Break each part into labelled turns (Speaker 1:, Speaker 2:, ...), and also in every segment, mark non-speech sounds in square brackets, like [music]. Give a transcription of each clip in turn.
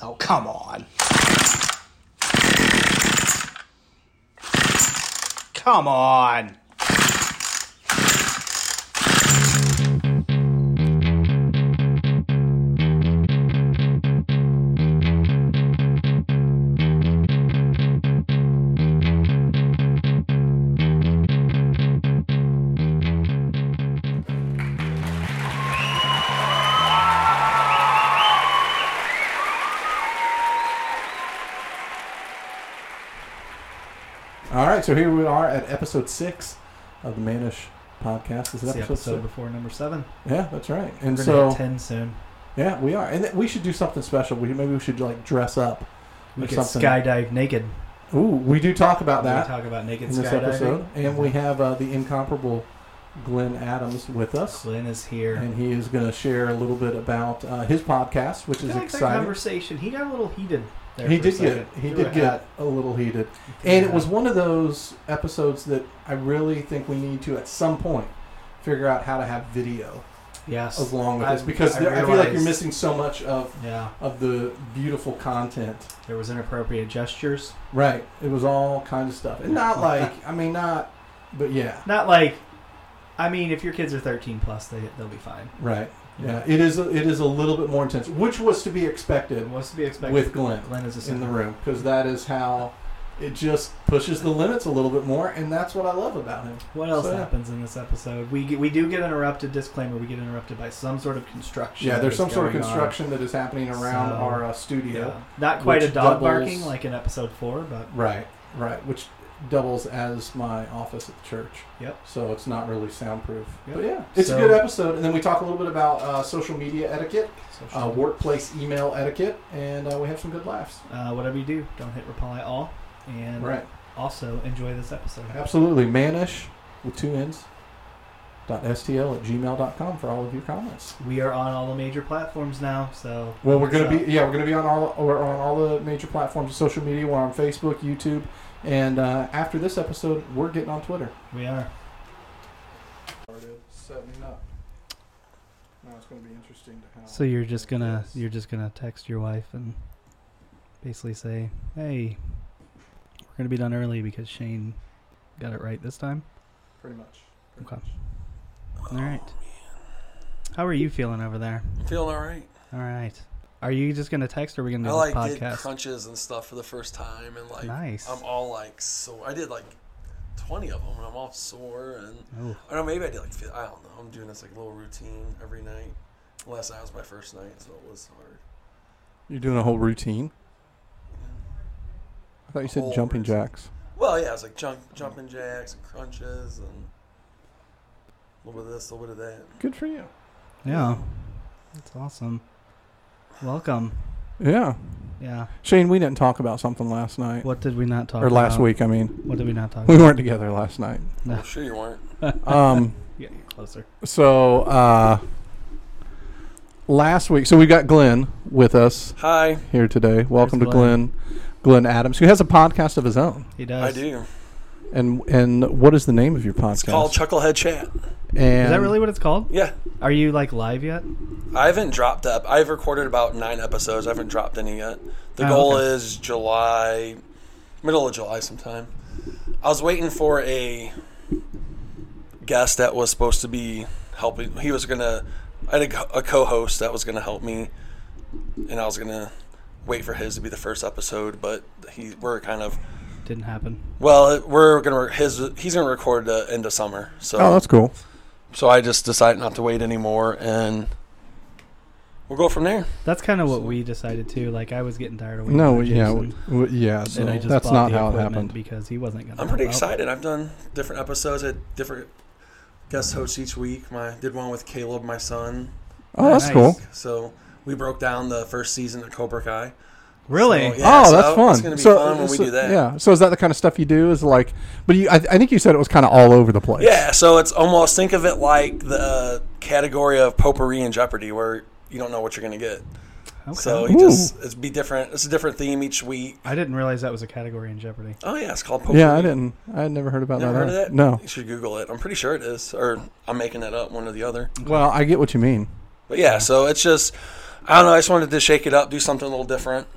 Speaker 1: Oh, Come on. Come on.
Speaker 2: All right, so here we are at episode six of the Manish podcast. Is it
Speaker 3: It's
Speaker 2: episode
Speaker 3: the episode
Speaker 2: six?
Speaker 3: before number seven.
Speaker 2: Yeah, that's right. And
Speaker 3: We're gonna
Speaker 2: so
Speaker 3: hit ten soon.
Speaker 2: yeah, we are, and th- we should do something special. We maybe we should like dress up.
Speaker 3: We
Speaker 2: or
Speaker 3: could
Speaker 2: something.
Speaker 3: skydive naked.
Speaker 2: Ooh, we do talk about
Speaker 3: We
Speaker 2: that
Speaker 3: talk about naked
Speaker 2: in this
Speaker 3: skydiving.
Speaker 2: episode, and we have uh, the incomparable Glenn Adams with us,
Speaker 3: Glenn is here.
Speaker 2: and he is going to share a little bit about uh, his podcast, which is
Speaker 3: I feel like that
Speaker 2: exciting.
Speaker 3: conversation. He got a little heated. There
Speaker 2: He
Speaker 3: for a
Speaker 2: did get
Speaker 3: second.
Speaker 2: he
Speaker 3: Threw a
Speaker 2: did get
Speaker 3: hat.
Speaker 2: a little heated,
Speaker 3: Threw a
Speaker 2: and it
Speaker 3: hat.
Speaker 2: was one of those episodes that I really think we need to at some point figure out how to have video
Speaker 3: yes.
Speaker 2: along with
Speaker 3: I-
Speaker 2: this because
Speaker 3: I
Speaker 2: there, I feel like you're
Speaker 3: realized-
Speaker 2: missing so much of
Speaker 3: Yeah,
Speaker 2: of the beautiful content.
Speaker 3: there was inappropriate gestures.
Speaker 2: Right. It was all kinds of stuff, and not
Speaker 3: [laughs]
Speaker 2: like I mean not, but yeah.
Speaker 3: Not like, I mean, if your kids are thirteen plus, they they'll be fine.
Speaker 2: Right. Yeah. It is. A, it is a little bit more intense, which was to be
Speaker 3: It
Speaker 2: expected
Speaker 3: was to be expected.
Speaker 2: with Glenn
Speaker 3: Glenn is a
Speaker 2: in the
Speaker 3: simp.
Speaker 2: room because that is how it just pushes the limits a little bit more, and that's what I love about him.
Speaker 3: What else
Speaker 2: So, yeah.
Speaker 3: happens in this episode? We get, we do get interrupted. Disclaimer: We get interrupted by some sort of construction.
Speaker 2: Yeah.
Speaker 3: that
Speaker 2: There's
Speaker 3: is
Speaker 2: some sort of
Speaker 3: going on.
Speaker 2: construction that is happening around
Speaker 3: So,
Speaker 2: our uh, studio.
Speaker 3: Yeah, not quite a
Speaker 2: Which
Speaker 3: dog
Speaker 2: doubles-
Speaker 3: barking like in episode four, but
Speaker 2: Right, right, which doubles as my office at the church.
Speaker 3: Yep.
Speaker 2: So it's not really soundproof.
Speaker 3: Yep.
Speaker 2: But yeah, it's
Speaker 3: So-
Speaker 2: a good episode. And then we talk a little bit about uh, social media etiquette,
Speaker 3: social-
Speaker 2: uh, workplace email etiquette, and uh, we have some good laughs.
Speaker 3: uh, whatever you do, don't hit reply all, and
Speaker 2: Right.
Speaker 3: also enjoy this episode.
Speaker 2: Absolutely. Manish with two N's. Dot STL at gmail.com for all of your comments.
Speaker 3: We are on all the major platforms now, so
Speaker 2: Well, we're gonna
Speaker 3: So-
Speaker 2: be yeah, we're gonna be on all we're on all the major platforms of social media. We're on Facebook, YouTube, and uh, after this episode, we're getting on Twitter.
Speaker 3: we are.
Speaker 2: started setting it up. Now it's going to be interesting to how.
Speaker 3: So you're just gonna you're just gonna text your wife and basically say, "Hey, we're gonna be done early because Shane got it right this time."
Speaker 2: pretty much.
Speaker 3: pretty Okay. All right. How are you feeling over there?
Speaker 4: I'm feeling all right.
Speaker 3: All right. Are you just gonna text, or are we gonna do
Speaker 4: I
Speaker 3: a
Speaker 4: like did
Speaker 3: podcast?
Speaker 4: crunches and stuff for the first time, and like
Speaker 3: Nice.
Speaker 4: I'm all like sore. I did like 20 of them, and I'm all sore. And
Speaker 3: Oh,
Speaker 4: I don't know, maybe I did like fi- I don't know. I'm doing this like little routine every night. Last night was my first night, so it was hard.
Speaker 2: You're doing a whole routine. I thought you said
Speaker 4: Whole
Speaker 2: jumping
Speaker 4: routine.
Speaker 2: jacks.
Speaker 4: Well, yeah, it was like jump, jumping jacks and crunches and a little bit of this, a little bit of that.
Speaker 2: Good for you.
Speaker 3: yeah, that's awesome. Welcome.
Speaker 2: Yeah,
Speaker 3: Yeah.
Speaker 2: Shane, we didn't talk about something last night
Speaker 3: What did we not talk
Speaker 2: or last
Speaker 3: about?
Speaker 2: week. I mean,
Speaker 3: What did
Speaker 2: [laughs]
Speaker 3: we not talk
Speaker 2: we
Speaker 3: about?
Speaker 2: weren't together last night.
Speaker 3: [laughs] No.
Speaker 4: I'm sure you weren't.
Speaker 2: Um,
Speaker 3: Yeah, closer.
Speaker 2: so uh, last week, so we got Glenn with us
Speaker 4: Hi,
Speaker 2: here today. Welcome to
Speaker 3: Glenn.
Speaker 2: Glenn. Glenn Adams, who has a podcast of his own.
Speaker 3: He does.
Speaker 4: I do.
Speaker 2: And and what is the name of your podcast?
Speaker 4: It's called Chucklehead Chat.
Speaker 2: and
Speaker 3: Is that really what it's called?
Speaker 4: Yeah,
Speaker 3: Are you like live yet?
Speaker 4: I haven't dropped up. I've recorded about nine episodes. I haven't dropped any yet. The
Speaker 3: Oh,
Speaker 4: goal
Speaker 3: okay.
Speaker 4: is July, middle of July sometime. I was waiting for a guest that was supposed to be helping. He was gonna. I had a, co- a co-host that was gonna help me, and I was gonna wait for his to be the first episode. But he, we're kind of
Speaker 3: Didn't happen.
Speaker 4: well, we're gonna re- his. He's gonna record the end of summer. So
Speaker 2: Oh, that's cool.
Speaker 4: so I just decided not to wait anymore, and we'll go from there.
Speaker 3: That's kind of what we decided too. Like I was getting tired of waiting.
Speaker 2: No,
Speaker 3: for
Speaker 2: yeah,
Speaker 3: Jason,
Speaker 2: w- w- yeah. So
Speaker 3: and I just
Speaker 2: that's not
Speaker 3: bought the
Speaker 2: how it
Speaker 3: equipment
Speaker 2: happened.
Speaker 3: because he wasn't gonna.
Speaker 4: I'm pretty
Speaker 3: help out.
Speaker 4: excited. I've done different episodes at different guest hosts each week. My did one with Caleb, my son.
Speaker 2: Oh, that's
Speaker 3: Nice.
Speaker 2: cool.
Speaker 4: So we broke down the first season of Cobra Kai.
Speaker 3: Really?
Speaker 4: So, yeah,
Speaker 2: oh,
Speaker 4: so
Speaker 2: that's fun.
Speaker 4: It's gonna be
Speaker 2: so,
Speaker 4: fun when we
Speaker 2: so-
Speaker 4: do that.
Speaker 2: Yeah. So is that the kind of stuff you do? Is like, but you, I, I think you said it was kind of all over the place.
Speaker 4: Yeah, so it's almost think of it like the uh, category of potpourri and Jeopardy, where you don't know what you're gonna get.
Speaker 3: Okay.
Speaker 4: So you
Speaker 2: Ooh.
Speaker 4: just it's be different. It's a different theme each week.
Speaker 3: I didn't realize that was a category in Jeopardy.
Speaker 4: Oh yeah, it's called potpourri.
Speaker 2: Yeah, I didn't. I had never heard about
Speaker 4: Never
Speaker 2: that.
Speaker 4: heard of that?
Speaker 2: No.
Speaker 4: You should Google it. I'm pretty sure it is, or I'm making that up, one or the other.
Speaker 2: Well, I get what you mean.
Speaker 4: But yeah, so it's just I don't know. I just wanted to shake it up, do something a little different.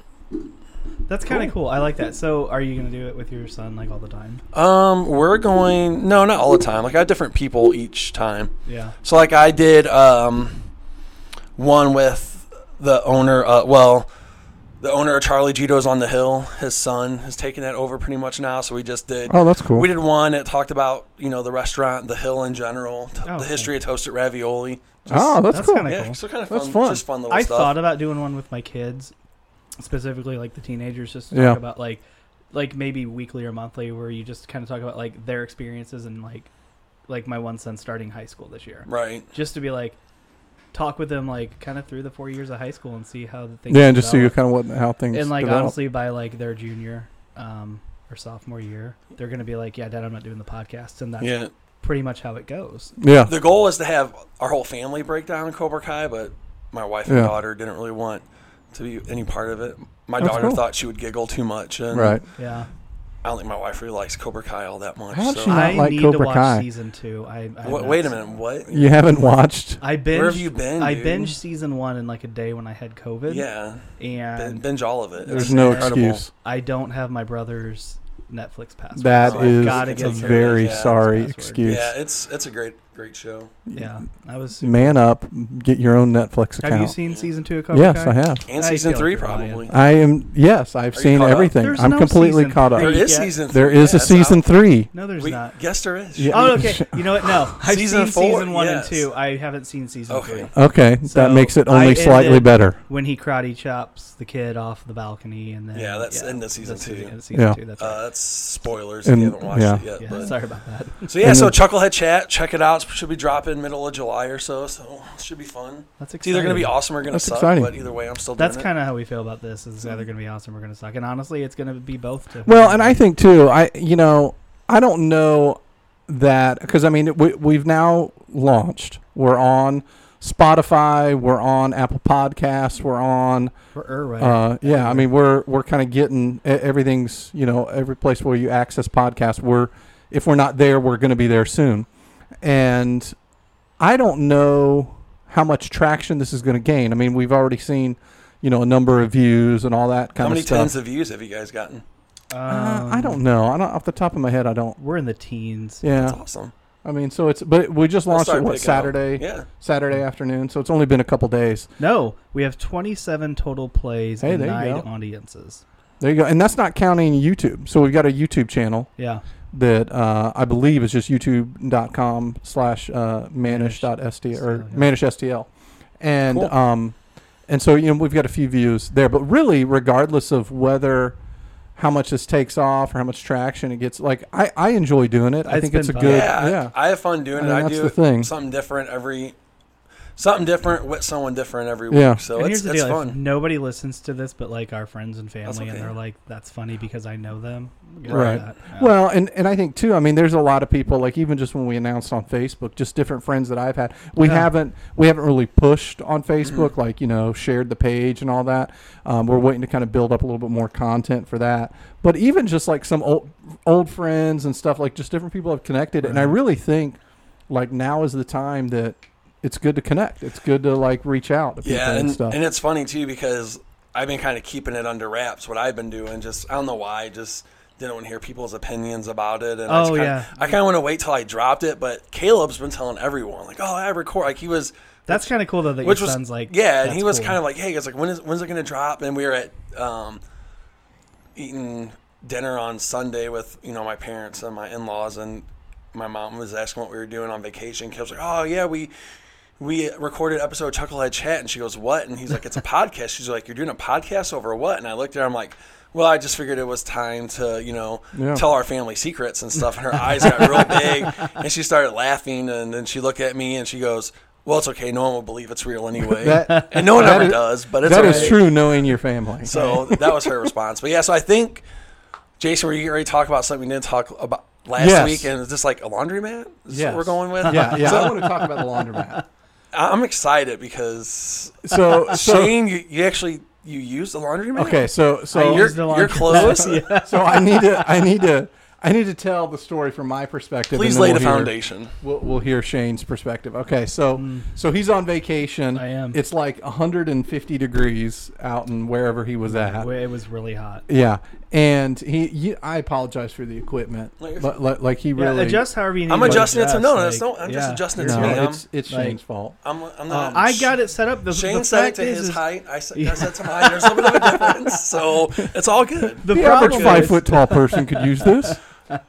Speaker 3: That's kind of cool. I like that. So, are you gonna do it with your son like all the time?
Speaker 4: Um, we're going. No, not all the time. Like I have different people each time.
Speaker 3: Yeah.
Speaker 4: So like I did um, one with the owner. Uh, well, the owner of Charlie Gito's on the Hill. His son has taken that over pretty much now. So we just did.
Speaker 2: Oh, that's cool.
Speaker 4: We did one that talked about you know the restaurant, the Hill in general, t-
Speaker 3: Oh,
Speaker 4: the
Speaker 3: cool.
Speaker 4: history of toasted ravioli.
Speaker 2: oh, that's,
Speaker 3: That's
Speaker 2: cool.
Speaker 3: kinda-
Speaker 4: Yeah,
Speaker 3: cool.
Speaker 4: so kind of fun.
Speaker 2: That's fun.
Speaker 4: Just fun little
Speaker 3: I
Speaker 4: stuff.
Speaker 3: thought about doing one with my kids, specifically like the teenagers, just to
Speaker 2: Yeah.
Speaker 3: talk about like, like maybe weekly or monthly, where you just kind of talk about like their experiences and like, like my one son starting high school this year,
Speaker 4: right.
Speaker 3: just to be like, talk with them like kind of through the four years of high school and see how the things.
Speaker 2: Yeah, and just see
Speaker 3: develop.
Speaker 2: kind of what how things
Speaker 3: and like
Speaker 2: develop.
Speaker 3: honestly by like their junior um, or sophomore year, they're gonna be like, yeah, Dad, I'm not doing the podcast, and that's
Speaker 4: Yeah.
Speaker 3: pretty much how it goes.
Speaker 2: yeah,
Speaker 4: The goal was to have our whole family break down Cobra Kai, but my wife and
Speaker 2: Yeah.
Speaker 4: daughter didn't really want to be any part of it. My
Speaker 2: That's
Speaker 4: daughter
Speaker 2: cool.
Speaker 4: thought she would giggle too much, and
Speaker 2: right.
Speaker 3: Yeah,
Speaker 4: I don't think my wife really likes Cobra Kai all that much.
Speaker 2: How did
Speaker 4: so
Speaker 2: she not
Speaker 3: I
Speaker 2: like
Speaker 3: need to
Speaker 2: Cobra
Speaker 3: watch
Speaker 2: Kai.
Speaker 3: season two. I, I have
Speaker 4: Wa-
Speaker 3: not
Speaker 4: wait a
Speaker 3: seen
Speaker 4: minute,
Speaker 3: it.
Speaker 4: what?
Speaker 2: You haven't watched.
Speaker 3: I binged.
Speaker 4: Where have you been?
Speaker 3: I
Speaker 4: dude?
Speaker 3: binged season one in like a day when I had COVID.
Speaker 4: Yeah, bin-
Speaker 3: and
Speaker 4: binge all of it.
Speaker 2: There's
Speaker 4: It's
Speaker 2: no
Speaker 4: incredible.
Speaker 2: excuse.
Speaker 3: I don't have my brother's Netflix password.
Speaker 2: That
Speaker 3: so
Speaker 4: So
Speaker 3: I've
Speaker 2: is
Speaker 3: gotta
Speaker 4: it's
Speaker 2: a
Speaker 3: get
Speaker 4: him.
Speaker 2: very
Speaker 4: Yeah.
Speaker 2: sorry
Speaker 3: Password.
Speaker 2: excuse.
Speaker 4: Yeah, it's it's a great great show.
Speaker 3: Yeah, I was. Super,
Speaker 2: Man up. Get your own Netflix account.
Speaker 3: have you seen season two of Cobra
Speaker 2: yes,
Speaker 3: Kai?
Speaker 2: I have.
Speaker 4: And
Speaker 3: I
Speaker 4: season
Speaker 3: feel
Speaker 4: three
Speaker 3: like you're lying.
Speaker 4: probably.
Speaker 2: I am. Yes, I've
Speaker 4: Are you
Speaker 2: seen
Speaker 4: caught up?
Speaker 2: everything.
Speaker 3: There's
Speaker 2: I'm
Speaker 3: no
Speaker 2: completely
Speaker 3: season
Speaker 2: caught
Speaker 4: There
Speaker 2: up.
Speaker 3: three.
Speaker 4: is
Speaker 3: Yeah.
Speaker 4: season.
Speaker 2: There
Speaker 4: three.
Speaker 2: is a
Speaker 4: That's out.
Speaker 2: season three.
Speaker 3: No, there's
Speaker 4: We, [laughs]
Speaker 3: not.
Speaker 4: yes, there is.
Speaker 2: Yeah.
Speaker 3: Oh, okay. You know what?
Speaker 4: [laughs]
Speaker 3: No, I've
Speaker 4: Season
Speaker 3: seen
Speaker 4: four,
Speaker 3: season one
Speaker 4: yes.
Speaker 3: and two. I haven't seen season
Speaker 4: Okay.
Speaker 3: three.
Speaker 2: Okay,
Speaker 3: So,
Speaker 2: that makes it
Speaker 3: I
Speaker 2: only slightly
Speaker 3: ended-
Speaker 2: better.
Speaker 3: When he karate chops the kid off the balcony, and then
Speaker 4: Yeah, that's end of season
Speaker 3: that's
Speaker 4: two.
Speaker 3: the end of season
Speaker 2: Yeah.
Speaker 3: two. That's
Speaker 4: Uh,
Speaker 3: right.
Speaker 4: that's spoilers
Speaker 2: And-
Speaker 4: if you haven't watched
Speaker 2: yeah.
Speaker 4: it yet.
Speaker 3: yeah,
Speaker 4: but-
Speaker 3: sorry about that.
Speaker 4: So yeah,
Speaker 2: And
Speaker 4: so
Speaker 2: then-
Speaker 4: Chucklehead Chat, check it out. It should be dropping middle of July or so. So it should be fun.
Speaker 3: That's
Speaker 4: It's either
Speaker 3: exciting.
Speaker 4: going to be awesome or going to
Speaker 2: That's
Speaker 4: suck.
Speaker 2: exciting.
Speaker 4: But either way, I'm still doing
Speaker 3: That's
Speaker 4: it.
Speaker 3: kind of how we feel about this. Is it's either going to be awesome or going to suck, and honestly, it's going to be both. To
Speaker 2: Well, and I think too. I you know I don't know that because I mean we we've now launched. We're on Spotify. We're on Apple Podcasts. We're on.
Speaker 3: for Irwin,
Speaker 2: Uh, yeah, I mean we're we're kind of getting e- everything's you know every place where you access podcasts. We're if we're not there, we're going to be there soon. And I don't know how much traction this is going to gain. I mean we've already seen you know a number of views and all that kind
Speaker 4: How many
Speaker 2: of stuff.
Speaker 4: tens of views have you guys gotten?
Speaker 2: Uh, I don't know. I don't off the top of my head. I don't.
Speaker 3: Um, We're in the teens.
Speaker 2: Yeah,
Speaker 4: That's awesome.
Speaker 2: I mean, so it's but we just
Speaker 4: We'll
Speaker 2: launched
Speaker 4: start
Speaker 2: it Uh, what
Speaker 4: picking up.
Speaker 2: Saturday,
Speaker 4: Yeah.
Speaker 2: Saturday afternoon. So it's only been a couple days.
Speaker 3: No, we have 27 total plays
Speaker 2: Hey,
Speaker 3: and
Speaker 2: there you
Speaker 3: nine
Speaker 2: go.
Speaker 3: audiences.
Speaker 2: There you go, and that's not counting YouTube. So we've got a YouTube channel
Speaker 3: Yeah,
Speaker 2: that uh, I believe is just youtube.com slash uh, manish.st or
Speaker 3: Manish.
Speaker 2: manishstl, and
Speaker 4: Cool.
Speaker 2: um, and so you know we've got a few views there. But really, regardless of whether how much this takes off or how much traction it gets, like I, I enjoy doing it. I
Speaker 3: It's
Speaker 2: think it's a
Speaker 3: been fun.
Speaker 2: good
Speaker 4: yeah, I-
Speaker 2: yeah.
Speaker 4: I have fun doing
Speaker 2: I mean,
Speaker 4: it. I
Speaker 2: that's
Speaker 4: do
Speaker 2: the thing.
Speaker 4: something different every, something different with someone different every week.
Speaker 2: Yeah.
Speaker 4: So
Speaker 3: and
Speaker 4: it's,
Speaker 3: here's the
Speaker 4: it's
Speaker 3: deal: if
Speaker 4: fun.
Speaker 3: nobody listens to this, but like our friends and family,
Speaker 4: okay.
Speaker 3: and they're like, "That's funny because I know them." We'll do
Speaker 2: Right.
Speaker 3: that. Yeah.
Speaker 2: Well, and, and I think too. I mean, there's a lot of people like even just when we announced on Facebook, just different friends that I've had. We
Speaker 3: Yeah.
Speaker 2: haven't we haven't really pushed on Facebook, like you know, shared the page and all that. Um, we're waiting to kind of build up a little bit more content for that. But even just like some old old friends and stuff, like just different people have connected. And I
Speaker 3: Right.
Speaker 2: really think like now is the time that it's good to connect. It's good to like reach out to people
Speaker 4: Yeah,
Speaker 2: and,
Speaker 4: and,
Speaker 2: stuff.
Speaker 4: and it's funny too because I've been kind of keeping it under wraps. What I've been doing, just I don't know why, just didn't want to hear people's opinions about it. And I just
Speaker 3: Oh, yeah.
Speaker 4: kinda, I kind of want to wait till I dropped it. But Caleb's been telling everyone like, oh, I record. Like he was,
Speaker 3: that's kind of cool though. That
Speaker 4: which
Speaker 3: your
Speaker 4: was
Speaker 3: son's like,
Speaker 4: yeah, and he was kind
Speaker 3: of
Speaker 4: of like, hey, it's like when is when's it gonna drop? And we were at um, eating dinner on Sunday with you know my parents and my in laws, and my mom was asking what we were doing on vacation. Caleb's like, oh yeah, we. We recorded an episode of Chucklehead Chat, and she goes, "What?" And he's like, "It's a podcast." She's like, "You're doing a podcast over what?" And I looked at her, I'm like, "Well, I just figured it was time to, you know,
Speaker 2: Yeah.
Speaker 4: tell our family secrets and stuff." And her eyes got real big, and she started laughing, and then she looked at me and she goes, "Well, it's okay. No one will believe it's real anyway."
Speaker 2: That-
Speaker 4: and no one
Speaker 2: that
Speaker 4: ever
Speaker 2: is-
Speaker 4: does, but it's
Speaker 2: that
Speaker 4: okay.
Speaker 2: is true. Knowing your family.
Speaker 4: So that was her response. But yeah, so I think Jason, were you already talk about something we didn't talk about last
Speaker 2: Yes.
Speaker 4: week, and it's just like a laundromat. Is
Speaker 2: Yes.
Speaker 4: what we're going with.
Speaker 2: yeah, yeah.
Speaker 4: [laughs] So
Speaker 2: I want to talk about the laundromat.
Speaker 4: I- I'm excited because
Speaker 2: So, so
Speaker 4: Shane, you, you actually you use the laundromat.
Speaker 2: okay, so so
Speaker 3: I
Speaker 4: Your,
Speaker 3: Use the
Speaker 2: [laughs]
Speaker 4: your
Speaker 3: laundromat.
Speaker 4: clothes.
Speaker 2: so I need to I need to I need to tell the story from my perspective. and
Speaker 4: Please
Speaker 2: then
Speaker 4: lay
Speaker 2: we'll
Speaker 4: the
Speaker 2: hear-
Speaker 4: foundation.
Speaker 2: We'll, we'll hear Shane's perspective. Okay, so so he's on vacation.
Speaker 3: Mm. I am.
Speaker 2: It's like 150 degrees out in wherever he was at.
Speaker 3: It was really hot.
Speaker 2: Yeah, and he. You, I apologize for the equipment,
Speaker 4: No, you're
Speaker 2: but like, like he really.
Speaker 3: Yeah, adjust however you need
Speaker 4: I'm
Speaker 3: to
Speaker 4: adjusting it
Speaker 3: adjust,
Speaker 4: to no, no,
Speaker 3: like,
Speaker 4: it's no. I'm just
Speaker 3: yeah.
Speaker 4: adjusting it to
Speaker 2: No,
Speaker 4: me. I'm,
Speaker 2: it's it's
Speaker 3: like-
Speaker 2: Shane's fault.
Speaker 4: I'm, I'm not.
Speaker 3: Uh, I got it set up. The,
Speaker 4: Shane
Speaker 3: the
Speaker 4: said it
Speaker 3: fact
Speaker 4: to
Speaker 3: is,
Speaker 4: his
Speaker 3: is
Speaker 4: height. I said,
Speaker 3: Yeah.
Speaker 4: I said to mine. There's a little bit of a difference,
Speaker 3: [laughs]
Speaker 4: so it's all good.
Speaker 3: The,
Speaker 2: The average
Speaker 3: problem
Speaker 2: five
Speaker 3: is-
Speaker 2: foot tall person could use
Speaker 3: [laughs]
Speaker 2: this.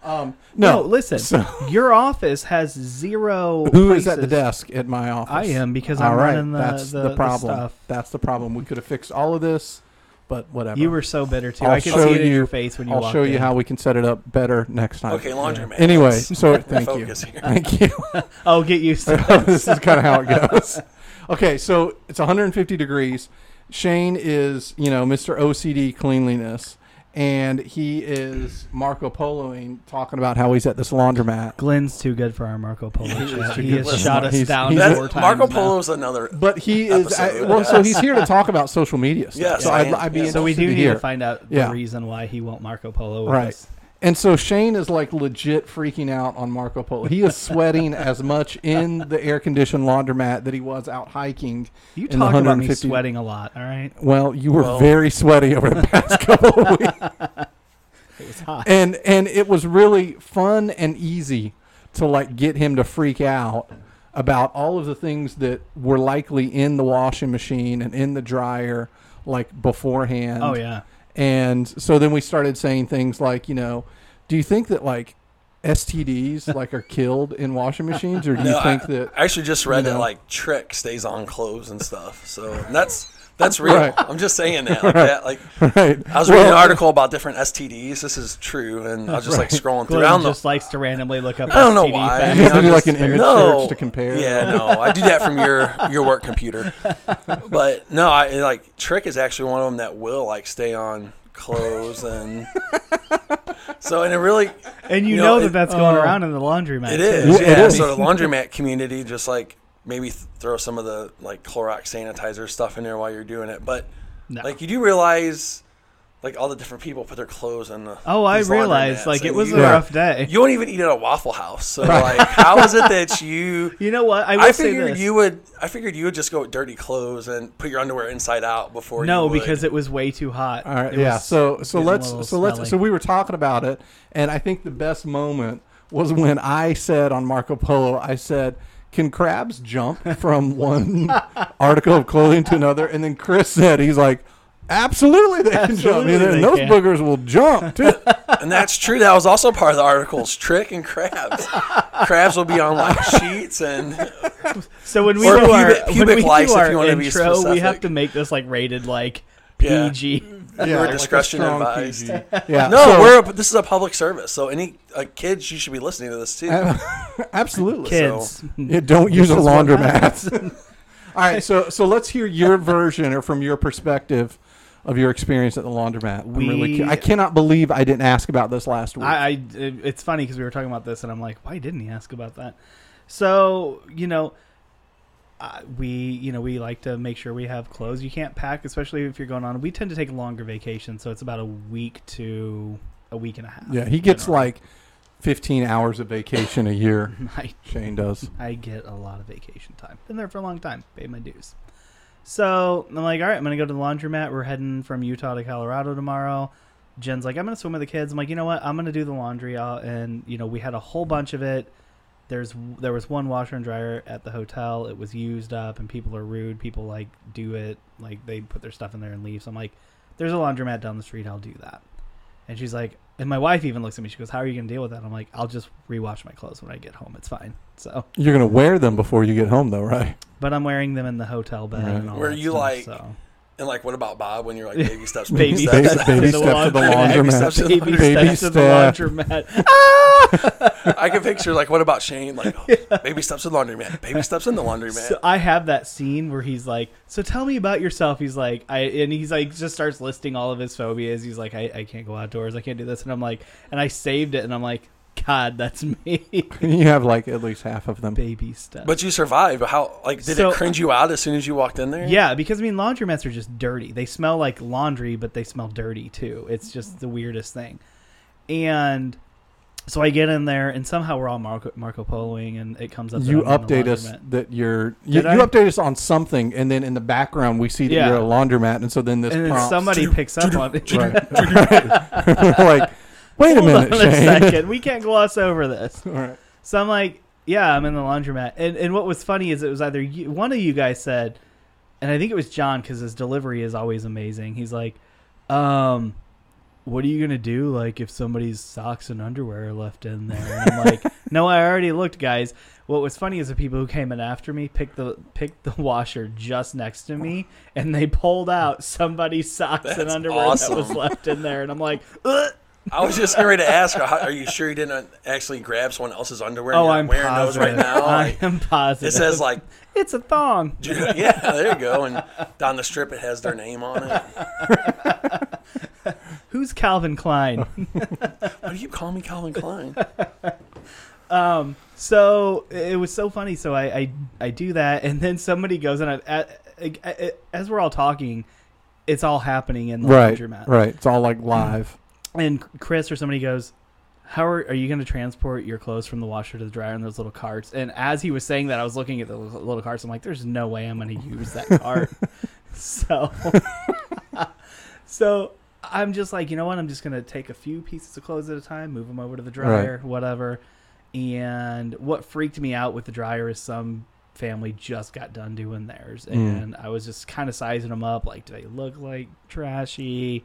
Speaker 2: Um,
Speaker 3: No,
Speaker 2: no,
Speaker 3: listen.
Speaker 2: So-
Speaker 3: Your office has zero.
Speaker 2: Who is at the
Speaker 3: places.
Speaker 2: desk at my office?
Speaker 3: I am because I'm
Speaker 2: All right,
Speaker 3: running the,
Speaker 2: that's
Speaker 3: the,
Speaker 2: the problem.
Speaker 3: stuff.
Speaker 2: That's the problem. We could have fixed all of this, but whatever.
Speaker 3: You were so bitter too.
Speaker 2: I'll
Speaker 3: i could
Speaker 2: show
Speaker 3: see it in
Speaker 2: you-
Speaker 3: your face when you
Speaker 2: I'll
Speaker 3: walked
Speaker 2: show you
Speaker 3: in.
Speaker 2: how we can set it up better next time.
Speaker 4: Okay, laundromat.
Speaker 2: Anyway,
Speaker 4: Let's
Speaker 2: so thank you,
Speaker 4: focus here.
Speaker 2: thank
Speaker 4: [laughs]
Speaker 2: you. [laughs]
Speaker 3: I'll Oh, get used to.
Speaker 2: this is kind of how it goes. Okay, so it's 150 degrees. Shane is, you know, Mr. OCD cleanliness, and he is Marco Poloing talking about how he's at this laundromat.
Speaker 3: Glenn's too good for our Marco Polo. chat.
Speaker 2: too
Speaker 3: He
Speaker 2: good
Speaker 3: has
Speaker 4: for
Speaker 3: shot
Speaker 2: us.
Speaker 3: us
Speaker 2: He's-
Speaker 3: down
Speaker 2: he's-
Speaker 4: That's-
Speaker 3: four times.
Speaker 4: Marco
Speaker 3: now.
Speaker 4: Polo's another.
Speaker 2: But he is I,
Speaker 4: Episode,
Speaker 2: well, so
Speaker 4: yes.
Speaker 2: he's here to
Speaker 4: [laughs]
Speaker 2: talk about social media stuff.
Speaker 4: Yes,
Speaker 2: so
Speaker 4: I
Speaker 2: I'd,
Speaker 4: am,
Speaker 2: I'd be
Speaker 4: yes.
Speaker 2: interested
Speaker 3: So we do
Speaker 2: to
Speaker 3: need
Speaker 2: hear.
Speaker 3: to find out
Speaker 2: Yeah.
Speaker 3: the reason why he won't Marco Polo with
Speaker 2: Right.
Speaker 3: us.
Speaker 2: And so Shane is like legit freaking out on Marco Polo. He is sweating as much in the air conditioned laundromat that he was out hiking.
Speaker 3: You
Speaker 2: in the
Speaker 3: talk about me
Speaker 2: 150
Speaker 3: sweating a lot. All right,
Speaker 2: Well, you were
Speaker 4: Well-
Speaker 2: very sweaty over the
Speaker 3: [laughs]
Speaker 2: past couple of weeks.
Speaker 3: it was hot.
Speaker 2: And and it was really fun and easy to like get him to freak out about all of the things that were likely in the washing machine and in the dryer like beforehand.
Speaker 3: Oh yeah.
Speaker 2: And so then we started saying things like, you know, do you think that like STDs like are killed in washing machines, or do you
Speaker 4: [laughs] No,
Speaker 2: think
Speaker 4: I,
Speaker 2: that?
Speaker 4: I actually just
Speaker 2: you
Speaker 4: read
Speaker 2: know.
Speaker 4: that like Trick stays on clothes and stuff. So that's that's
Speaker 2: [laughs]
Speaker 4: real.
Speaker 2: Right.
Speaker 4: I'm just saying that. Like that like
Speaker 2: [laughs] right.
Speaker 4: I was reading an article about different STDs. This is true, and I was just like scrolling through. I
Speaker 3: Glenn
Speaker 4: don't know.
Speaker 3: just likes to randomly look up.
Speaker 4: I don't know
Speaker 3: STD
Speaker 4: why.
Speaker 3: facts.
Speaker 2: You
Speaker 4: [laughs]
Speaker 2: have to
Speaker 4: I'm
Speaker 2: do like
Speaker 4: just
Speaker 2: an image
Speaker 4: no.
Speaker 2: search to compare.
Speaker 4: Yeah, no, I do that from your your work computer. But no, I like Trick is actually one of them that will like stay on clothes and [laughs] so and it really
Speaker 3: And you,
Speaker 4: You know,
Speaker 3: know,
Speaker 4: it- oh.
Speaker 3: that that's going around in the laundromat.
Speaker 4: it
Speaker 3: too.
Speaker 4: is
Speaker 2: Yeah,
Speaker 4: yeah,
Speaker 2: it is.
Speaker 4: so the laundromat community just like maybe th- throw some of the like Clorox sanitizer stuff in there while you're doing it, but
Speaker 3: No.
Speaker 4: like you do realize like all the different people put their clothes in the
Speaker 3: oh, I
Speaker 4: these laundromats,
Speaker 3: realized. Like
Speaker 4: and
Speaker 3: it was
Speaker 4: you,
Speaker 3: a
Speaker 2: Yeah.
Speaker 3: rough day.
Speaker 4: you don't even eat at a Waffle House, so like how is it that you
Speaker 3: [laughs] You know what? I will
Speaker 4: I
Speaker 3: say
Speaker 4: figured
Speaker 3: this.
Speaker 4: you would. I figured you would just go with dirty clothes and put your underwear inside out before.
Speaker 3: no,
Speaker 4: you would.
Speaker 3: because it was way too hot.
Speaker 2: All right.
Speaker 3: It
Speaker 2: yeah.
Speaker 3: was
Speaker 2: So so
Speaker 3: getting a
Speaker 2: let's
Speaker 3: little
Speaker 2: so let's
Speaker 3: smelly.
Speaker 2: so we were talking about it, and I think the best moment was when I said on Marco Polo, I said. Can crabs jump
Speaker 3: [laughs]
Speaker 2: from one article of clothing to another? And then Chris said, he's like, absolutely they can jump.
Speaker 3: Absolutely
Speaker 2: And then
Speaker 3: they
Speaker 2: those
Speaker 3: can.
Speaker 2: boogers will jump
Speaker 3: [laughs]
Speaker 2: too.
Speaker 4: [laughs] and that's true. That was also part of the articles. Trick and crabs.
Speaker 3: [laughs]
Speaker 4: crabs will be on like sheets and
Speaker 3: So when we
Speaker 4: Or
Speaker 3: do our
Speaker 4: pubic-
Speaker 3: when
Speaker 4: pubic
Speaker 3: we do
Speaker 4: lice, if
Speaker 3: our
Speaker 4: you wanna be
Speaker 3: intro, we have
Speaker 4: specific.
Speaker 3: to make this like rated like
Speaker 4: Yeah.
Speaker 3: PG.
Speaker 2: yeah,
Speaker 4: We're discretion
Speaker 2: strong
Speaker 4: advised.
Speaker 2: PG.
Speaker 3: [laughs]
Speaker 2: Yeah.
Speaker 4: no.
Speaker 2: so-
Speaker 4: we're a, this is a public service, so any uh, kids you should be listening to this too.
Speaker 3: Uh-huh.
Speaker 2: [laughs] absolutely.
Speaker 3: Kids,
Speaker 2: Yeah, don't use a
Speaker 3: is
Speaker 2: [laughs]
Speaker 3: what
Speaker 2: laundromat. All right, so so let's hear
Speaker 3: [laughs]
Speaker 2: your version or from your perspective of your experience at the laundromat. I'm really
Speaker 3: We-
Speaker 2: cu- I cannot believe I didn't ask about this last week.
Speaker 3: I, I it- it's funny because we were talking about this and I'm like, why didn't he ask about that? So you know, uh, we you know we like to make sure we have clothes. You can't pack, especially if you're going on. We tend to take longer vacations, so it's about a week to a week and a half.
Speaker 2: yeah, he gets
Speaker 3: you know. [laughs]
Speaker 2: like 15 hours of vacation a year.
Speaker 3: I
Speaker 2: Shane does.
Speaker 3: I get a lot of vacation time. Been there for a long time. Paid my dues. So I'm like, all right, I'm gonna go to the laundromat. We're heading from Utah to Colorado tomorrow. Jen's like, I'm gonna swim with the kids. I'm like, you know what? I'm gonna do the laundry. I'll, and you know, we had a whole bunch of it. There's there was one washer and dryer at the hotel. It was used up, and people are rude. People like do it like they put their stuff in there and leave. So I'm like, there's a laundromat down the street. I'll do that. And she's like, and my wife even looks at me. She goes, How are you gonna deal with that? I'm like, I'll just rewash my clothes when I get home. It's fine. So
Speaker 2: You're going to wear them before you get home though, right?
Speaker 3: but I'm wearing them in the hotel bed.
Speaker 2: Right.
Speaker 3: And all
Speaker 4: Were
Speaker 3: that
Speaker 4: you
Speaker 3: stuff,
Speaker 4: like-
Speaker 3: so.
Speaker 4: and like, what about Bob when you're like baby steps,
Speaker 3: [laughs] Baby
Speaker 4: baby steps?
Speaker 3: steps.
Speaker 2: baby
Speaker 3: to the
Speaker 2: steps to the
Speaker 3: laundromat.
Speaker 4: Baby
Speaker 2: laundromat.
Speaker 4: steps to the
Speaker 3: baby,
Speaker 4: laundromat.
Speaker 2: Baby
Speaker 3: steps to the
Speaker 2: step.
Speaker 3: laundromat?
Speaker 4: [laughs] I can picture like, what about Shane? Like,
Speaker 3: [laughs]
Speaker 4: oh, baby steps in the laundromat. Baby steps in the laundromat.
Speaker 3: so I have that scene where he's like, "So tell me about yourself." He's like, "I," and he's like, just starts listing all of his phobias. He's like, "I, I can't go outdoors. I can't do this." And I'm like, and I saved it, and I'm like, "God, that's [laughs] me."
Speaker 2: you have like at least half of them.
Speaker 3: baby steps.
Speaker 4: but you survived. but How? Like, did
Speaker 3: So-
Speaker 4: it cringe you out as soon as you walked in there?
Speaker 3: yeah, because I mean, laundromats are just dirty. They smell like laundry, but they smell dirty too. It's just the weirdest thing. And So I get in there, and somehow we're all Marco, Marco Poloing, and it comes up. that
Speaker 2: You
Speaker 3: I'm in the
Speaker 2: update us
Speaker 3: laundromat.
Speaker 2: that you're you,
Speaker 3: Did I?
Speaker 2: you update us on something, and then in the background we see that
Speaker 3: Yeah.
Speaker 2: you're at a laundromat, and so then this
Speaker 3: and then
Speaker 2: prompts-
Speaker 3: somebody picks up on it. [laughs]
Speaker 2: right. [laughs] like, wait a
Speaker 3: Hold
Speaker 2: minute,
Speaker 3: on
Speaker 2: Shane.
Speaker 3: a second. We can't gloss over this.
Speaker 2: All [laughs] right.
Speaker 3: So I'm like, yeah, I'm in the laundromat. And and what was funny is it was either you, one of you guys said, and I think it was John because his delivery is always amazing. He's like, um, what are you gonna do like if somebody's socks and underwear are left in there? And I'm
Speaker 4: [laughs]
Speaker 3: like, no, I already looked, guys. What was funny is the people who came in after me picked the picked the washer just next to me, and they pulled out somebody's socks and
Speaker 4: That's
Speaker 3: underwear that was
Speaker 4: awesome.
Speaker 3: left in there, and I'm
Speaker 4: [laughs]
Speaker 3: like, Ugh!
Speaker 4: I was just getting ready to ask, are are you sure you didn't actually grab someone else's underwear? and
Speaker 3: oh,
Speaker 4: you're
Speaker 3: I'm
Speaker 4: wearing
Speaker 3: positive.
Speaker 4: those right now.
Speaker 3: [laughs] I
Speaker 4: Like,
Speaker 3: am positive.
Speaker 4: it says like,
Speaker 3: it's a thong.
Speaker 4: [laughs] yeah, there you go. And down the strip, it has their name on it.
Speaker 3: Who's
Speaker 2: [laughs]
Speaker 3: Calvin Klein?
Speaker 4: Why do you call me Calvin Klein?
Speaker 3: so it was so funny. So I, I I do that, and then somebody goes and I, I, I- I- as we're all talking, it's all happening in the
Speaker 2: Right,
Speaker 3: laundromat.
Speaker 2: right. It's all like live.
Speaker 3: And Chris or somebody goes, "How are, are you going to transport your clothes from the washer to the dryer in those little carts?" And as he was saying that, I was looking at the little little carts. I'm like, "There's no way I'm going to use that
Speaker 2: [laughs]
Speaker 3: cart." so, [laughs] so I'm just like, you know what? I'm just going to take a few pieces of clothes at a time, move them over to the dryer, whatever. And what freaked me out with the dryer is some family just got done doing
Speaker 2: Hmm.
Speaker 3: theirs, and I was just kind of sizing them up. Like, do they look like trashy?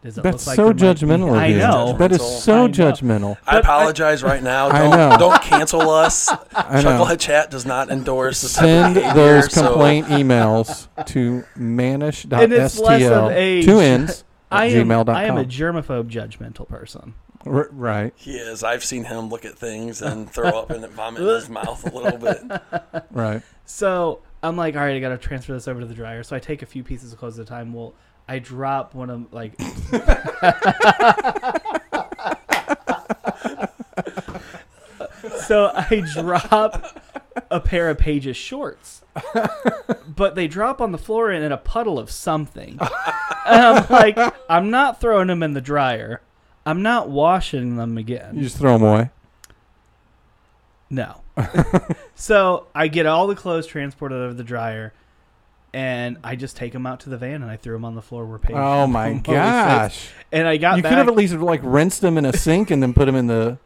Speaker 3: Does it
Speaker 2: That's
Speaker 3: look like
Speaker 2: so
Speaker 3: there might be-
Speaker 2: judgmental. of
Speaker 3: I
Speaker 2: you.
Speaker 3: know.
Speaker 2: That is so
Speaker 3: I know.
Speaker 2: judgmental.
Speaker 3: [laughs] But
Speaker 4: I
Speaker 3: I-
Speaker 4: apologize right now.
Speaker 2: I
Speaker 4: Don't,
Speaker 2: know.
Speaker 4: don't cancel us.
Speaker 2: [laughs] I know.
Speaker 4: Chucklehead Chat does not endorse this. type of [laughs]
Speaker 2: Send
Speaker 4: behavior,
Speaker 2: those
Speaker 4: so-
Speaker 2: complaint
Speaker 4: [laughs]
Speaker 2: emails to
Speaker 3: And it's less of
Speaker 2: manish.stl
Speaker 3: age.
Speaker 2: two ends
Speaker 3: [laughs] I
Speaker 2: at
Speaker 3: am,
Speaker 2: gmail.com.
Speaker 3: I am a germaphobe, judgmental person.
Speaker 2: R- right,
Speaker 4: He is. I've seen him look at things and throw up and vomit in his mouth a
Speaker 2: [laughs]
Speaker 4: little bit.
Speaker 2: right.
Speaker 3: So I'm like, all right, I got to transfer this over to the dryer. So I take a few pieces of clothes at a time. Well, I drop one of like. so I drop a pair of Page's shorts, but they drop on the floor and in a puddle of something. And I'm like, I'm not throwing them in the dryer. I'm not washing them again.
Speaker 2: You just throw them
Speaker 3: [laughs]
Speaker 2: away.
Speaker 3: No. [laughs] so I get all the clothes transported over the dryer, and I just take them out to the van and I threw them on the floor where Paige.
Speaker 2: Oh my
Speaker 3: always
Speaker 2: gosh!
Speaker 3: sits. And I got
Speaker 2: You
Speaker 3: back.
Speaker 2: could have at least like rinsed them in a sink and then put them in the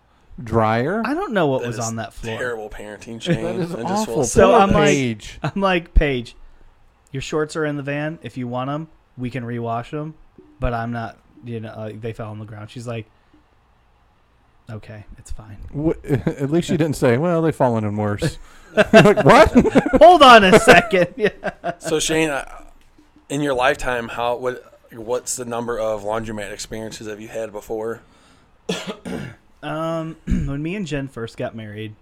Speaker 2: dryer.
Speaker 3: I don't know what
Speaker 4: That
Speaker 3: was
Speaker 4: is
Speaker 3: on that floor.
Speaker 4: Terrible parenting, Shane.
Speaker 2: That is
Speaker 4: I just
Speaker 2: awful.
Speaker 4: will
Speaker 3: So
Speaker 4: say
Speaker 2: Poor
Speaker 3: I'm
Speaker 4: that.
Speaker 3: like-
Speaker 2: Paige.
Speaker 3: I'm like Paige, your shorts are in the van. If you want them, we can rewash them. But I'm not. You know, like they fell on the ground. She's like, okay,
Speaker 2: [laughs]
Speaker 3: it's fine.
Speaker 2: W- at least you didn't say, "Well, they've fallen in worse." [laughs] like,
Speaker 3: [laughs]
Speaker 2: what?
Speaker 3: Hold on a second. [laughs] Yeah.
Speaker 4: so Shane, I- in your lifetime, how what what's the number of laundromat experiences have you had before?
Speaker 3: Um, [clears throat] when me and Jen first got married,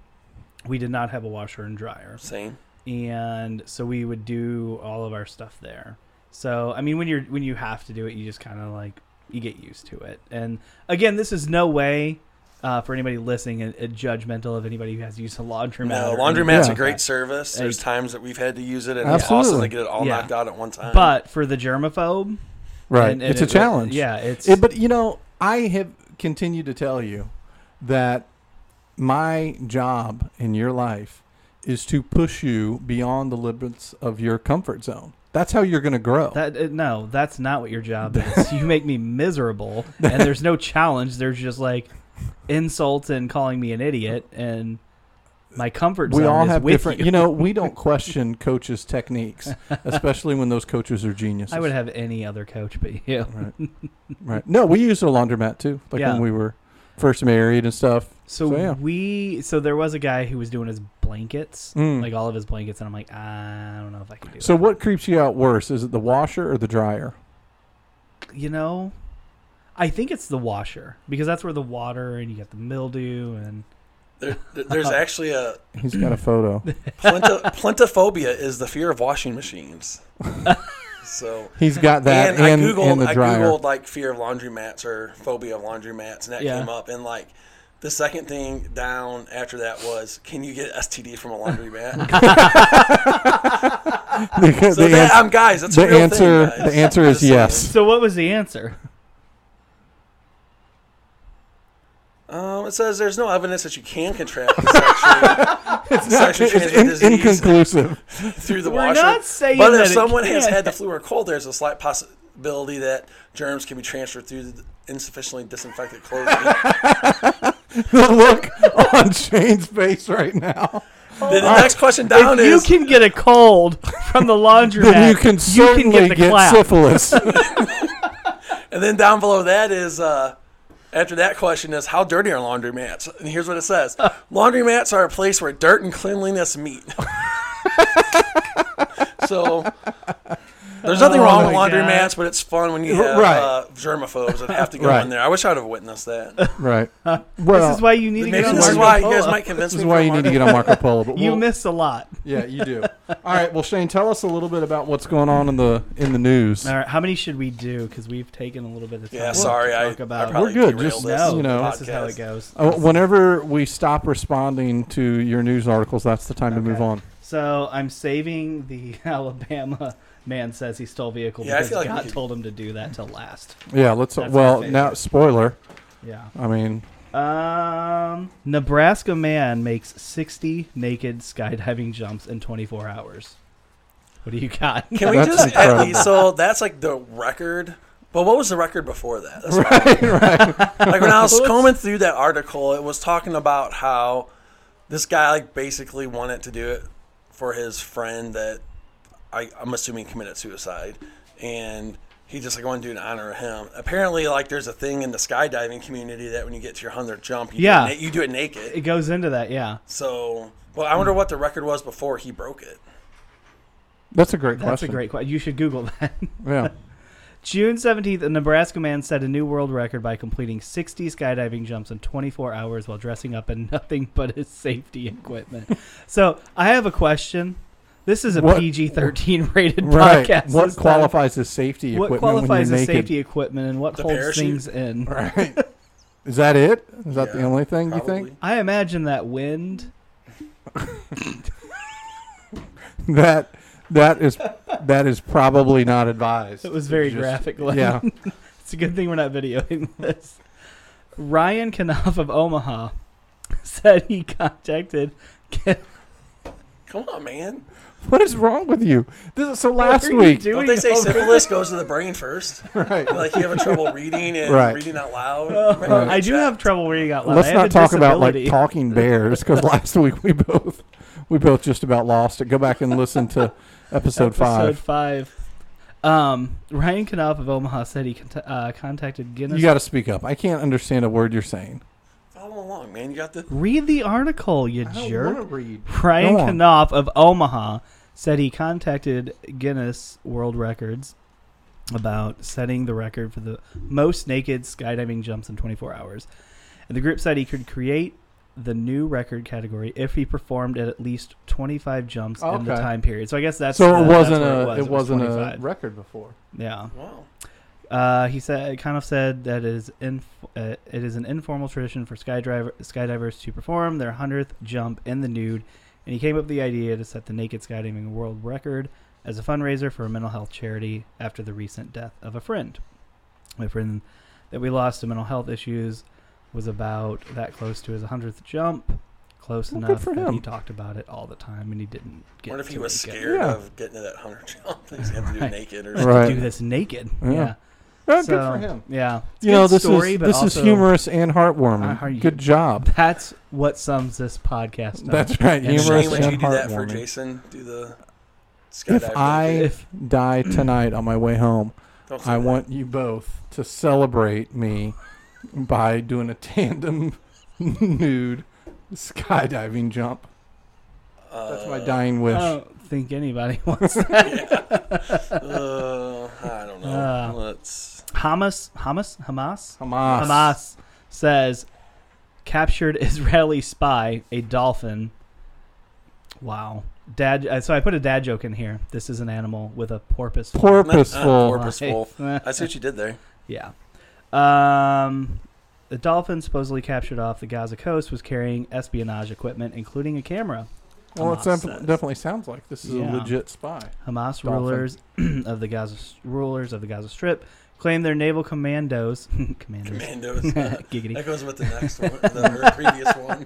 Speaker 3: we did not have a washer and dryer.
Speaker 4: Same.
Speaker 3: and so we would do all of our stuff there. So I mean, when you're when you have to do it, you just kind of like you get used to it. And again, this is no way uh, for anybody listening a, a judgmental of anybody who has used a laundromat.
Speaker 4: No,
Speaker 3: or
Speaker 4: laundromat's
Speaker 2: Yeah.
Speaker 4: a great service. There's
Speaker 3: Hey.
Speaker 4: times that we've had to use it, and it's awesome
Speaker 2: Absolutely.
Speaker 4: to get it all
Speaker 3: Yeah.
Speaker 4: knocked out at one time.
Speaker 3: But for the germaphobe,
Speaker 2: Right.
Speaker 3: and- and
Speaker 2: it's a
Speaker 3: it-
Speaker 2: challenge.
Speaker 3: Yeah, it's
Speaker 2: It- but you know, I have continued to tell you that my job in your life is to push you beyond the limits of your comfort zone. That's how you're going to grow.
Speaker 3: that uh, no, that's not what
Speaker 2: [laughs]
Speaker 3: your job is. you make me miserable, and there's no challenge. There's just like insults and calling me an idiot and. My comfort zone
Speaker 2: we all
Speaker 3: is
Speaker 2: have
Speaker 3: with
Speaker 2: different.
Speaker 3: you.
Speaker 2: You. know,
Speaker 3: [laughs]
Speaker 2: we don't question coaches' techniques, especially when those coaches are geniuses.
Speaker 3: I would have any other coach but you. [laughs]
Speaker 2: Right. No, we used a laundromat too, like
Speaker 3: Yeah.
Speaker 2: when we were first married and stuff.
Speaker 3: So,
Speaker 2: So, yeah.
Speaker 3: we so there was a guy who was doing his blankets,
Speaker 2: Mm.
Speaker 3: like all of his blankets, and I'm like, I don't know if I can do
Speaker 2: So,
Speaker 3: that.
Speaker 2: what creeps you out worse? Is it the washer or the dryer?
Speaker 3: you know, I think it's the washer because that's where the water and you got the mildew and
Speaker 4: there, there's actually a
Speaker 2: He's got a
Speaker 4: [laughs]
Speaker 2: photo.
Speaker 4: plenta, plentophobia is the fear of washing machines. so
Speaker 2: He's got that
Speaker 4: and I
Speaker 2: and,
Speaker 4: googled,
Speaker 2: and the dryer.
Speaker 4: I
Speaker 2: [laughs]
Speaker 4: googled like fear of laundromats or phobia of laundromats, and that
Speaker 3: Yeah.
Speaker 4: came up. And like the second thing down after that was, can you get STD from a laundromat?
Speaker 2: The-
Speaker 4: so
Speaker 2: the
Speaker 4: that,
Speaker 2: ans-
Speaker 4: um, guys, that's a
Speaker 2: the
Speaker 4: real
Speaker 2: answer-
Speaker 4: Thing, guys.
Speaker 2: the answer is [laughs]
Speaker 4: Just saying.
Speaker 2: yes.
Speaker 3: so. What was the answer?
Speaker 4: Um, it says there's no evidence that you can contract
Speaker 2: [laughs] [laughs]
Speaker 4: sexually, sexually
Speaker 2: It's
Speaker 4: transmitted
Speaker 2: in-
Speaker 4: disease
Speaker 2: inconclusive.
Speaker 4: through the
Speaker 3: We're
Speaker 4: washer.
Speaker 3: not saying
Speaker 4: but
Speaker 3: that
Speaker 4: if
Speaker 3: it
Speaker 4: someone has
Speaker 3: can't.
Speaker 4: had the flu or cold, there's a slight possibility that germs can be transferred through the insufficiently
Speaker 3: [laughs]
Speaker 4: disinfected clothing.
Speaker 2: the look [laughs] on Shane's face right now.
Speaker 4: then the next question down
Speaker 3: If you
Speaker 4: is
Speaker 3: can get a cold from the
Speaker 2: [laughs]
Speaker 3: laundromat,
Speaker 2: Then you can certainly
Speaker 3: get the
Speaker 2: get,
Speaker 3: clap. [laughs]
Speaker 2: syphilis.
Speaker 4: And then down below that is uh, after that question is how dirty are laundromats? And here's what it says: laundromats are a place where dirt and cleanliness meet. so there's nothing wrong with
Speaker 3: my God.
Speaker 4: laundromats, but it's fun when you have
Speaker 2: Right.
Speaker 4: uh, germaphobes that have to go
Speaker 2: Right.
Speaker 4: in there. I wish I'd have witnessed that.
Speaker 2: [laughs] right. Well,
Speaker 3: This is why you need to
Speaker 4: Maybe
Speaker 3: get on
Speaker 4: this is
Speaker 3: Marco
Speaker 4: why you guys
Speaker 3: Polo.
Speaker 4: might convince
Speaker 2: this
Speaker 4: me.
Speaker 2: is why
Speaker 4: for
Speaker 2: you need to
Speaker 4: Marco-
Speaker 2: get on Marco Polo. But
Speaker 3: [laughs] You
Speaker 2: we'll-
Speaker 3: miss a lot.
Speaker 2: Yeah, you
Speaker 3: [laughs]
Speaker 2: do. All right. Well, Shane, tell us a little bit about what's going on in the in the news.
Speaker 3: All right, how many should we do? Because we've taken a little bit of time.
Speaker 4: Yeah,
Speaker 3: to
Speaker 4: sorry, I, I
Speaker 3: talk about.
Speaker 4: probably
Speaker 2: We're good,
Speaker 4: derailed
Speaker 2: just-
Speaker 4: this
Speaker 3: no,
Speaker 2: you know.
Speaker 3: this is how it
Speaker 4: podcast.
Speaker 3: goes.
Speaker 2: Uh, whenever we stop responding to your news articles, that's the time to move
Speaker 3: Okay.
Speaker 2: on.
Speaker 3: So I'm saving the [laughs] Alabama man says he stole vehicle
Speaker 4: Yeah, I
Speaker 3: because
Speaker 4: feel like we
Speaker 3: God
Speaker 4: could-
Speaker 3: told him to do that to last.
Speaker 2: Yeah, let's.
Speaker 3: That's
Speaker 2: well,
Speaker 3: my
Speaker 2: now spoiler.
Speaker 3: Yeah.
Speaker 2: I mean,
Speaker 3: Um, Nebraska man makes 60 naked skydiving jumps in 24 hours. What do you got?
Speaker 4: Can we
Speaker 2: That's
Speaker 4: just
Speaker 2: incredible.
Speaker 4: at least so that's like the record? But what was the record before that? That's what I- [laughs] Like when I was combing through that article, it was talking about how this guy like basically wanted to do it for his friend that I, I'm assuming committed suicide, and he just like wanted to do it in honor of him. Apparently, like there's a thing in the skydiving community that when you get to your hundredth jump, you
Speaker 3: Yeah.
Speaker 4: do it, na- you do it naked.
Speaker 3: [laughs] It goes into that, yeah.
Speaker 4: So, well, I wonder what the record was before he broke it.
Speaker 2: that's a great
Speaker 3: That's a
Speaker 2: question.
Speaker 3: great question. You should Google that.
Speaker 2: Yeah.
Speaker 3: [laughs]
Speaker 2: [laughs]
Speaker 3: June 17th, a Nebraska man set a new world record by completing 60 skydiving jumps in 24 hours while dressing up in [laughs] nothing but his safety
Speaker 2: [laughs]
Speaker 3: equipment. so I have a question. This is a
Speaker 2: What- [laughs]
Speaker 3: PG 13 rated
Speaker 2: Right.
Speaker 3: podcast.
Speaker 2: What
Speaker 3: this time.
Speaker 2: qualifies as safety
Speaker 3: What
Speaker 2: equipment
Speaker 3: qualifies
Speaker 2: when
Speaker 3: as
Speaker 2: you're naked?
Speaker 3: safety equipment and what
Speaker 4: The
Speaker 3: holds
Speaker 4: parachute?
Speaker 3: things in?
Speaker 2: Right. Is that it? Is that the
Speaker 4: Yeah,
Speaker 2: only thing you
Speaker 4: Probably.
Speaker 2: think?
Speaker 3: I imagine that wind.
Speaker 2: That that is that is probably not advised.
Speaker 3: It was very
Speaker 2: Just-
Speaker 3: graphic.
Speaker 2: [laughs]
Speaker 3: Glenn.
Speaker 2: Yeah.
Speaker 3: [laughs] It's a good thing we're not videoing this. Ryan Knopf of Omaha [laughs] said he contacted.
Speaker 4: Come on, man!
Speaker 2: What is wrong with you? This is, so last
Speaker 3: [laughs] What are you
Speaker 2: week,
Speaker 3: doing
Speaker 4: Don't they say
Speaker 3: over-
Speaker 4: syphilis goes to the brain first?
Speaker 2: [laughs] right?
Speaker 4: Like you having trouble reading and
Speaker 2: Right.
Speaker 4: reading out loud.
Speaker 2: Right.
Speaker 3: Uh, I do have trouble reading out loud.
Speaker 2: Let's
Speaker 3: I have a
Speaker 2: not talk about like
Speaker 3: disability. [laughs]
Speaker 2: talking bears because last week we both we both just about lost it. Go back and listen
Speaker 3: [laughs]
Speaker 2: to episode,
Speaker 3: Episode
Speaker 2: five.
Speaker 3: five. Um, Ryan Knopf of Omaha said he cont- uh, contacted Guinness.
Speaker 2: You got to speak up. I can't understand a word you're saying.
Speaker 4: Follow along, man. You got the.
Speaker 3: Read the article, you jerk.
Speaker 2: read.
Speaker 3: Ryan
Speaker 2: Go on.
Speaker 3: Knopf of Omaha said he contacted Guinness World Records about setting the record for the most naked skydiving jumps in 24 hours. And the group said he could create the new record category if he performed at at least 25 jumps in the
Speaker 2: Okay.
Speaker 3: time period. So I guess that's
Speaker 2: So
Speaker 3: the-
Speaker 2: it
Speaker 3: that's
Speaker 2: wasn't
Speaker 3: what
Speaker 2: a
Speaker 3: was.
Speaker 2: it, was. not a
Speaker 3: 25.
Speaker 2: record before.
Speaker 3: yeah.
Speaker 4: Wow.
Speaker 3: Uh, he said, kind of said that it is in, uh, it is an informal tradition for skydiver, skydivers to perform their hundredth jump in the nude, and he came up with the idea to set the naked skydiving world record as a fundraiser for a mental health charity after the recent death of a friend. My friend that we lost to mental health issues was about that close to his hundredth jump, close
Speaker 2: Well, good
Speaker 3: enough
Speaker 2: for
Speaker 3: that
Speaker 2: him.
Speaker 3: he talked about it all the time, and he didn't get.
Speaker 4: What if he
Speaker 3: to
Speaker 4: was
Speaker 3: make it.
Speaker 4: scared
Speaker 2: Yeah.
Speaker 4: of getting to that hunter jump? He's gonna have to do
Speaker 3: Right.
Speaker 4: it naked or
Speaker 2: Right.
Speaker 4: something.
Speaker 3: Do this naked.
Speaker 2: Yeah.
Speaker 3: yeah.
Speaker 2: Oh, good
Speaker 3: So,
Speaker 2: for him.
Speaker 3: Yeah. It's a
Speaker 2: you know
Speaker 3: good
Speaker 2: this
Speaker 3: story,
Speaker 2: is
Speaker 3: but
Speaker 2: this
Speaker 3: also-
Speaker 2: is humorous and heartwarming.
Speaker 3: Uh, how are you-
Speaker 2: Good job.
Speaker 3: That's what sums this podcast up.
Speaker 2: That's right.
Speaker 3: And
Speaker 2: Humorous
Speaker 4: Shane,
Speaker 3: Humorous
Speaker 4: would you
Speaker 2: and
Speaker 4: do that for
Speaker 2: heartwarming.
Speaker 4: Jason? Do the
Speaker 2: If
Speaker 4: skydive?
Speaker 2: I
Speaker 3: If
Speaker 2: die tonight on my way home,
Speaker 4: Don't say
Speaker 2: I
Speaker 4: that.
Speaker 2: want you both to celebrate me by doing a tandem [laughs] nude skydiving jump. That's my
Speaker 4: Uh,
Speaker 2: dying
Speaker 3: I
Speaker 2: wish.
Speaker 3: don't think anybody [laughs] wants
Speaker 4: uh, I don't know.
Speaker 3: Uh,
Speaker 4: Let's.
Speaker 3: Hamas Hamas Hamas
Speaker 2: Hamas.
Speaker 3: Hamas says captured Israeli spy a dolphin. Wow. Dad uh, so I put a dad joke in here. This is an animal with a porpoise. Uh,
Speaker 2: Purposeful.
Speaker 4: Porpoise
Speaker 3: [laughs]
Speaker 4: wolf.
Speaker 3: Life.
Speaker 4: I see what you did there.
Speaker 3: Yeah. Um, the dolphin supposedly captured off the Gaza coast was carrying espionage equipment, including a camera.
Speaker 2: well, it def-
Speaker 3: Hamas says.
Speaker 2: definitely sounds like this is a
Speaker 3: Yeah.
Speaker 2: legit spy.
Speaker 3: Hamas [clears throat]
Speaker 2: Dolphin.
Speaker 3: rulers of the Gaza rulers of the Gaza Strip claim they're naval commandos. [laughs] commandos. [laughs]
Speaker 4: Commandos. Uh,
Speaker 3: Giggity.
Speaker 4: that goes with the next one, the previous one.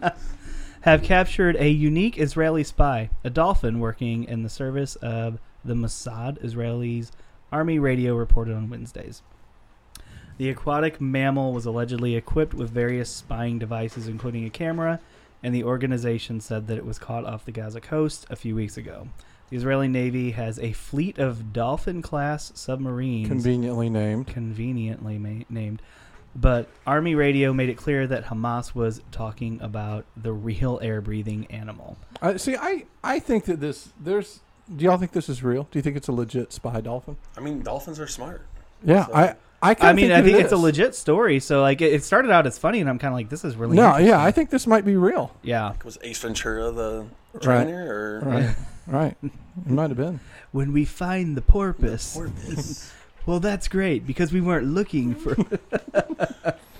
Speaker 3: have captured a unique Israeli spy, a dolphin working in the service of the Mossad, Israeli's army radio reported on Wednesdays. The aquatic mammal was allegedly equipped with various spying devices, including a camera, and the organization said that it was caught off the Gaza coast a few weeks ago. The Israeli Navy has a fleet of dolphin class submarines
Speaker 2: Conveniently named.
Speaker 3: conveniently ma- named. But Army radio made it clear that Hamas was talking about the real air breathing animal.
Speaker 2: I see. I I think that this there's. Do y'all think this is real? Do you think it's a legit spy dolphin?
Speaker 4: I mean, dolphins are smart.
Speaker 2: Yeah,
Speaker 4: So-
Speaker 2: I I kinda
Speaker 3: I mean,
Speaker 2: think
Speaker 3: I
Speaker 2: that
Speaker 3: think
Speaker 2: it
Speaker 3: it's a
Speaker 2: is.
Speaker 3: legit story. So like, it, it started out as funny, and I'm kind of like, this is really
Speaker 2: No,
Speaker 3: interesting.
Speaker 2: yeah, I think this might be real.
Speaker 3: yeah.
Speaker 4: Was Ace Ventura the
Speaker 2: Right.
Speaker 4: trainer or
Speaker 2: Right, right. It might have been.
Speaker 3: When we find the porpoise,
Speaker 4: Porpoise?
Speaker 3: well, that's great because we weren't
Speaker 2: [laughs]
Speaker 3: looking for. [laughs]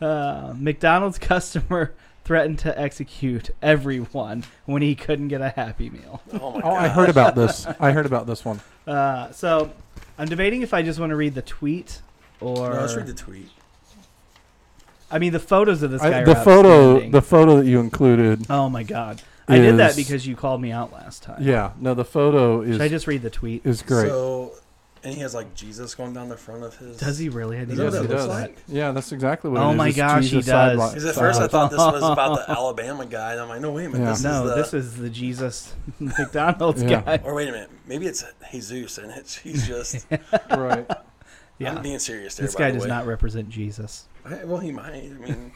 Speaker 3: uh, McDonald's customer [laughs] threatened to execute everyone when he couldn't get a Happy Meal.
Speaker 4: Oh my
Speaker 2: Oh, I
Speaker 4: gosh.
Speaker 2: heard about this. I heard about this one.
Speaker 3: Uh, so I'm debating if I just want to read the tweet or
Speaker 4: No, let's read the tweet.
Speaker 3: I mean the photos of this guy.
Speaker 2: I,
Speaker 3: are
Speaker 2: the photo,
Speaker 3: outstanding.
Speaker 2: the photo that you included.
Speaker 3: oh my god! I did that
Speaker 2: is-
Speaker 3: because you called me out last time.
Speaker 2: Yeah, no, the photo is
Speaker 3: Should I just read the tweet?
Speaker 2: is great.
Speaker 4: So, and he has like Jesus going down the front of his.
Speaker 3: Does he really? I
Speaker 4: Is
Speaker 3: didn't
Speaker 4: that
Speaker 2: Yes,
Speaker 4: what
Speaker 3: know
Speaker 4: it
Speaker 2: he
Speaker 3: that.
Speaker 4: looks
Speaker 2: does.
Speaker 4: like?
Speaker 2: Yeah, that's exactly what.
Speaker 3: Oh
Speaker 2: it is.
Speaker 3: my
Speaker 2: It's
Speaker 3: gosh, he
Speaker 2: Jesus
Speaker 3: does.
Speaker 2: sidewalk-
Speaker 4: Because at first I
Speaker 2: sidewalk.
Speaker 4: thought this was
Speaker 3: [laughs]
Speaker 4: about the Alabama guy, and I'm like, no, wait a minute,
Speaker 2: Yeah.
Speaker 4: this
Speaker 3: No,
Speaker 4: is the.
Speaker 3: this is the Jesus [laughs] McDonald's
Speaker 2: Yeah.
Speaker 3: guy.
Speaker 4: Or wait a minute, maybe it's Jesus, and it's
Speaker 3: [laughs]
Speaker 4: he's just.
Speaker 2: right.
Speaker 3: Yeah,
Speaker 4: I'm being serious there.
Speaker 3: this
Speaker 4: by
Speaker 3: guy
Speaker 4: the
Speaker 3: does
Speaker 4: way.
Speaker 3: not represent Jesus.
Speaker 4: Eh, Well, he might. I mean,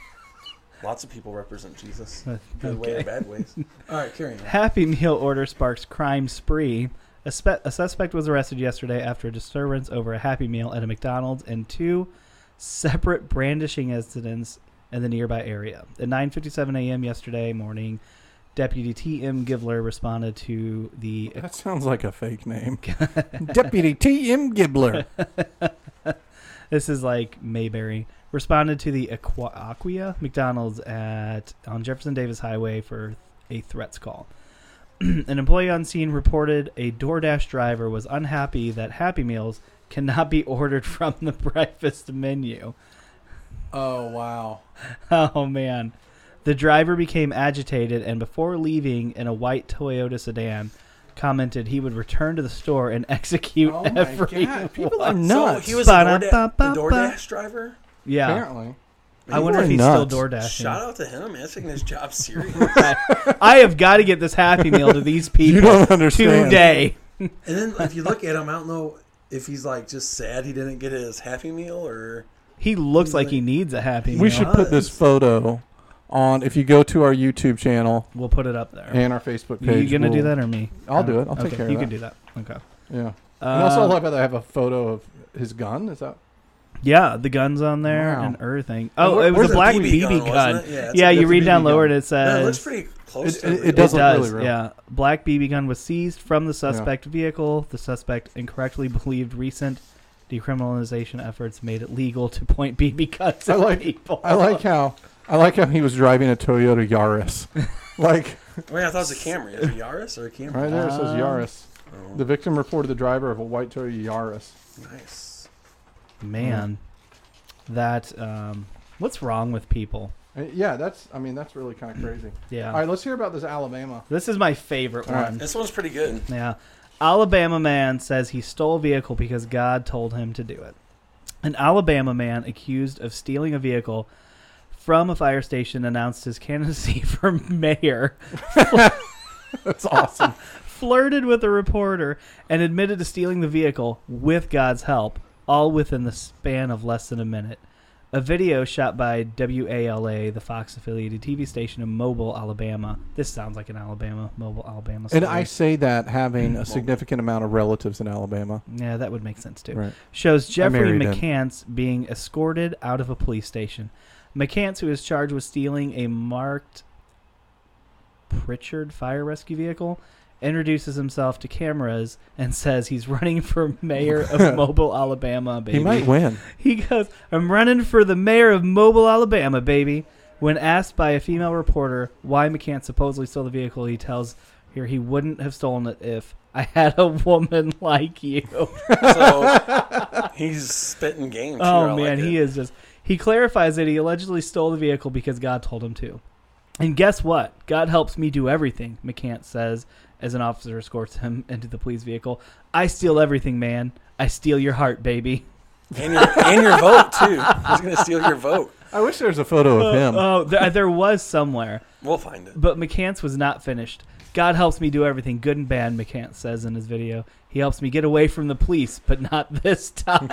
Speaker 4: lots of people represent
Speaker 3: [laughs]
Speaker 4: Jesus, good way
Speaker 3: Okay.
Speaker 4: and
Speaker 3: [laughs]
Speaker 4: bad ways. All right, carry on.
Speaker 3: Happy Meal order sparks crime spree. A, spe- a suspect was arrested yesterday after a disturbance over a Happy Meal at a McDonald's and two separate brandishing incidents in the nearby area. At 9:57 a.m. yesterday morning, Deputy T.M. Givler responded to the
Speaker 2: [laughs] That sounds like a fake
Speaker 3: [laughs]
Speaker 2: name. Deputy T. M. Gibbler.
Speaker 3: This is like Mayberry responded to the Aqua, Aquia McDonald's at on Jefferson Davis Highway for a threats call. [clears throat] An employee on scene reported a DoorDash driver was unhappy that Happy Meals cannot be ordered [laughs] from the breakfast menu.
Speaker 2: Oh wow.
Speaker 3: Oh man. The driver became agitated and before leaving in a white Toyota sedan commented he would return to the store and [laughs] execute
Speaker 2: Oh my
Speaker 3: every
Speaker 2: God, people are
Speaker 3: one.
Speaker 4: So
Speaker 2: nuts.
Speaker 4: he was a DoorDa- the
Speaker 3: Ba-da-ba-ba-ba.
Speaker 4: DoorDash driver.
Speaker 3: Yeah.
Speaker 2: Apparently.
Speaker 3: I wonder if
Speaker 2: People
Speaker 3: he's
Speaker 2: are
Speaker 3: still
Speaker 2: nuts.
Speaker 3: DoorDashing.
Speaker 4: Shout out to him, man. That's taking his
Speaker 3: [laughs]
Speaker 4: job serious.
Speaker 3: I have got to get this Happy Meal to these
Speaker 2: [laughs] You
Speaker 3: people
Speaker 2: don't understand.
Speaker 3: today.
Speaker 4: and then if you look at him, I don't know if he's like just sad he didn't get his Happy Meal or.
Speaker 3: He looks like he needs a Happy Meal.
Speaker 2: We should put this photo on if you go to our YouTube channel
Speaker 3: We'll put it up there.
Speaker 2: and our Facebook
Speaker 3: Are
Speaker 2: page.
Speaker 3: you gonna do
Speaker 2: we'll-
Speaker 3: that or me? Uh,
Speaker 2: I'll do it. I'll take
Speaker 3: okay,
Speaker 2: care of
Speaker 3: You
Speaker 2: that.
Speaker 3: can do that. Okay.
Speaker 2: Yeah. and also, I
Speaker 3: Uh,
Speaker 2: love how they have a photo of his gun. Is
Speaker 3: [laughs]
Speaker 2: that?
Speaker 3: yeah, the guns on there
Speaker 2: Wow.
Speaker 3: and everything. Oh,
Speaker 2: where-
Speaker 3: it was
Speaker 4: Where's
Speaker 3: a
Speaker 4: the
Speaker 3: black
Speaker 4: BB gun,
Speaker 3: BB
Speaker 4: wasn't
Speaker 3: gun.
Speaker 4: it? Yeah, it's
Speaker 3: Yeah,
Speaker 4: a-
Speaker 3: you
Speaker 2: that's a
Speaker 3: read
Speaker 2: BB
Speaker 3: down
Speaker 2: gun.
Speaker 3: lower and it
Speaker 4: No,
Speaker 3: says
Speaker 4: it looks pretty close.
Speaker 2: It-
Speaker 4: to
Speaker 2: it-
Speaker 4: real.
Speaker 2: it does
Speaker 3: It
Speaker 2: look
Speaker 3: does,
Speaker 2: really real.
Speaker 3: yeah. Black BB gun was seized from the suspect vehicle. The suspect incorrectly believed recent decriminalization efforts made it legal to point BB guns
Speaker 2: I
Speaker 3: at
Speaker 2: like-
Speaker 3: people.
Speaker 2: I like how I like how he was driving a Toyota
Speaker 3: [laughs]
Speaker 2: Yaris. like
Speaker 4: Wait, I thought it was a Camry. Is it a Yaris or a Camry?
Speaker 2: right there, it says
Speaker 3: Um,
Speaker 2: Yaris. The victim reported the driver of a white Toyota Yaris.
Speaker 4: Nice.
Speaker 3: man that um what's wrong with people
Speaker 2: Uh, Yeah, that's. I mean, that's really kind of crazy.
Speaker 3: yeah
Speaker 2: All right, let's hear about this
Speaker 3: [laughs]
Speaker 2: Alabama.
Speaker 3: this is my favorite
Speaker 2: All right.
Speaker 3: one
Speaker 4: This one's pretty good.
Speaker 3: yeah alabama man says he stole vehicle because god told him to do it an alabama man accused of stealing a vehicle from a fire station announced his candidacy [laughs] for mayor
Speaker 2: That's awesome.
Speaker 3: flirted with a reporter and admitted to stealing the vehicle with God's help, all within the span of less than a minute. A video shot by WALA, the Fox affiliated TV station in Mobile, Alabama. This sounds like an Alabama, Mobile, Alabama. Story.
Speaker 2: [laughs] and I say that having a significant amount of relatives in Alabama.
Speaker 3: yeah, that would make sense too.
Speaker 2: Right.
Speaker 3: Shows Jeffrey
Speaker 2: married in.
Speaker 3: McCants being escorted out of a police station. McCants, who is charged with stealing a marked Pritchard fire rescue vehicle, introduces himself to cameras and says he's running for mayor
Speaker 2: [laughs]
Speaker 3: of Mobile, Alabama, baby.
Speaker 2: He might
Speaker 3: [laughs]
Speaker 2: win.
Speaker 3: He goes, I'm running for the mayor of Mobile, Alabama, baby. When asked by a female reporter why McCants supposedly stole the vehicle, he tells her he [laughs] wouldn't have stolen it if I had a woman like you. [laughs]
Speaker 4: So He's spitting game. Too.
Speaker 3: Oh man, he is just. He clarifies that he allegedly stole the vehicle because God told him to. And guess what? God helps me do everything, McCants says as an officer escorts him [laughs] into the police vehicle. I steal everything, man. I steal your heart, baby.
Speaker 4: And your, and your vote too. He's gonna steal your vote.
Speaker 2: I wish there was a photo of him.
Speaker 3: Oh, there, there was somewhere,
Speaker 4: We'll find it.
Speaker 3: but McCants was not finished. God helps me do everything, good and bad, McCants says in his video. He helps me get away from the police, but not [laughs]
Speaker 2: [laughs]
Speaker 3: this time.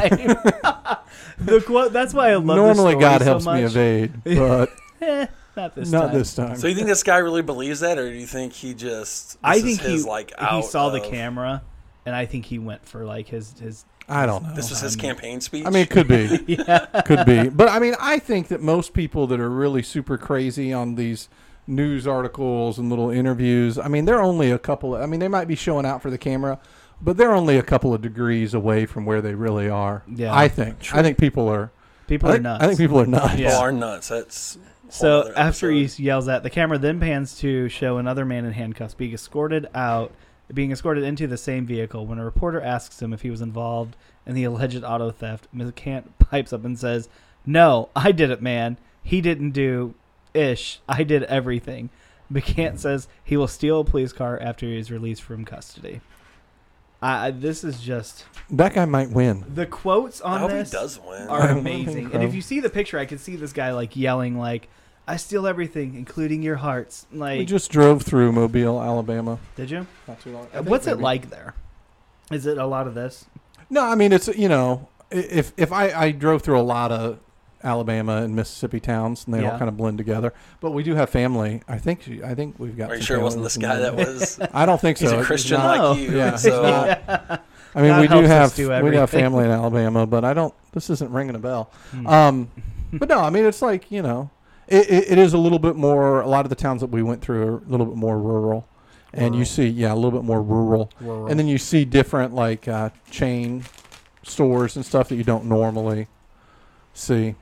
Speaker 3: the quote, that's why I love this
Speaker 2: Normally,
Speaker 3: story
Speaker 2: God
Speaker 3: so
Speaker 2: helps me
Speaker 3: much. [laughs]
Speaker 2: evade, but
Speaker 3: Eh, not this
Speaker 2: not
Speaker 3: time.
Speaker 2: this time.
Speaker 4: So you think this guy really believes that, or do you think he just? This
Speaker 3: I
Speaker 4: is
Speaker 3: think
Speaker 4: his,
Speaker 3: he
Speaker 4: like
Speaker 3: he
Speaker 4: out
Speaker 3: saw the
Speaker 4: of-
Speaker 3: camera, and I think he went for like his his.
Speaker 2: I don't know.
Speaker 4: This was his campaign speech.
Speaker 2: I mean, it could
Speaker 3: [laughs]
Speaker 2: be. Could be. But I mean, I think that most people that are really super crazy on these news articles and little interviews, I mean, they're only a couple. I mean, they might be showing out for the camera, but they're only a couple of degrees away from where they really are.
Speaker 3: Yeah.
Speaker 2: I think. I think people are.
Speaker 3: People
Speaker 2: I
Speaker 3: are
Speaker 2: think,
Speaker 3: nuts.
Speaker 2: I think people are nuts.
Speaker 3: Yeah.
Speaker 4: people are nuts. That's a whole
Speaker 3: So
Speaker 4: other
Speaker 3: after he
Speaker 4: episode.
Speaker 3: yells at the camera, then pans to show another man in handcuffs being escorted out, being escorted into the same vehicle. When a reporter asks him if he was involved in the alleged auto theft, McCant [laughs] pipes up and says, "No, I did it, man. He didn't do ish. I did everything." McCant says he will steal a police car after he is released from custody. I I- this is just
Speaker 2: That guy might win.
Speaker 3: the quotes on
Speaker 4: I hope he
Speaker 3: this
Speaker 4: does win.
Speaker 2: [laughs] I
Speaker 3: are
Speaker 2: don't
Speaker 3: amazing.
Speaker 2: think
Speaker 3: And
Speaker 2: so.
Speaker 3: if you see the picture, I can see this guy like yelling like, "I steal everything, including your hearts."
Speaker 2: We
Speaker 3: Like,
Speaker 2: just drove through Mobile, Alabama.
Speaker 3: did you? Uh,
Speaker 2: Not too long. I think
Speaker 3: What's it
Speaker 2: maybe-
Speaker 3: like there? Is it a lot of this?
Speaker 2: No, I mean it's you know i- if if I, I drove through a lot of Alabama and Mississippi towns and they
Speaker 3: Yeah.
Speaker 2: all kind of blend together, but we do have family. I think she, I think we've got.
Speaker 4: Are you
Speaker 2: some
Speaker 4: sure it
Speaker 2: family
Speaker 4: wasn't this
Speaker 2: that's in
Speaker 4: guy that
Speaker 2: there.
Speaker 4: was?
Speaker 2: [laughs] I don't think so.
Speaker 4: He's a
Speaker 2: It's
Speaker 4: Christian
Speaker 2: not-
Speaker 3: No.
Speaker 4: like you.
Speaker 2: Yeah.
Speaker 4: and So
Speaker 2: It's
Speaker 3: [laughs]
Speaker 2: I mean,
Speaker 3: God
Speaker 2: we do
Speaker 3: helps us
Speaker 2: have
Speaker 3: do
Speaker 2: we
Speaker 3: everything.
Speaker 2: have family in Alabama, but I don't. This isn't ringing a bell.
Speaker 3: Hmm. [laughs]
Speaker 2: Um, but no, I mean it's like you know, it, it, it is a little bit more. A lot of the towns that we went through are a little bit more rural, and you
Speaker 3: Rural.
Speaker 2: see yeah a little bit more rural.
Speaker 3: Rural.
Speaker 2: And then you see different like uh, chain stores and stuff that you don't normally see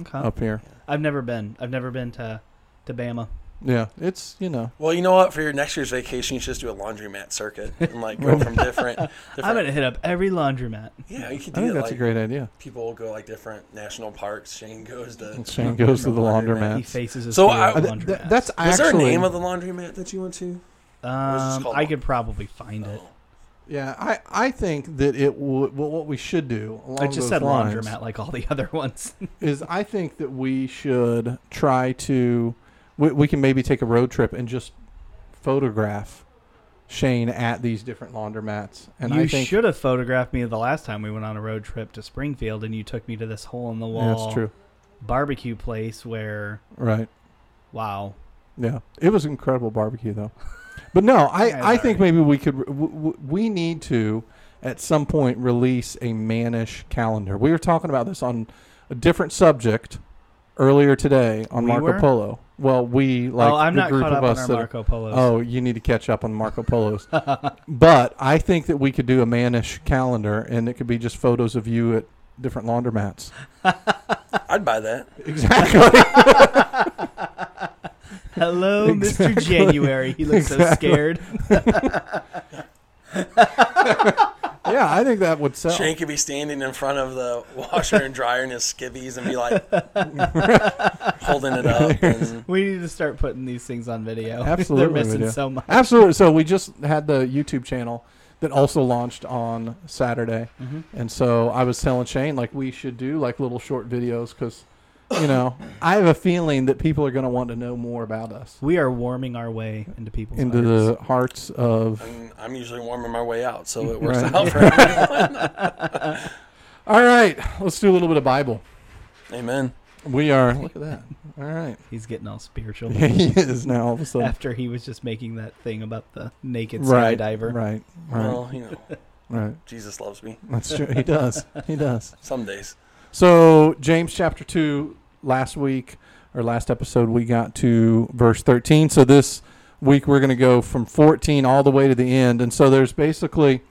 Speaker 3: Okay.
Speaker 2: up here.
Speaker 3: I've never been. I've never been to to Bama.
Speaker 2: Yeah, it's you know
Speaker 4: well, you know what? For your next year's vacation, you should just do a laundromat circuit and
Speaker 2: [laughs]
Speaker 4: like go from different. different
Speaker 3: [laughs] I'm gonna hit up every laundromat.
Speaker 4: yeah, you could
Speaker 2: I
Speaker 4: do
Speaker 2: think
Speaker 4: that.
Speaker 2: that's
Speaker 4: Like,
Speaker 2: a great idea.
Speaker 4: people will go like different national parks. Shane goes to.
Speaker 2: Shane goes to the
Speaker 3: He
Speaker 2: laundromat.
Speaker 3: faces his
Speaker 4: So
Speaker 3: fear
Speaker 4: I-
Speaker 3: of
Speaker 2: Uh, th-
Speaker 3: laundromats.
Speaker 2: th- that's actually
Speaker 4: Is there a name of the laundromat that you went to? was this
Speaker 3: um,
Speaker 4: called?
Speaker 3: I could probably find
Speaker 2: Oh.
Speaker 3: it.
Speaker 2: yeah. I, I think that it would well, what we should do. Along
Speaker 3: I just
Speaker 2: those
Speaker 3: said
Speaker 2: lines
Speaker 3: laundromat like all the [laughs] other ones.
Speaker 2: is I think that we should try to we, we can maybe take a road trip and just photograph Shane at these different laundromats. And
Speaker 3: you
Speaker 2: I think
Speaker 3: should have photographed me the last time we went on a road trip to Springfield, and you took me to this hole in the wall.
Speaker 2: yeah, that's true.
Speaker 3: barbecue place where
Speaker 2: Right.
Speaker 3: wow
Speaker 2: Yeah, it was incredible barbecue though. But no,
Speaker 3: [laughs] Yeah, it's
Speaker 2: I, I think
Speaker 3: alright.
Speaker 2: maybe we could w- w- we need to at some point release a mannish calendar. We were talking about this on a different subject earlier today on
Speaker 3: We
Speaker 2: Marco
Speaker 3: were?
Speaker 2: Polo. Well, we like
Speaker 3: oh i'm
Speaker 2: the
Speaker 3: not
Speaker 2: group
Speaker 3: caught
Speaker 2: of
Speaker 3: up on
Speaker 2: us
Speaker 3: our
Speaker 2: that-
Speaker 3: marco polos
Speaker 2: Oh, you need to catch up on Marco Polos. but I think that we could do a mannish calendar, and it could be just photos of you at different
Speaker 3: [laughs]
Speaker 2: laundromats.
Speaker 4: I'd buy that.
Speaker 2: Exactly.
Speaker 3: [laughs] hello
Speaker 2: [laughs]
Speaker 3: mr
Speaker 2: Exactly.
Speaker 3: january he looks so
Speaker 2: Exactly.
Speaker 3: scared [laughs]
Speaker 2: yeah, I think [laughs] that would sell.
Speaker 4: Shane could be standing in front of the washer and dryer in his skivvies and
Speaker 2: [laughs]
Speaker 4: be like holding it up. And
Speaker 3: we need to start putting these things on video [laughs]
Speaker 2: Absolutely we
Speaker 3: they're missing
Speaker 2: do.
Speaker 3: so much
Speaker 2: [laughs] Absolutely. So we just had the YouTube channel that also launched on Saturday, and so I was telling Shane like we should do like little short videos because, you know, I have a feeling that people are going to want to know more about us
Speaker 3: we are warming our way into people's
Speaker 2: into
Speaker 3: hearts. [laughs]
Speaker 2: the hearts of.
Speaker 4: I'm, I'm usually warming my way out, so it works
Speaker 2: Right. [laughs]
Speaker 4: out for everyone. [laughs]
Speaker 2: All right, let's do a little bit of Bible.
Speaker 4: Amen.
Speaker 2: We are. Look at [laughs] that. All right.
Speaker 3: he's getting all spiritual
Speaker 2: he is now all of a sudden.
Speaker 3: after he was just making that thing about the naked
Speaker 2: Right.
Speaker 3: skydiver
Speaker 2: Right. Right.
Speaker 4: Well, you know,
Speaker 2: Right.
Speaker 4: Jesus loves me.
Speaker 2: That's true. He does. He does.
Speaker 4: Some days.
Speaker 2: So James chapter two last week or last episode we got to verse 13. So this week we're going to go from 14 all the way to the end. And so there's basically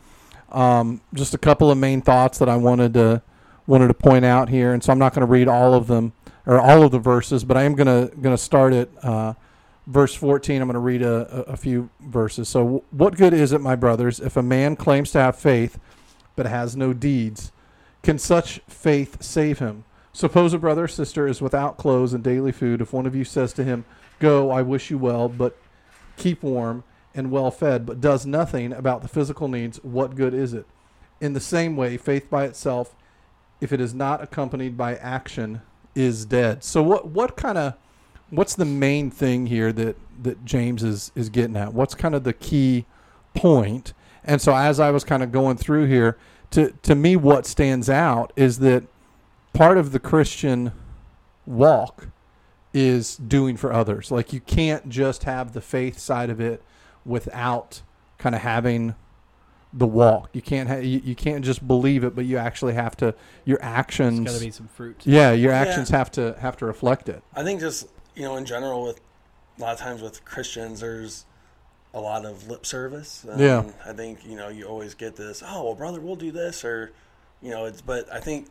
Speaker 2: um, just a couple of main thoughts that I wanted to wanted to point out here. And so I'm not going to read all of them or all of the verses, but I am going to going to start at uh, verse 14. I'm going to read a, a, a few verses. So what good is it, my brothers, if a man claims to have faith but has no deeds? Can such faith save him? Suppose a brother or sister is without clothes and daily food. If one of you says to him, Go, I wish you well, but keep warm and well fed, but does nothing about the physical needs, what good is it? In the same way, faith by itself, if it is not accompanied by action, is dead. So what what kind of what's the main thing here that that James is is getting at? What's kind of the key point? And so as I was kind of going through here, to to me what stands out is that part of the Christian walk is doing for others. Like you can't just have the faith side of it without kind of having the walk. You can't ha- you, you can't just believe it, but you actually have to your
Speaker 3: There's
Speaker 2: actions
Speaker 3: got to be some fruit.
Speaker 2: yeah, your actions have to have to reflect it.
Speaker 4: I think just you know in general with a lot of times with Christians there's a lot of lip service. Um,
Speaker 2: Yeah.
Speaker 4: I think you know you always get this. Oh well, brother, we'll do this or you know it's. But I think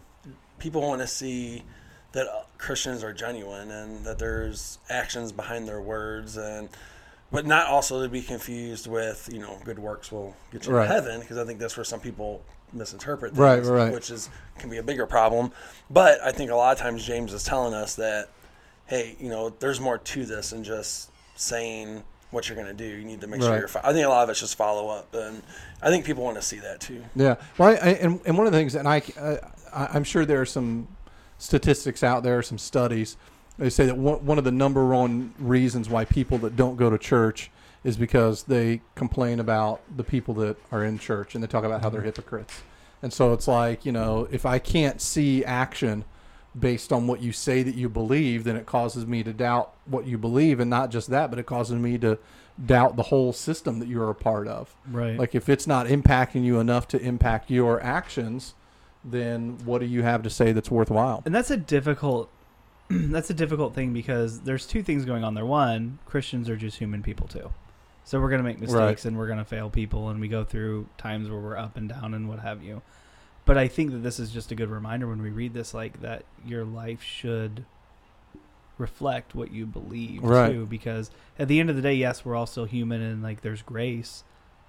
Speaker 4: people want to see that uh, Christians are genuine and that there's actions behind their words and. But not also to be confused with you know good works will get you
Speaker 2: Right.
Speaker 4: to heaven because I think that's where some people misinterpret things,
Speaker 2: Right, right.
Speaker 4: which is can be a bigger problem. But I think a lot of times James is telling us that hey, you know, there's more to this than just saying what you're going to do. You need to make sure
Speaker 2: Right.
Speaker 4: you're. Fo- I think a lot of it's just follow up, and I think people want to see that too.
Speaker 2: Yeah. Well, I, I, and and one of the things, and I, uh, I I'm sure there are some statistics out there, some studies. They say that one, one of the number one reasons why people that don't go to church is because they complain about the people that are in church, and they talk about how they're hypocrites. And so it's like you know, if I can't see action based on what you say that you believe, then it causes me to doubt what you believe, and not just that, but it causes me to doubt the whole system that you're a part of.
Speaker 3: Right.
Speaker 2: Like if it's not impacting you enough to impact your actions, then what do you have to say that's worthwhile?
Speaker 3: and that's a difficult [clears throat] that's a difficult thing because there's two things going on there one christians are just human people too so we're going to make mistakes
Speaker 2: Right.
Speaker 3: and we're going to fail people and we go through times where we're up and down and what have you but i think that this is just a good reminder when we read this like that your life should reflect what you believe
Speaker 2: Right.
Speaker 3: too because at the end of the day yes we're all still human and like there's grace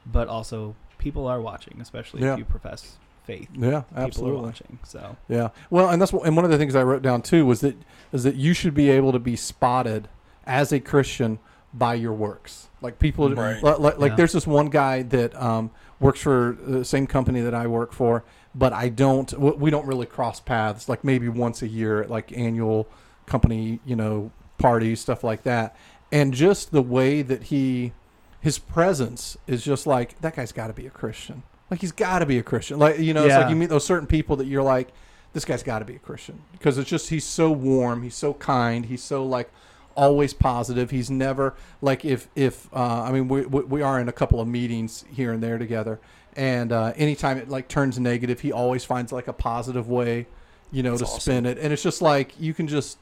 Speaker 3: but also people are watching especially
Speaker 2: Yeah.
Speaker 3: if you profess faith
Speaker 2: Yeah,
Speaker 3: people are
Speaker 2: absolutely.
Speaker 3: watching so
Speaker 2: Yeah. Well, and that's what, and one of the things I wrote down too was that is that you should be able to be spotted as a Christian by your works. Like people,
Speaker 4: Right.
Speaker 2: like, like, like
Speaker 3: Yeah.
Speaker 2: there's this one guy that um, works for the same company that I work for, but I don't. w- We don't really cross paths. Like maybe once a year at like annual company, you know, parties, stuff like that. And just the way that he, his presence is just like that guy's got to be a Christian. Like he's got to be a Christian. Like you know, it's
Speaker 3: Yeah.
Speaker 2: like you meet those certain people that you're like, this guy's got to be a Christian because it's just he's so warm, he's so kind, he's so like always positive. He's never like if if uh, I mean we we we are in a couple of meetings here and there together, and uh, anytime it like turns negative, he always finds like a positive way, you know,
Speaker 4: That's
Speaker 2: to
Speaker 4: awesome.
Speaker 2: spin it, and it's just like you can just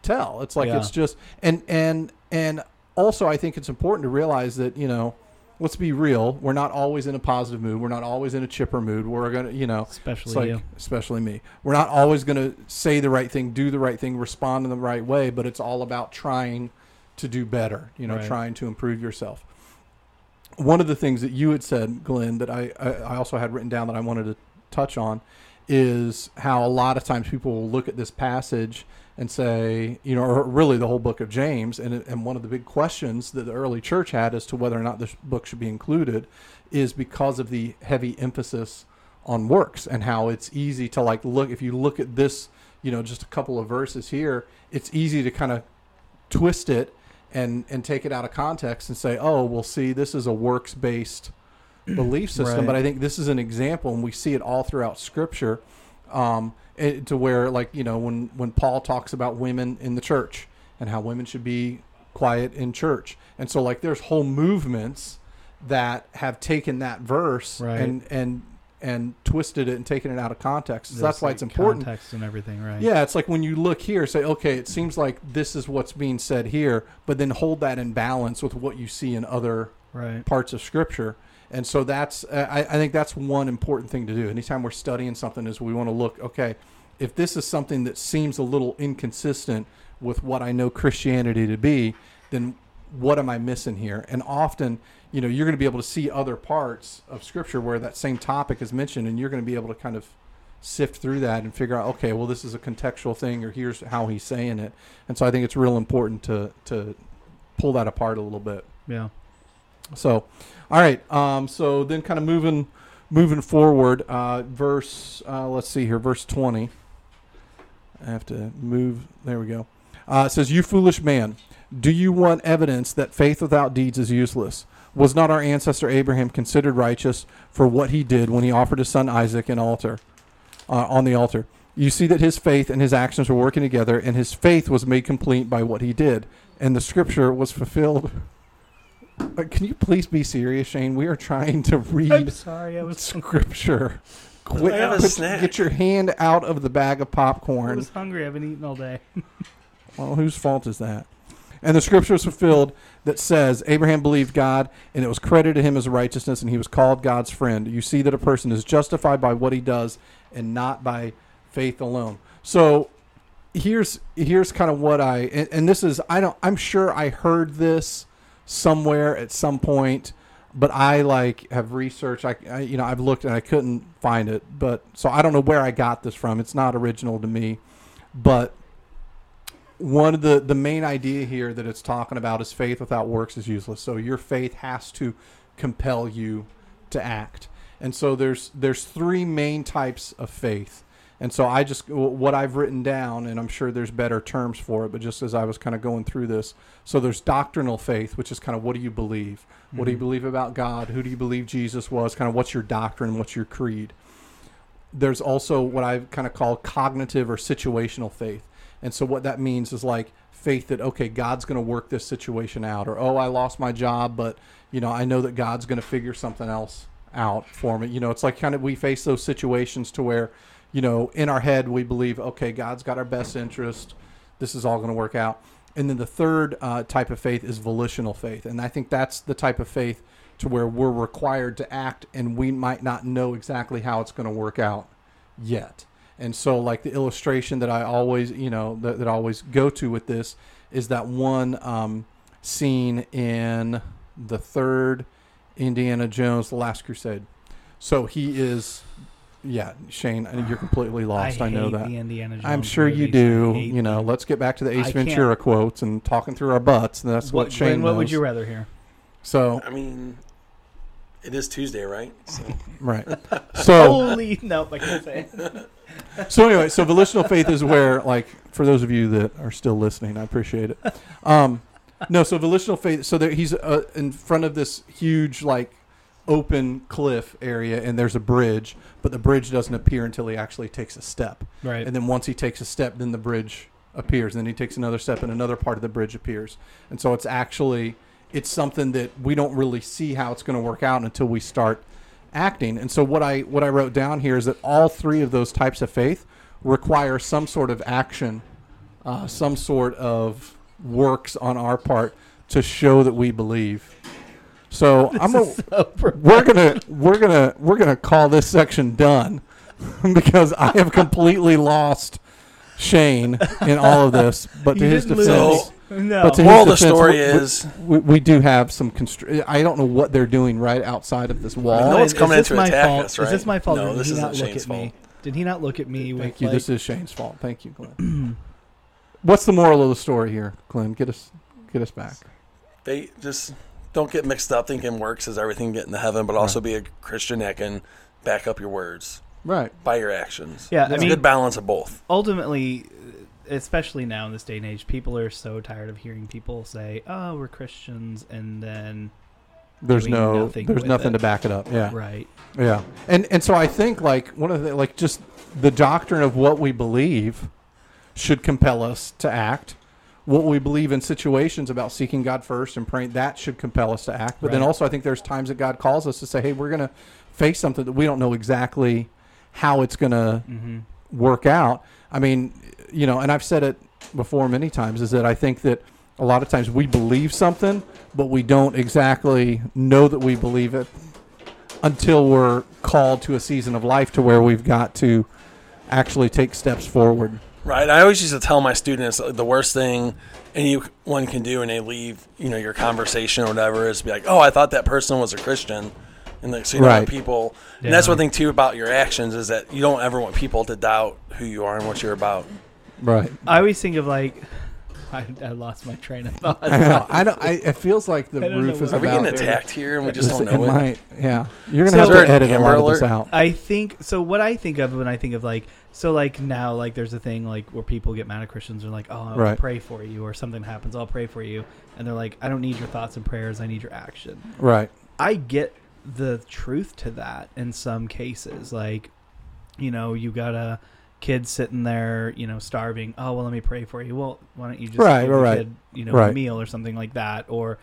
Speaker 2: tell. It's like
Speaker 3: Yeah.
Speaker 2: it's just and and and also I think it's important to realize that you know. Let's be real. We're not always in a positive mood. We're not always in a chipper mood. We're gonna, you know,
Speaker 3: especially
Speaker 2: it's like,
Speaker 3: you
Speaker 2: especially me. We're not always going to say the right thing, do the right thing, respond in the right way, but it's all about trying to do better, you know,
Speaker 3: Right.
Speaker 2: trying to improve yourself. One of the things that you had said, Glenn, that I, I, I also had written down that I wanted to touch on is how a lot of times people will look at this passage and say, you know, or really the whole book of James. And, and one of the big questions that the early church had as to whether or not this book should be included is because of the heavy emphasis on works and how it's easy to like look if you look at this you know just a couple of verses here it's easy to kind of twist it and and take it out of context and say oh well see this is a works
Speaker 3: [clears throat]
Speaker 2: based belief system
Speaker 3: Right.
Speaker 2: but i think this is an example and we see it all throughout scripture um it, to where like you know when when paul talks about women in the church and how women should be quiet in church and so like there's whole movements that have taken that verse
Speaker 3: Right.
Speaker 2: and and and twisted it and taken it out of context. So that's
Speaker 3: There's,
Speaker 2: why
Speaker 3: like,
Speaker 2: it's important.
Speaker 3: Context and everything, right?
Speaker 2: Yeah, it's like when you look here, say, okay, it seems like this is what's being said here, but then hold that in balance with what you see in other
Speaker 3: Right.
Speaker 2: parts of Scripture. And so that's, uh, I, I think that's one important thing to do. Anytime we're studying something, is we want to look, okay, if this is something that seems a little inconsistent with what I know Christianity to be, then what am I missing here? And often, you know, you're going to be able to see other parts of Scripture where that same topic is mentioned, and you're going to be able to kind of sift through that and figure out okay well this is a contextual thing or here's how he's saying it and so i think it's real important to to pull that apart a little bit
Speaker 3: Yeah.
Speaker 2: so all right um so then kind of moving moving forward uh verse uh let's see here verse 20 i have to move there we go uh, it says you foolish man do you want evidence that faith without deeds is useless was not our ancestor abraham considered righteous for what he did when he offered his son isaac an altar uh, on the altar. You see that his faith and his actions were working together, and his faith was made complete by what he did, and the scripture was fulfilled. [laughs] Uh, Can you please be serious, Shane? We are trying to
Speaker 3: I'm
Speaker 2: read
Speaker 3: sorry, I [laughs] was
Speaker 2: scripture. Quit,
Speaker 4: I have a
Speaker 2: put-
Speaker 4: snack.
Speaker 2: get your hand out of the bag of
Speaker 3: I
Speaker 2: popcorn.
Speaker 3: was hungry. I haven't eaten all day.
Speaker 2: Well, whose fault is that? And the scripture is fulfilled that says, Abraham believed God, and it was credited to him as righteousness, and he was called God's friend. You see that a person is justified by what he does and not by faith alone. So here's here's kind of what I and, and this is I don't I'm sure I heard this somewhere at some point, but I like have researched I, I you know I've looked and I couldn't find it, but so I don't know where I got this from. It's not original to me, but one of the the main idea here that it's talking about is faith without works is useless. So your faith has to compel you to act. And so there's there's three main types of faith. And so I just what I've written down, and I'm sure there's better terms for it, but just as I was kind of going through this, so there's doctrinal faith, which is kind of what do you believe? What do you believe about God? Who do you believe Jesus was? Kind of what's your doctrine? What's your creed? there's also what I kind of call cognitive or situational faith. And so what that means is like faith that okay, God's going to work this situation out or oh, I lost my job, but you know, I know that God's going to figure something else out for me. You know, it's like kind of we face those situations to where, you know, in our head we believe okay, God's got our best interest. This is all going to work out. And then the third uh, type of faith is volitional faith. And I think that's the type of faith to where we're required to act and we might not know exactly how it's going to work out yet. And so, like the illustration that I always, you know, that, that I always go to with this is that one um, scene in the third Indiana Jones: The Last Crusade. So he is, yeah, Shane, I- you're completely lost. I, know
Speaker 3: hate
Speaker 2: that.
Speaker 3: The Indiana Jones
Speaker 2: I'm sure you
Speaker 3: movies.
Speaker 2: do.
Speaker 3: I hate
Speaker 2: You know,
Speaker 3: them.
Speaker 2: let's get back to the Ace
Speaker 3: I can't-
Speaker 2: Ventura quotes and talking through our butts. And that's what,
Speaker 3: Glenn,
Speaker 2: Shane.
Speaker 3: What would
Speaker 2: knows.
Speaker 3: you rather hear?
Speaker 2: So
Speaker 4: I mean, it is Tuesday, right? So
Speaker 3: [laughs]
Speaker 2: right. So
Speaker 3: Holy nope! I can't say.
Speaker 2: [laughs]
Speaker 3: it.
Speaker 2: so anyway, so volitional faith is where, like, for those of you that are still listening, I appreciate it. Um, no, so volitional faith. So there, he's uh, in front of this huge, like, open cliff area, and there's a bridge, but the bridge doesn't appear until he actually takes a step.
Speaker 3: Right.
Speaker 2: And then once he takes a step, then the bridge appears. And then he takes another step, and another part of the bridge appears. And so it's actually it's something that we don't really see how it's going to work out until we start acting. And so what I what I wrote down here is that all three of those types of faith require some sort of action, uh, some sort of works on our part to show that we believe. So I'm
Speaker 3: [laughs] This
Speaker 2: gonna,
Speaker 3: is [laughs] so per-
Speaker 2: we're gonna we're gonna we're gonna call this section done [laughs] because I have completely lost Shane in all of this. But to
Speaker 3: You
Speaker 2: his
Speaker 3: didn't lose.
Speaker 2: defense,
Speaker 3: No.
Speaker 2: but to his
Speaker 4: Moral of the
Speaker 2: defense,
Speaker 4: story
Speaker 2: we-
Speaker 4: is-
Speaker 2: we, we do have some constr- I don't know what they're doing right outside of this wall.
Speaker 4: No one's
Speaker 3: Is
Speaker 4: coming
Speaker 3: this
Speaker 4: in to
Speaker 3: my
Speaker 4: attack
Speaker 3: fault?
Speaker 4: us,
Speaker 3: Is
Speaker 4: right?
Speaker 3: this my fault?
Speaker 4: No,
Speaker 3: or did
Speaker 4: this
Speaker 3: he
Speaker 4: isn't
Speaker 3: not look
Speaker 4: Shane's
Speaker 3: at me?
Speaker 4: fault.
Speaker 3: Did he not look at me?
Speaker 2: Thank
Speaker 3: with,
Speaker 2: you.
Speaker 3: Like,
Speaker 2: this is Shane's fault. Thank you, Glenn. What's the moral of the story here, Glenn? Get us get us back.
Speaker 4: they just don't get mixed up thinking works is everything getting to heaven, but also be a Christian that can back up your words
Speaker 2: Right.
Speaker 4: by your actions.
Speaker 3: Yeah, I
Speaker 4: it's
Speaker 3: mean-
Speaker 4: a good balance of both.
Speaker 3: ultimately, especially now in this day and age, people are so tired of hearing people say, "Oh, we're Christians," and then
Speaker 2: There's
Speaker 3: Doing
Speaker 2: no
Speaker 3: nothing
Speaker 2: there's
Speaker 3: with
Speaker 2: nothing
Speaker 3: it.
Speaker 2: to back it up. Yeah.
Speaker 3: right,
Speaker 2: Yeah, and and so I think like one of the like just the doctrine of what we believe should compel us to act. What we believe in situations about seeking God first and praying that should compel us to act. But then
Speaker 3: Right.
Speaker 2: also I think there's times that God calls us to say, hey, we're gonna face something that we don't know exactly how it's gonna
Speaker 3: Mm-hmm.
Speaker 2: work out. I mean, you know, and I've said it before many times is that I think that a lot of times we believe something, but we don't exactly know that we believe it until we're called to a season of life to where we've got to actually take steps forward.
Speaker 4: Right. I always used to tell my students like, the worst thing anyone can do when they leave, you know, your conversation or whatever is be like, "Oh, I thought that person was a Christian," and like so you don't
Speaker 2: Right.
Speaker 4: want people. And that's
Speaker 3: Yeah.
Speaker 4: one thing too about your actions is that you don't ever want people to doubt who you are and what you're about.
Speaker 2: Right.
Speaker 3: I always think of like, [laughs] I, I lost my train of thought. [laughs]
Speaker 2: I know. I don't. I, it feels like the
Speaker 3: I don't know
Speaker 2: roof is
Speaker 3: what-
Speaker 4: Are we
Speaker 2: about.
Speaker 4: getting attacked here and we just
Speaker 2: It's-
Speaker 4: don't
Speaker 2: it
Speaker 4: know it?
Speaker 2: might- yeah. You're
Speaker 3: So-
Speaker 2: gonna
Speaker 3: Is there
Speaker 2: have
Speaker 3: an
Speaker 2: to edit a lot
Speaker 4: Amber
Speaker 2: of this
Speaker 4: Alert?
Speaker 2: out.
Speaker 3: I think so. What I think of when I think of like so, like now, like there's a thing like where people get mad at Christians and like, oh, I'll
Speaker 2: Right.
Speaker 3: pray for you, or something happens, I'll pray for you, and they're like, I don't need your thoughts and prayers, I need your action.
Speaker 2: Right.
Speaker 3: I get the truth to that in some cases. Like, you know, you got a kid sitting there, you know, starving. Oh, well, let me pray for you. Well, why don't you just
Speaker 2: Right,
Speaker 3: give the
Speaker 2: right.
Speaker 3: kid, you know, a
Speaker 2: Right.
Speaker 3: meal or something like that, or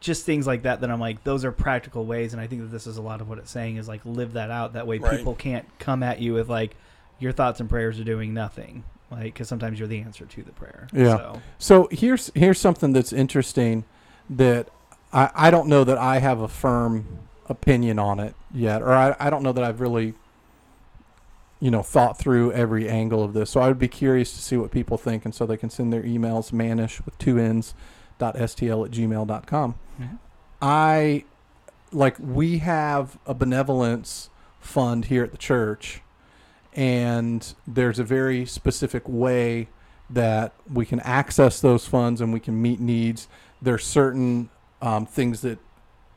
Speaker 3: just things like that. That I'm like, those are practical ways, and I think that this is a lot of what it's saying is like live that out. That way,
Speaker 4: Right.
Speaker 3: people can't come at you with like your thoughts and prayers are doing nothing. Like, because sometimes you're the answer to the prayer.
Speaker 2: Yeah.
Speaker 3: So,
Speaker 2: So here's here's something that's interesting that I, I don't know that I have a firm opinion on it yet, or I, I don't know that I've really you know thought through every angle of this. So I would be curious to see what people think, and so they can send their emails manish with two n's dot stl at gmail dot com.
Speaker 3: Mhm.
Speaker 2: I like we have a benevolence fund here at the church, and there's a very specific way that we can access those funds and we can meet needs. There's certain um, things that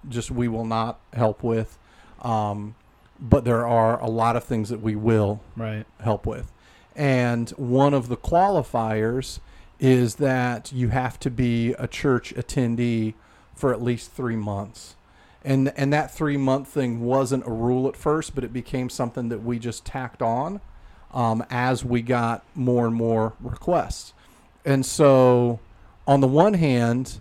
Speaker 2: just we will not help with, um, but there are a lot of things that we will
Speaker 3: right.
Speaker 2: help with. And one of the qualifiers is that you have to be a church attendee for at least three months. And, and that three month thing wasn't a rule at first, but it became something that we just tacked on um, as we got more and more requests. And so, on the one hand,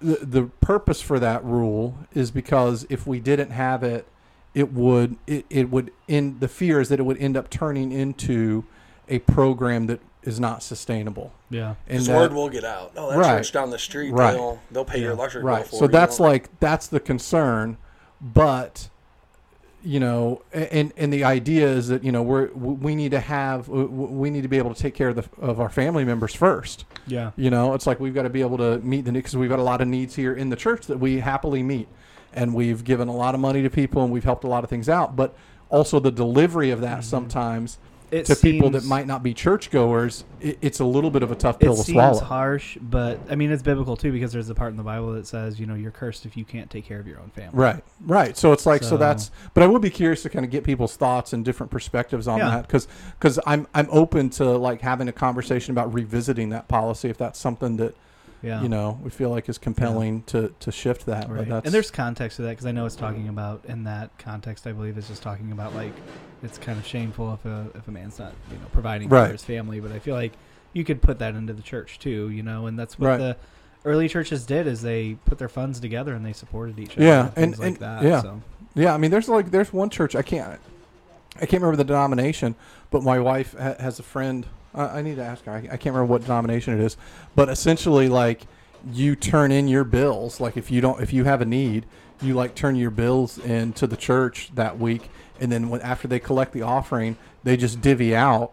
Speaker 2: the, the purpose for that rule is because if we didn't have it, it would it, it would end the fear is that it would end up turning into a program that is not sustainable.
Speaker 3: Yeah.
Speaker 2: And
Speaker 4: His
Speaker 2: that-
Speaker 4: word will get out. Oh, that
Speaker 2: Right.
Speaker 4: church down the street,
Speaker 2: Right.
Speaker 4: they'll they'll pay your
Speaker 3: Yeah.
Speaker 4: electric bill
Speaker 2: right.
Speaker 4: for
Speaker 2: So
Speaker 4: you.
Speaker 2: that's like that's the concern, but you know, a- and and the idea is that you know we're we we need to have w- w- we need to be able to take care of the of our family members first.
Speaker 3: Yeah.
Speaker 2: You know, it's like we've got to be able to meet the needs because we've got a lot of needs here in the church that we happily meet. And we've given a lot of money to people and we've helped a lot of things out. But also the delivery of that sometimes
Speaker 3: Mm-hmm. It
Speaker 2: to people that
Speaker 3: seems-
Speaker 2: might not be churchgoers, it, it's a little bit of a tough
Speaker 3: it
Speaker 2: pill to
Speaker 3: seems
Speaker 2: swallow.
Speaker 3: harsh, but I mean it's biblical too because there's a part in the Bible that says, you know, you're cursed if you can't take care of your own family.
Speaker 2: Right, right. So it's like so,
Speaker 3: So-
Speaker 2: that's. But I would be curious to kind of get people's thoughts and different perspectives on
Speaker 3: Yeah.
Speaker 2: that because because I'm I'm open to like having a conversation about revisiting that policy if that's something that
Speaker 3: Yeah,
Speaker 2: you know we feel like is compelling to to shift that. But
Speaker 3: Right.
Speaker 2: that's
Speaker 3: And there's context to that because I know it's talking about in that context. I believe it's just talking about like it's kind of shameful if a if a man's not you know providing
Speaker 2: Right.
Speaker 3: for his family. But I feel like you could put that into the church too, you know, and that's what
Speaker 2: Right.
Speaker 3: the early churches did is they put their funds together and they supported each other.
Speaker 2: Yeah, and-
Speaker 3: things like
Speaker 2: and-
Speaker 3: that.
Speaker 2: yeah.
Speaker 3: so.
Speaker 2: Yeah, I mean, there's like there's one church I can't I can't remember the denomination, but my wife ha- has a friend. I, I need to ask her. I, I can't remember what denomination it is, but essentially, like you turn in your bills. Like if you don't, if you have a need, you like turn your bills in to the church that week, and then when, after they collect the offering, they just divvy out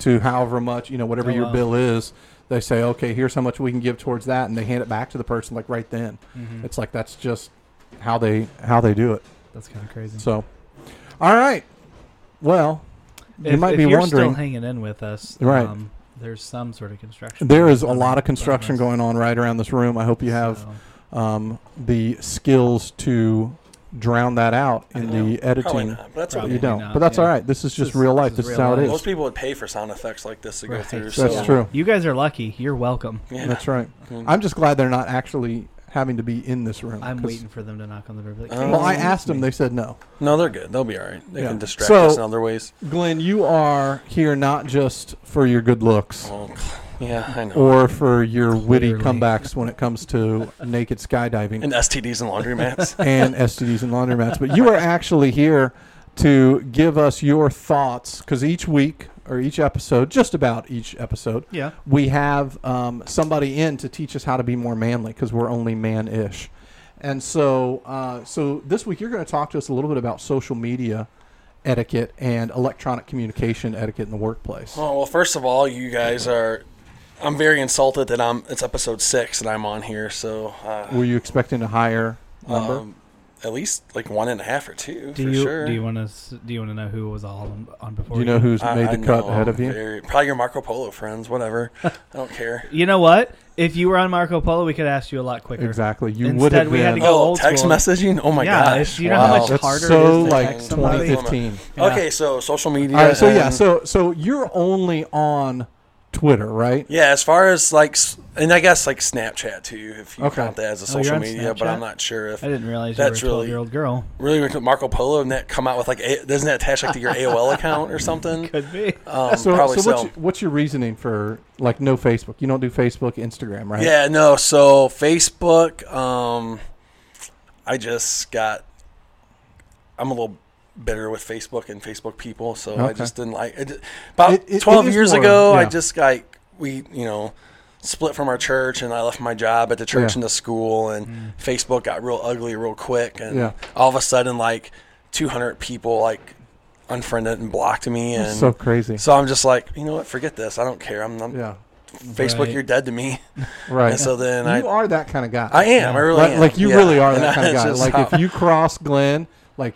Speaker 2: to however much you know whatever
Speaker 3: Oh,
Speaker 2: your
Speaker 3: wow.
Speaker 2: bill is. They say, okay, here's how much we can give towards that, and they hand it back to the person like right then.
Speaker 3: Mhm.
Speaker 2: It's like that's just how they how they do it.
Speaker 3: that's kind of crazy.
Speaker 2: So, all right. Well, you
Speaker 3: If-
Speaker 2: might
Speaker 3: if
Speaker 2: be
Speaker 3: you're
Speaker 2: wondering.
Speaker 3: still hanging in with us,
Speaker 2: Right.
Speaker 3: Um, there's some sort of construction.
Speaker 2: there
Speaker 3: going
Speaker 2: is a
Speaker 3: on
Speaker 2: lot of
Speaker 3: around
Speaker 2: construction
Speaker 3: us.
Speaker 2: going on right around this room. I hope you have
Speaker 3: So-
Speaker 2: um, the skills to drown that out in
Speaker 4: know.
Speaker 2: the
Speaker 4: probably
Speaker 2: editing.
Speaker 4: not. But that's
Speaker 3: Probably
Speaker 2: You
Speaker 4: okay.
Speaker 2: don't,
Speaker 3: not,
Speaker 2: but that's
Speaker 3: yeah.
Speaker 2: all right. This is just
Speaker 3: is-
Speaker 2: real life.
Speaker 3: this
Speaker 2: This
Speaker 3: is
Speaker 2: is how it
Speaker 3: real
Speaker 2: is.
Speaker 3: life.
Speaker 4: Most people would pay for sound effects like this to go
Speaker 3: Right.
Speaker 4: through.
Speaker 2: That's
Speaker 4: so,
Speaker 2: true.
Speaker 3: You guys are lucky. You're welcome.
Speaker 4: Yeah.
Speaker 2: That's right.
Speaker 3: Mm-hmm.
Speaker 4: Mm.
Speaker 2: I'm just glad they're not actually having to be in this room.
Speaker 3: I'm
Speaker 2: 'cause-
Speaker 3: waiting for them to knock on the door. be Like,
Speaker 4: Um,
Speaker 3: "Hey,
Speaker 2: Well, I
Speaker 3: excuse
Speaker 2: asked them.
Speaker 3: me."
Speaker 2: They said no.
Speaker 4: No, they're good. They'll be all right. They
Speaker 2: Yeah.
Speaker 4: can distract
Speaker 2: So-
Speaker 4: us in other ways.
Speaker 2: Glenn, you are here not just for your good looks.
Speaker 4: Well, yeah, I know.
Speaker 2: or for your witty
Speaker 3: Oh, Clearly.
Speaker 2: comebacks when it comes to naked skydiving
Speaker 4: And STDs
Speaker 3: [laughs]
Speaker 4: and laundromats.
Speaker 2: and STDs and laundromats. But you are actually here to give us your thoughts because each week or each episode, just about each episode,
Speaker 3: Yeah.
Speaker 2: we have um, somebody in to teach us how to be more manly because we're only man-ish. And so, uh, so this week you're going to talk to us a little bit about social media etiquette and electronic communication etiquette in the workplace.
Speaker 4: Oh, well, first of all, you guys are. I'm very insulted that I'm. It's episode six and I'm on here. So uh,
Speaker 2: Were you expecting a higher number?
Speaker 4: um, at least like one and a half or two
Speaker 3: Do
Speaker 4: for
Speaker 3: you
Speaker 4: sure.
Speaker 3: do you want to do you want to know who was all on, on before?
Speaker 2: Do you know who's
Speaker 4: I-
Speaker 2: made
Speaker 4: I
Speaker 2: the cut
Speaker 4: know,
Speaker 2: ahead of you?
Speaker 4: very- probably your Marco Polo
Speaker 3: [laughs]
Speaker 4: friends, whatever. I don't care.
Speaker 3: You know what? If you were on Marco Polo, we could ask you a lot quicker.
Speaker 2: Exactly. You would
Speaker 3: Instead,
Speaker 2: have
Speaker 3: we had to
Speaker 2: been.
Speaker 3: go
Speaker 4: Oh,
Speaker 3: old
Speaker 4: text
Speaker 3: school.
Speaker 4: messaging? Oh my
Speaker 3: Yeah,
Speaker 4: gosh.
Speaker 3: do you know how
Speaker 4: wow.
Speaker 3: much
Speaker 2: That's
Speaker 3: harder
Speaker 2: so
Speaker 3: it is to
Speaker 2: like
Speaker 3: text somebody?
Speaker 2: 2015.
Speaker 3: Yeah.
Speaker 4: Okay, so social media.
Speaker 2: All right, so yeah,
Speaker 4: and-
Speaker 2: so so you're only on Twitter, right?
Speaker 4: Yeah, as far as like, s- and I guess like Snapchat too, if you
Speaker 2: Okay.
Speaker 4: count that as a
Speaker 3: Oh, you're
Speaker 4: social
Speaker 3: on
Speaker 4: media. But I'm
Speaker 3: Snapchat?
Speaker 4: not sure if
Speaker 3: I didn't realize
Speaker 4: That's
Speaker 3: you were a
Speaker 4: really-
Speaker 3: twelve-year-old girl.
Speaker 4: really we took Marco Polo and that come out with like a, doesn't that attach like to your AOL account or something?
Speaker 3: Could be.
Speaker 4: Um,
Speaker 2: so,
Speaker 4: probably
Speaker 2: so,
Speaker 4: so.
Speaker 2: What's, your- what's your reasoning for like no Facebook? You don't do Facebook, Instagram, right?
Speaker 4: Yeah, no. So Facebook, um, I just got. I'm a little bitter with Facebook and Facebook people, so I
Speaker 2: Okay.
Speaker 4: just didn't like. It, about
Speaker 2: It- it- it
Speaker 4: 12
Speaker 2: is
Speaker 4: years
Speaker 2: more-
Speaker 4: ago, I
Speaker 2: yeah.
Speaker 4: just like we, you know, split from our church, and I left my job at the church
Speaker 2: Yeah.
Speaker 4: and the school, and Facebook got real ugly real quick, and
Speaker 2: Yeah.
Speaker 4: all of a sudden, like 200 people like unfriended and blocked me, and
Speaker 2: So
Speaker 4: so,
Speaker 2: crazy.
Speaker 4: I'm just like, you know what? Forget this. I don't care. I'm, I'm
Speaker 2: yeah.
Speaker 4: Facebook.
Speaker 3: Right.
Speaker 4: You're dead to me.
Speaker 2: Right.
Speaker 4: And so then I
Speaker 2: you are that kind of guy.
Speaker 4: I am. I really
Speaker 2: like,
Speaker 4: am.
Speaker 2: like you
Speaker 4: Yeah.
Speaker 2: really are
Speaker 4: [laughs] And
Speaker 2: that kind of
Speaker 4: that's
Speaker 2: guy.
Speaker 4: just
Speaker 2: Like
Speaker 4: how-
Speaker 2: if you cross Glenn, like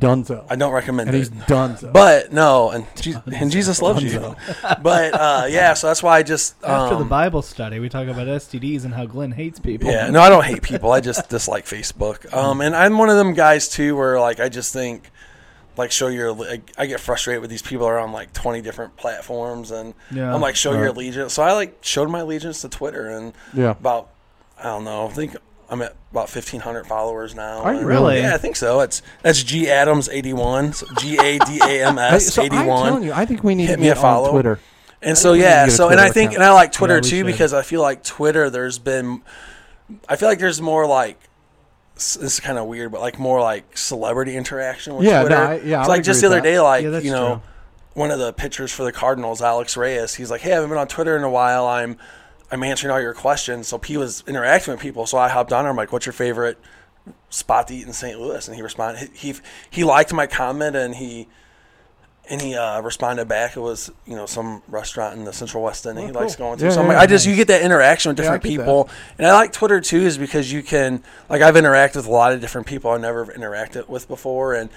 Speaker 2: Dunzo,
Speaker 4: [laughs] I don't recommend
Speaker 2: and
Speaker 4: it. [laughs]
Speaker 2: he's Dunzo.
Speaker 4: But no, and Je- and Jesus loves you. But uh, yeah, so that's why I just
Speaker 3: [laughs] After the
Speaker 4: um,
Speaker 3: Bible study, we talk about STDs and how Glenn hates people.
Speaker 4: yeah. No, I don't hate people.
Speaker 3: [laughs]
Speaker 4: I just dislike Facebook. Um, and I'm one of them guys too, where like I just think like show your like, I get frustrated with these people around like 20 different platforms, and
Speaker 3: Yeah.
Speaker 4: I'm like show your
Speaker 2: Right.
Speaker 4: allegiance. So I like showed my allegiance to Twitter, and
Speaker 2: yeah.
Speaker 4: about I don't know. I think I'm at about 1,500 followers now.
Speaker 2: Are you
Speaker 4: And-
Speaker 3: really?
Speaker 4: Yeah, I think so. It's that's G Adams 81. So G A D A
Speaker 2: [laughs]
Speaker 4: M
Speaker 2: Hey,
Speaker 4: S
Speaker 2: so I'm
Speaker 4: 81.
Speaker 2: telling you, I think we need
Speaker 4: Hit
Speaker 2: to
Speaker 4: me
Speaker 2: get
Speaker 4: a
Speaker 2: on
Speaker 4: follow.
Speaker 2: Twitter.
Speaker 4: And so
Speaker 2: we need to
Speaker 4: yeah,
Speaker 2: get a
Speaker 4: so and I
Speaker 2: Twitter
Speaker 4: think
Speaker 2: account.
Speaker 4: and I like Twitter
Speaker 3: Yeah, we
Speaker 4: too
Speaker 3: should.
Speaker 4: because I feel like Twitter there's been I feel like there's more like s- this is kind of weird, but like more like celebrity interaction with
Speaker 2: Yeah, no,
Speaker 4: Twitter.
Speaker 2: I- yeah, I
Speaker 4: It's
Speaker 2: would
Speaker 4: like just the
Speaker 2: agree
Speaker 4: other
Speaker 2: with
Speaker 4: day, like
Speaker 3: Yeah, that's
Speaker 4: you know,
Speaker 3: true.
Speaker 4: one of the pitchers for the Cardinals, Alex Reyes, he's like, "Hey, I haven't been on Twitter in a while. I'm I'm answering all your questions." So he was interacting with people. So I hopped on. I'm like, "What's your favorite spot to eat in St. Louis?" And he responded. He he, he liked my comment and he. And he uh, responded back. It was you know some restaurant in the Central West End that he likes
Speaker 2: Oh, cool.
Speaker 4: going to.
Speaker 2: Yeah,
Speaker 4: so I'm
Speaker 2: yeah,
Speaker 4: like,
Speaker 2: yeah,
Speaker 4: I just
Speaker 2: nice.
Speaker 4: you get that interaction with
Speaker 2: Yeah, I
Speaker 4: different
Speaker 2: get that.
Speaker 4: people, and I like Twitter too, is because you can like I've interacted with a lot of different people I never interacted with before, and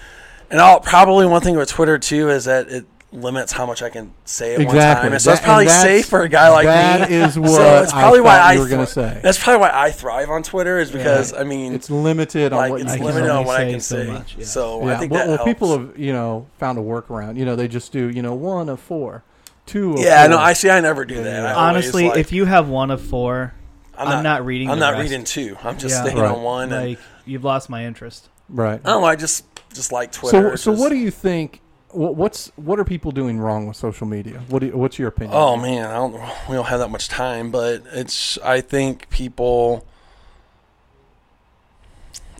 Speaker 4: and I'll probably one thing with Twitter too is that it limits how much I can say at one
Speaker 2: Exactly.
Speaker 4: time, and so
Speaker 2: That-
Speaker 4: it's probably
Speaker 2: and that's-
Speaker 4: safe for a guy like
Speaker 2: that
Speaker 4: me.
Speaker 2: is
Speaker 4: [laughs] so
Speaker 2: what
Speaker 4: it's probably
Speaker 2: I
Speaker 4: why
Speaker 2: thought
Speaker 4: I
Speaker 2: you were gonna
Speaker 4: thri-
Speaker 2: say.
Speaker 4: That's probably why I thrive on Twitter is because I mean
Speaker 2: It's limited on
Speaker 4: like
Speaker 2: what you
Speaker 4: it's
Speaker 2: can
Speaker 4: limited
Speaker 2: say.
Speaker 4: on what I
Speaker 3: say
Speaker 4: can
Speaker 3: so
Speaker 4: say.
Speaker 3: much, yeah.
Speaker 4: So
Speaker 2: Yeah.
Speaker 4: I think
Speaker 2: well,
Speaker 4: that
Speaker 2: well people
Speaker 4: helps.
Speaker 2: have you know found a workaround. You know, they just do you know one of four, two. Of
Speaker 4: Yeah,
Speaker 2: four.
Speaker 4: no, I see. I never do that. I always,
Speaker 3: Honestly,
Speaker 4: like-
Speaker 3: if you have one of four, I'm, not, reading.
Speaker 4: I'm
Speaker 3: the
Speaker 4: not
Speaker 3: rest.
Speaker 4: reading two. I'm just
Speaker 3: Yeah.
Speaker 4: staying
Speaker 2: Right.
Speaker 4: on one. And,
Speaker 3: Like you've lost my interest.
Speaker 2: right.
Speaker 4: I don't know. I just just like Twitter.
Speaker 2: So
Speaker 4: It's
Speaker 2: so
Speaker 4: just-
Speaker 2: what do you think? wha- What's what are people doing wrong with social media? What do you, what's your opinion?
Speaker 4: Oh man, I don't. We don't have that much time, but it's. I think people.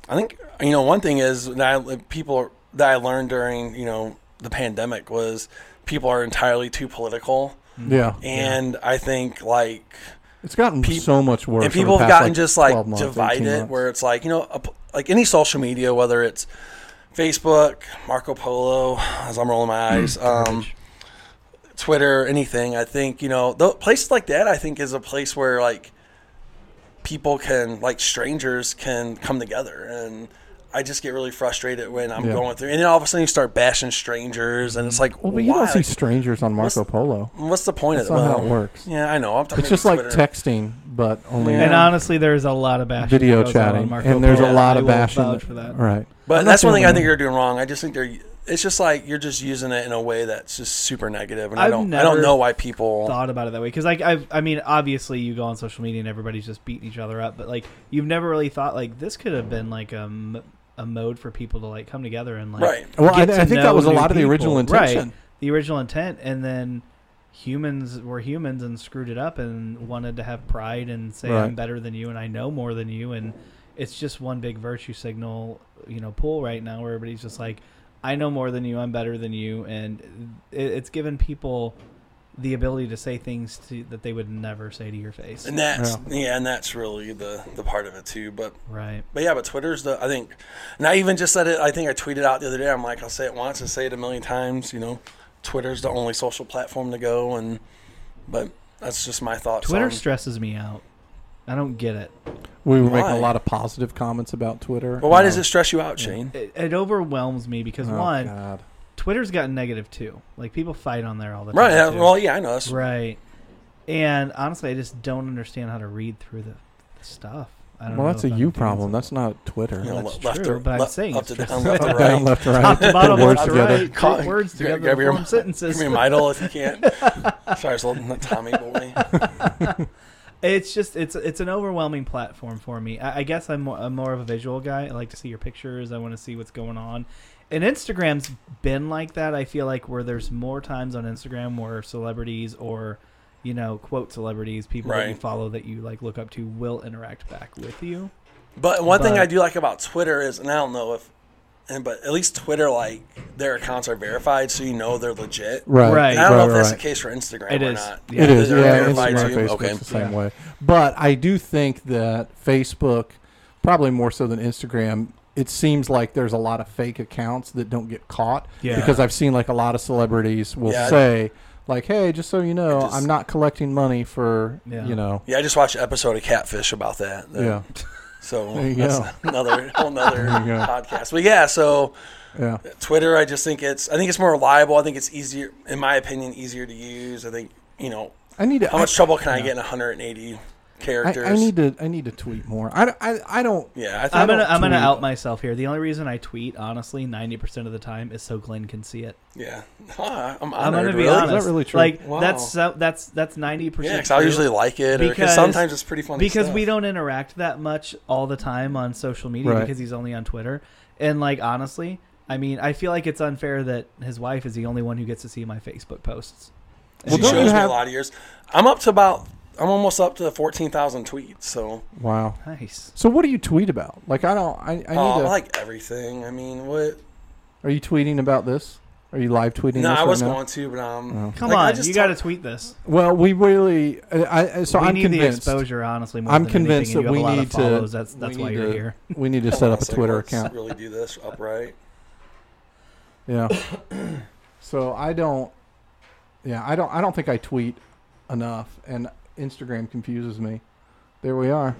Speaker 4: I think you know one thing is that I, people that I learned during you know the pandemic was people are entirely too political,
Speaker 2: Mm, yeah,
Speaker 4: Um, and I think like
Speaker 2: it's gotten
Speaker 4: peop-
Speaker 2: so much worse.
Speaker 4: and
Speaker 2: over the
Speaker 4: people have
Speaker 2: past,
Speaker 4: gotten just
Speaker 2: 12
Speaker 4: like
Speaker 2: months, 18
Speaker 4: divided
Speaker 2: months.
Speaker 4: where it's like you know a p like any social media whether it's facebook marco polo as i'm rolling my
Speaker 2: Hmm,
Speaker 4: eyes um, twitter anything i think you know the places like that i think is a place where like people can like strangers can come together and i just get really frustrated when i'm
Speaker 2: Yeah. Mm-hmm.
Speaker 4: going through and then all of a sudden you start bashing strangers and it's like
Speaker 2: Well, but you
Speaker 4: why?
Speaker 2: don't see strangers on Marco
Speaker 4: What's-
Speaker 2: Polo.
Speaker 4: what's the point
Speaker 2: That's
Speaker 4: of it
Speaker 2: not how
Speaker 4: Well,
Speaker 2: it works.
Speaker 4: yeah i know i'm talking
Speaker 2: It's just
Speaker 4: about
Speaker 2: like
Speaker 4: [laughs] Twitter.
Speaker 2: texting, but only
Speaker 4: Yeah.
Speaker 3: And honestly, there's a lot of bashing.
Speaker 2: video
Speaker 3: that goes on on
Speaker 2: chatting,
Speaker 3: Marco
Speaker 2: and there's
Speaker 3: Polo.
Speaker 2: a lot
Speaker 3: I
Speaker 2: of
Speaker 3: will
Speaker 2: bashing.
Speaker 3: vouch for that.
Speaker 2: Right.
Speaker 4: But
Speaker 2: I'm not
Speaker 4: that's one
Speaker 2: doing
Speaker 4: thing I
Speaker 2: that.
Speaker 4: think you're doing wrong. I just think they're. It's just like you're just using it in a way that's just super negative, and I've I
Speaker 3: I've
Speaker 4: do not I
Speaker 3: never
Speaker 4: don't know why people.
Speaker 3: thought about it that way because like I've, I mean obviously you go on social media and everybody's just beating each other up but like you've never really thought like this could have been like a, m- a mode for people to like come together and like
Speaker 4: Right.
Speaker 2: Well, I,
Speaker 3: get
Speaker 2: I
Speaker 3: to
Speaker 2: think
Speaker 3: know
Speaker 2: that was a
Speaker 3: new
Speaker 2: lot of the
Speaker 3: people.
Speaker 2: original intention.
Speaker 3: right the original intent and then humans were humans and screwed it up and wanted to have pride and say
Speaker 2: Right.
Speaker 3: I'm better than you and I know more than you and it's just one big virtue signal you know pool right now where everybody's just like I know more than you I'm better than you and it, it's given people the ability to say things to, that they would never say to your face
Speaker 4: and that's yeah. and that's really the the part of it too. But
Speaker 3: right
Speaker 4: but yeah, but Twitter's the I think, and I even just said it. I think I tweeted out the other day. I'm like, I'll say it once and say it a million times. You know, Twitter's the only social platform to go, and but that's just my thoughts.
Speaker 3: Twitter
Speaker 4: on-
Speaker 3: stresses me out I don't get it
Speaker 2: We were making
Speaker 4: Why?
Speaker 2: a lot of positive comments about Twitter.
Speaker 4: Well, why
Speaker 2: Um,
Speaker 4: does it stress you out, Shane?
Speaker 3: It, it overwhelms me because
Speaker 2: oh,
Speaker 3: one,
Speaker 2: God.
Speaker 3: Twitter's gotten negative too. Like people fight on there all the
Speaker 4: Right. yeah,
Speaker 3: time. too.
Speaker 4: Well, yeah, I know. That's,
Speaker 3: right. And honestly, I just don't understand how to read through the stuff. I don't
Speaker 2: Well,
Speaker 3: know
Speaker 2: that's a
Speaker 3: if I'm
Speaker 2: you
Speaker 3: doing
Speaker 2: problem.
Speaker 3: something.
Speaker 2: That's not Twitter.
Speaker 4: you know,
Speaker 3: that's
Speaker 4: left
Speaker 3: true,
Speaker 4: to,
Speaker 3: but I'm
Speaker 4: left,
Speaker 3: saying
Speaker 4: up
Speaker 3: it's
Speaker 4: to
Speaker 3: just-
Speaker 4: down, left to
Speaker 2: Up, [laughs] down,
Speaker 4: right.
Speaker 2: left, to [laughs] right.
Speaker 3: top to
Speaker 2: Put
Speaker 3: bottom,
Speaker 2: words
Speaker 3: left to
Speaker 2: together.
Speaker 3: right.
Speaker 4: Call-
Speaker 3: Put words
Speaker 4: grab-
Speaker 3: together
Speaker 4: grab
Speaker 3: to
Speaker 4: your-
Speaker 3: form sentences.
Speaker 4: Give
Speaker 2: [laughs]
Speaker 4: me my doll if you can. [laughs] Sorry, it's a little Tommy boy.
Speaker 3: It's just it's it's an overwhelming platform for me. I, I guess I'm more, I'm more of a visual guy. I like to see your pictures. I want to see what's going on. And Instagram's been like that. I feel like where there's more times on Instagram where celebrities or you know quote celebrities people that you
Speaker 4: Right.
Speaker 3: follow that you like look up to will interact back with you.
Speaker 4: But one thing
Speaker 3: But-
Speaker 4: I do like about Twitter is, and I don't know if, and but at least Twitter, like their accounts are verified, so you know they're legit.
Speaker 2: Right.
Speaker 3: Right.
Speaker 4: And I don't know if
Speaker 2: right,
Speaker 4: that's
Speaker 2: right.
Speaker 4: the case for Instagram
Speaker 3: It
Speaker 4: or
Speaker 3: is.
Speaker 4: not.
Speaker 3: Yeah.
Speaker 2: It is,
Speaker 4: They're
Speaker 2: yeah.
Speaker 4: verified
Speaker 2: Instagram,
Speaker 4: too?
Speaker 2: Facebook's
Speaker 4: Okay.
Speaker 2: the same
Speaker 3: Yeah.
Speaker 2: way. But I do think that Facebook, probably more so than Instagram, it seems like there's a lot of fake accounts that don't get caught.
Speaker 3: Yeah.
Speaker 2: Because I've seen like a lot of celebrities will
Speaker 4: Yeah, I-
Speaker 2: say, like, "Hey, just so you know,
Speaker 4: just-
Speaker 2: I'm not collecting money for
Speaker 3: Yeah.
Speaker 2: you know."
Speaker 4: Yeah, I just watched an episode of Catfish about that.
Speaker 2: Yeah.
Speaker 4: So
Speaker 2: There you
Speaker 4: that's [laughs]
Speaker 2: go.
Speaker 4: another whole another
Speaker 2: you go.
Speaker 4: podcast. But yeah, so
Speaker 2: Yeah.
Speaker 4: Twitter, I just think it's I think it's more reliable. I think it's easier, in my opinion, easier to use. I think you know
Speaker 2: I need to.
Speaker 4: how much
Speaker 2: I-
Speaker 4: trouble can I get in 180
Speaker 2: I,
Speaker 4: characters?
Speaker 2: I need to. I need to tweet more. I, don't- I, I don't.
Speaker 4: yeah, I think
Speaker 3: I'm
Speaker 2: don't
Speaker 3: gonna I'm gonna
Speaker 2: tweet.
Speaker 3: out myself here. The only reason I tweet, honestly, ninety percent of the time is so Glenn can see it.
Speaker 4: yeah. Huh, I'm
Speaker 3: I'm
Speaker 4: honored.
Speaker 3: gonna be
Speaker 4: really.
Speaker 3: honest.
Speaker 2: Is that really true?
Speaker 3: Like
Speaker 4: Wow.
Speaker 3: that's so, that's that's ninety
Speaker 4: Yeah,
Speaker 3: percent.
Speaker 4: because I'll usually like it, or
Speaker 3: Because-
Speaker 4: because sometimes it's pretty funny.
Speaker 3: because
Speaker 4: stuff.
Speaker 3: we don't interact that much all the time on social media
Speaker 2: Right.
Speaker 3: because he's only on Twitter. And like honestly, I mean, I feel like it's unfair that his wife is the only one who gets to see my Facebook posts.
Speaker 2: Well,
Speaker 4: she
Speaker 2: don't
Speaker 4: shows
Speaker 2: you
Speaker 4: me
Speaker 2: have-
Speaker 4: a lot of yours. I'm up to about. I'm almost up to 14,000 tweets. So
Speaker 2: Wow.
Speaker 3: Nice.
Speaker 2: So what do you tweet about? Like I don't. I, I need
Speaker 4: um, I,
Speaker 2: to.
Speaker 4: I Oh, like everything. I mean, what?
Speaker 2: are you tweeting about this? Are you live tweeting?
Speaker 4: No,
Speaker 2: this
Speaker 4: I
Speaker 2: right
Speaker 4: was
Speaker 2: now?
Speaker 4: going to, but um,
Speaker 2: Oh.
Speaker 3: Come
Speaker 4: like, I
Speaker 3: on,
Speaker 4: just
Speaker 3: you
Speaker 4: talk-
Speaker 3: got to tweet this.
Speaker 2: Well, we really. I, I, so
Speaker 3: we
Speaker 2: I'm
Speaker 3: need
Speaker 2: convinced.
Speaker 3: the exposure, honestly. More
Speaker 2: I'm
Speaker 3: than
Speaker 2: convinced
Speaker 3: anything,
Speaker 2: that we
Speaker 3: and you have a lot
Speaker 2: need
Speaker 3: of
Speaker 2: to.
Speaker 3: follows. That's that's
Speaker 2: we
Speaker 3: why
Speaker 2: need
Speaker 3: you're
Speaker 2: to-
Speaker 3: here.
Speaker 2: [laughs] We need to
Speaker 4: hold
Speaker 2: set
Speaker 4: on
Speaker 2: up a
Speaker 4: second,
Speaker 2: Twitter
Speaker 4: let's [laughs]
Speaker 2: account.
Speaker 4: Really do this upright.
Speaker 2: Yeah. so I don't. Yeah, I don't. I don't think I tweet enough, and Instagram confuses me. There we are.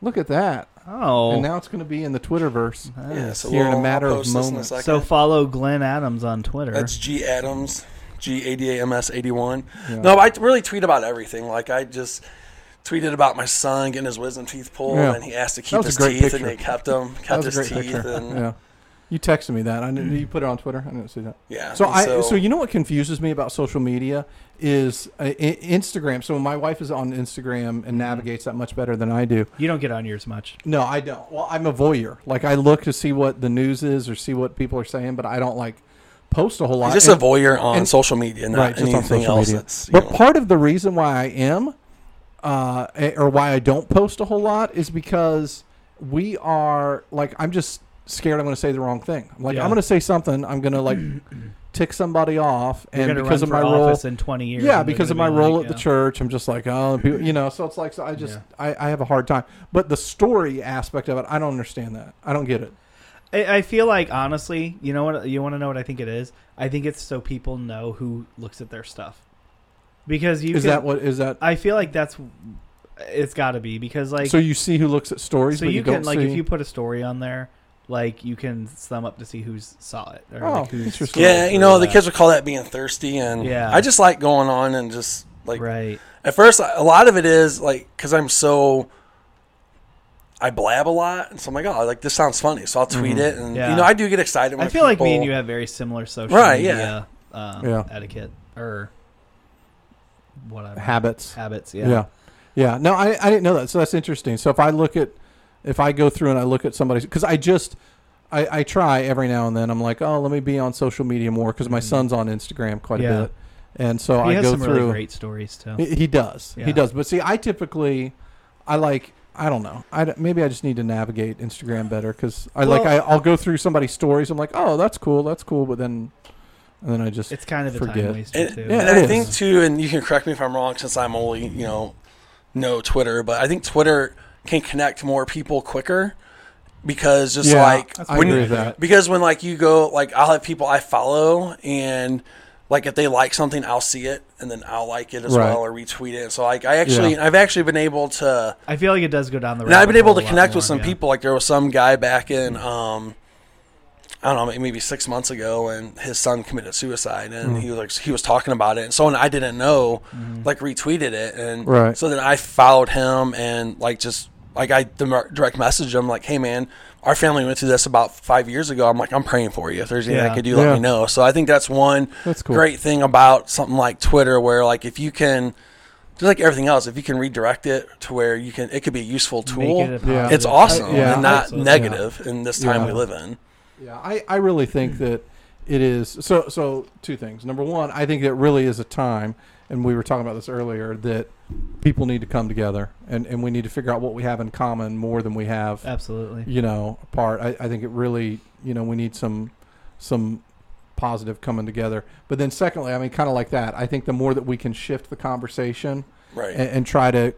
Speaker 2: Look at that,
Speaker 3: Oh,
Speaker 2: and now it's going to be in the Twitterverse.
Speaker 3: Nice.
Speaker 4: Yeah, so
Speaker 2: Here in a
Speaker 4: we'll,
Speaker 2: matter
Speaker 4: I'll
Speaker 2: of
Speaker 4: post this in a
Speaker 2: moments.
Speaker 4: second.
Speaker 3: so follow Glenn Adams on Twitter.
Speaker 4: That's G Adams, G A D A M S eighty one.
Speaker 2: Yeah.
Speaker 4: No, I really tweet about everything. Like I just tweeted about my son getting his wisdom teeth pulled,
Speaker 2: Yeah.
Speaker 4: and he asked to
Speaker 2: That
Speaker 4: keep
Speaker 2: was a
Speaker 4: his
Speaker 2: great
Speaker 4: teeth,
Speaker 2: picture.
Speaker 4: and they kept him,
Speaker 2: that
Speaker 4: kept
Speaker 2: was a
Speaker 4: his
Speaker 2: great
Speaker 4: teeth,
Speaker 2: picture.
Speaker 4: and yeah.
Speaker 2: Yeah. You texted me that. I didn't, you put it on Twitter. I didn't see that. So
Speaker 4: and
Speaker 2: I so you know what confuses me about social media is uh, I- Instagram. So my wife is on Instagram
Speaker 4: Mm-hmm.
Speaker 2: and navigates that much better than I do.
Speaker 3: you don't get on yours much.
Speaker 2: No, I don't. Well, I'm a voyeur. Like I look to see what the news is or see what people are saying, but I don't like post a whole lot.
Speaker 4: He's just
Speaker 2: And-
Speaker 4: a voyeur on
Speaker 2: and-
Speaker 4: social media, not
Speaker 2: right, just
Speaker 4: anything
Speaker 2: on social
Speaker 4: else.
Speaker 2: media.
Speaker 4: That's, you
Speaker 2: But
Speaker 4: know,
Speaker 2: part of the reason why I am, uh, eh, or why I don't post a whole lot, is because we are like I'm just scared I'm going to say the wrong thing. I'm like
Speaker 3: Yeah.
Speaker 2: I'm going to say something. I'm going to
Speaker 3: [clears throat]
Speaker 2: like tick somebody off,
Speaker 3: You're
Speaker 2: and
Speaker 3: gonna
Speaker 2: because
Speaker 3: run
Speaker 2: of my
Speaker 3: for
Speaker 2: role,
Speaker 3: office in 20 years.
Speaker 2: yeah,
Speaker 3: and they're
Speaker 2: because of my
Speaker 3: gonna be
Speaker 2: role
Speaker 3: like,
Speaker 2: at the
Speaker 3: yeah.
Speaker 2: church, I'm just like, oh, people, you know. So it's like, so I just, I, I have a hard time. But the story aspect of it, I don't understand that. I don't get it.
Speaker 3: I, I feel like honestly, you know what? You want to know what I think it is? I think it's so people know who looks at their stuff. Because you
Speaker 2: Is
Speaker 3: can-
Speaker 2: that what is that?
Speaker 3: I feel like that's it's got to be because like
Speaker 2: so you see who looks at stories,
Speaker 3: so
Speaker 2: but you,
Speaker 3: you
Speaker 2: don't
Speaker 3: can like
Speaker 2: see.
Speaker 3: if you put a story on there, like you can thumb up to see who's saw it. Or,
Speaker 2: Oh,
Speaker 3: like, who's
Speaker 2: interesting.
Speaker 4: yeah, you know, the
Speaker 3: Yeah.
Speaker 4: kids would call that being thirsty, and
Speaker 3: Yeah.
Speaker 4: I just like going on and just like
Speaker 3: right.
Speaker 4: At first, a lot of it is like because I'm so I blab a lot, and so I'm like, oh, like this sounds funny, so I'll tweet it, and
Speaker 3: Mm-hmm. Yeah.
Speaker 4: you know, I do get excited. When
Speaker 3: I feel like me and
Speaker 4: people-
Speaker 3: you have very similar social
Speaker 4: Right,
Speaker 3: media Um,
Speaker 2: Yeah.
Speaker 3: etiquette or whatever
Speaker 2: habits.
Speaker 3: habits.
Speaker 2: Yeah. yeah, No, I, I didn't know that. So that's interesting. So if I look at, if I go through and I look at somebody's, because I just, I, I try every now and then. I'm like, oh, let me be on social media more because my son's on Instagram quite
Speaker 3: Mm-hmm. Yeah.
Speaker 2: a bit, and so
Speaker 3: He
Speaker 2: I
Speaker 3: has
Speaker 2: go
Speaker 3: some
Speaker 2: through.
Speaker 3: really great stories too.
Speaker 2: He, he does.
Speaker 3: Yeah.
Speaker 2: He does. But see, I typically, I like. I don't know. I d- maybe I just need to navigate Instagram better because I like. I,
Speaker 3: Well-
Speaker 2: I'll go through somebody's stories. I'm like, oh, that's cool. That's cool. But then, and then I just
Speaker 3: It's kind of a
Speaker 2: Forget.
Speaker 3: time waster
Speaker 4: And,
Speaker 3: too.
Speaker 2: Yeah,
Speaker 4: and
Speaker 2: it
Speaker 4: I
Speaker 2: is.
Speaker 4: think too, and you can correct me if I'm wrong, since I'm only you know know Twitter, but I think Twitter can connect more people quicker because just
Speaker 2: Yeah,
Speaker 4: like
Speaker 2: I agree with that.
Speaker 4: because when like you go like I'll have people I follow and like if they like something, I'll see it and then I'll like it as
Speaker 2: Right.
Speaker 4: well or retweet it. So like I actually
Speaker 2: Yeah.
Speaker 4: I've actually been able to
Speaker 3: I feel like it does go down the.
Speaker 4: and I've been
Speaker 3: rabbit
Speaker 4: able
Speaker 3: hole
Speaker 4: to
Speaker 3: a lot
Speaker 4: connect with
Speaker 3: more,
Speaker 4: some
Speaker 3: yeah.
Speaker 4: people. Like there was some guy back in um I don't know, maybe six months ago, and his son committed suicide,
Speaker 3: Mm.
Speaker 4: and he was like, he was talking about it, and someone I didn't know,
Speaker 3: Mm-hmm.
Speaker 4: like retweeted it, and
Speaker 2: Right.
Speaker 4: so then I followed him, and like just like I dem- direct messaged him, like, hey man, our family went through this about five years ago. I'm like, I'm praying for you. If there's anything
Speaker 3: Yeah.
Speaker 4: I could do,
Speaker 2: Yeah.
Speaker 4: let me know. So I think that's one
Speaker 2: That's cool.
Speaker 4: great thing about something like Twitter, where like if you can. Just like everything else, if you can redirect it to where you can, it could be a useful
Speaker 3: Make
Speaker 4: tool.
Speaker 3: it a
Speaker 2: Yeah.
Speaker 3: positive.
Speaker 4: It's awesome
Speaker 2: I- yeah.
Speaker 4: and not
Speaker 3: Absolutely.
Speaker 4: negative in this time
Speaker 2: Yeah.
Speaker 4: we live in.
Speaker 2: Yeah, I, I really
Speaker 4: [clears throat]
Speaker 2: think that it is so so two things. Number one, I think it really is a time and we were talking about this earlier that people need to come together and, and we need to figure out what we have in common more than we have
Speaker 3: Absolutely.
Speaker 2: you know, apart. I, I think it really, you know, we need some some positive coming together. But then secondly, I mean kinda like that, I think the more that we can shift the conversation
Speaker 4: Right.
Speaker 2: and, and try to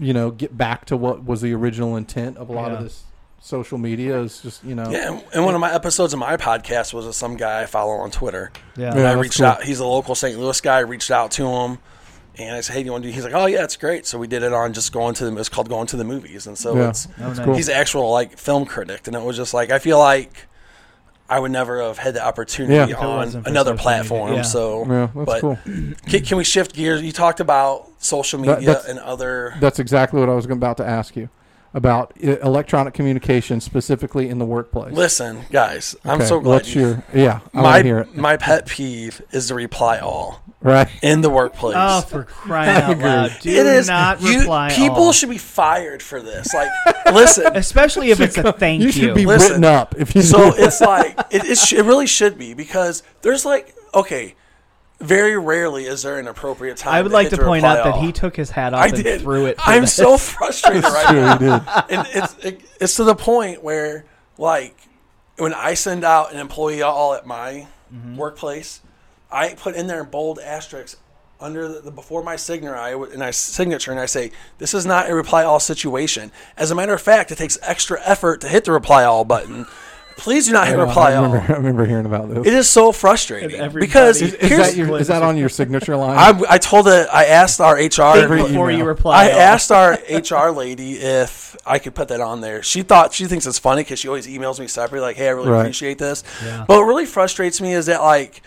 Speaker 2: you know, get back to what was the original intent of a lot of
Speaker 3: Yeah.
Speaker 2: this social media is just, you know
Speaker 4: yeah, and- and one of my episodes of my podcast was with some guy I follow on Twitter.
Speaker 3: Yeah.
Speaker 4: And I
Speaker 2: that's
Speaker 4: reached
Speaker 2: cool.
Speaker 4: out. He's a local St. Louis guy. I reached out to him, and I said, "Hey, do you want to do?" He's like, "Oh yeah, it's great." So we did it on just going to the. It's called going to the movies, and so
Speaker 2: Yeah.
Speaker 4: it's
Speaker 2: That's
Speaker 3: nice.
Speaker 2: cool.
Speaker 4: he's an actual like film critic, and it was just like I feel like I would never have had the opportunity
Speaker 2: Yeah.
Speaker 3: If it
Speaker 4: on
Speaker 3: wasn't for social
Speaker 4: another
Speaker 3: media,
Speaker 4: platform.
Speaker 3: yeah.
Speaker 4: So
Speaker 2: Yeah, that's
Speaker 4: but
Speaker 2: cool.
Speaker 4: can, can we shift gears? You talked about social
Speaker 2: That-
Speaker 4: media
Speaker 2: that's-
Speaker 4: and other.
Speaker 2: That's exactly what I was about to ask you about e- electronic communication, specifically in the workplace.
Speaker 4: Listen, guys, I'm
Speaker 2: Okay,
Speaker 4: so glad
Speaker 2: what's
Speaker 4: you
Speaker 2: your- yeah, I want
Speaker 4: my
Speaker 2: to hear it.
Speaker 4: my pet peeve is the reply all
Speaker 2: Right?
Speaker 4: in the workplace.
Speaker 3: Oh, for crying out
Speaker 2: agree.
Speaker 3: loud! Do
Speaker 4: it is
Speaker 3: not
Speaker 4: you-
Speaker 3: reply.
Speaker 4: people
Speaker 3: all.
Speaker 4: should be fired for this. Like,
Speaker 2: [laughs]
Speaker 4: listen.
Speaker 3: especially if it's
Speaker 4: [laughs]
Speaker 3: a thank you.
Speaker 2: You should be
Speaker 4: Listen,
Speaker 2: written up if you.
Speaker 4: So
Speaker 2: [laughs]
Speaker 4: it's like it, it, sh- it really should be because there's like okay, very rarely is there an appropriate time.
Speaker 3: I would like
Speaker 4: hit
Speaker 3: to
Speaker 4: the
Speaker 3: point
Speaker 4: reply
Speaker 3: out that
Speaker 4: all.
Speaker 3: he took his hat off
Speaker 4: I
Speaker 3: and
Speaker 4: did.
Speaker 3: threw it. for
Speaker 4: I'm
Speaker 3: that.
Speaker 4: so [laughs] frustrated right now.
Speaker 2: Sure, you
Speaker 4: [laughs]
Speaker 2: did.
Speaker 4: and it's it, it's to the point where like when I send out an employee all at my
Speaker 2: Mm-hmm.
Speaker 4: workplace, I put in there in bold asterisks under the, the before my signature I would- and I signature and I say this is not a reply all situation. As a matter of fact, it takes extra effort to hit the reply all button. Please do not hit reply
Speaker 2: I,
Speaker 4: all.
Speaker 2: remember, I remember hearing about this.
Speaker 4: It is so frustrating
Speaker 3: everybody-
Speaker 4: because
Speaker 3: Is-
Speaker 2: Is
Speaker 4: here's
Speaker 2: that, your, is that on your signature line?
Speaker 4: [laughs] I, I told the I asked our HR
Speaker 2: Every
Speaker 3: Think before you
Speaker 2: email.
Speaker 3: reply.
Speaker 4: I
Speaker 3: all.
Speaker 4: asked our HR lady if I could put that on there. She thought she thinks it's funny because she always emails me separately, like, "Hey, I really
Speaker 2: Right.
Speaker 4: appreciate this."
Speaker 3: Yeah.
Speaker 4: But what really frustrates me is that like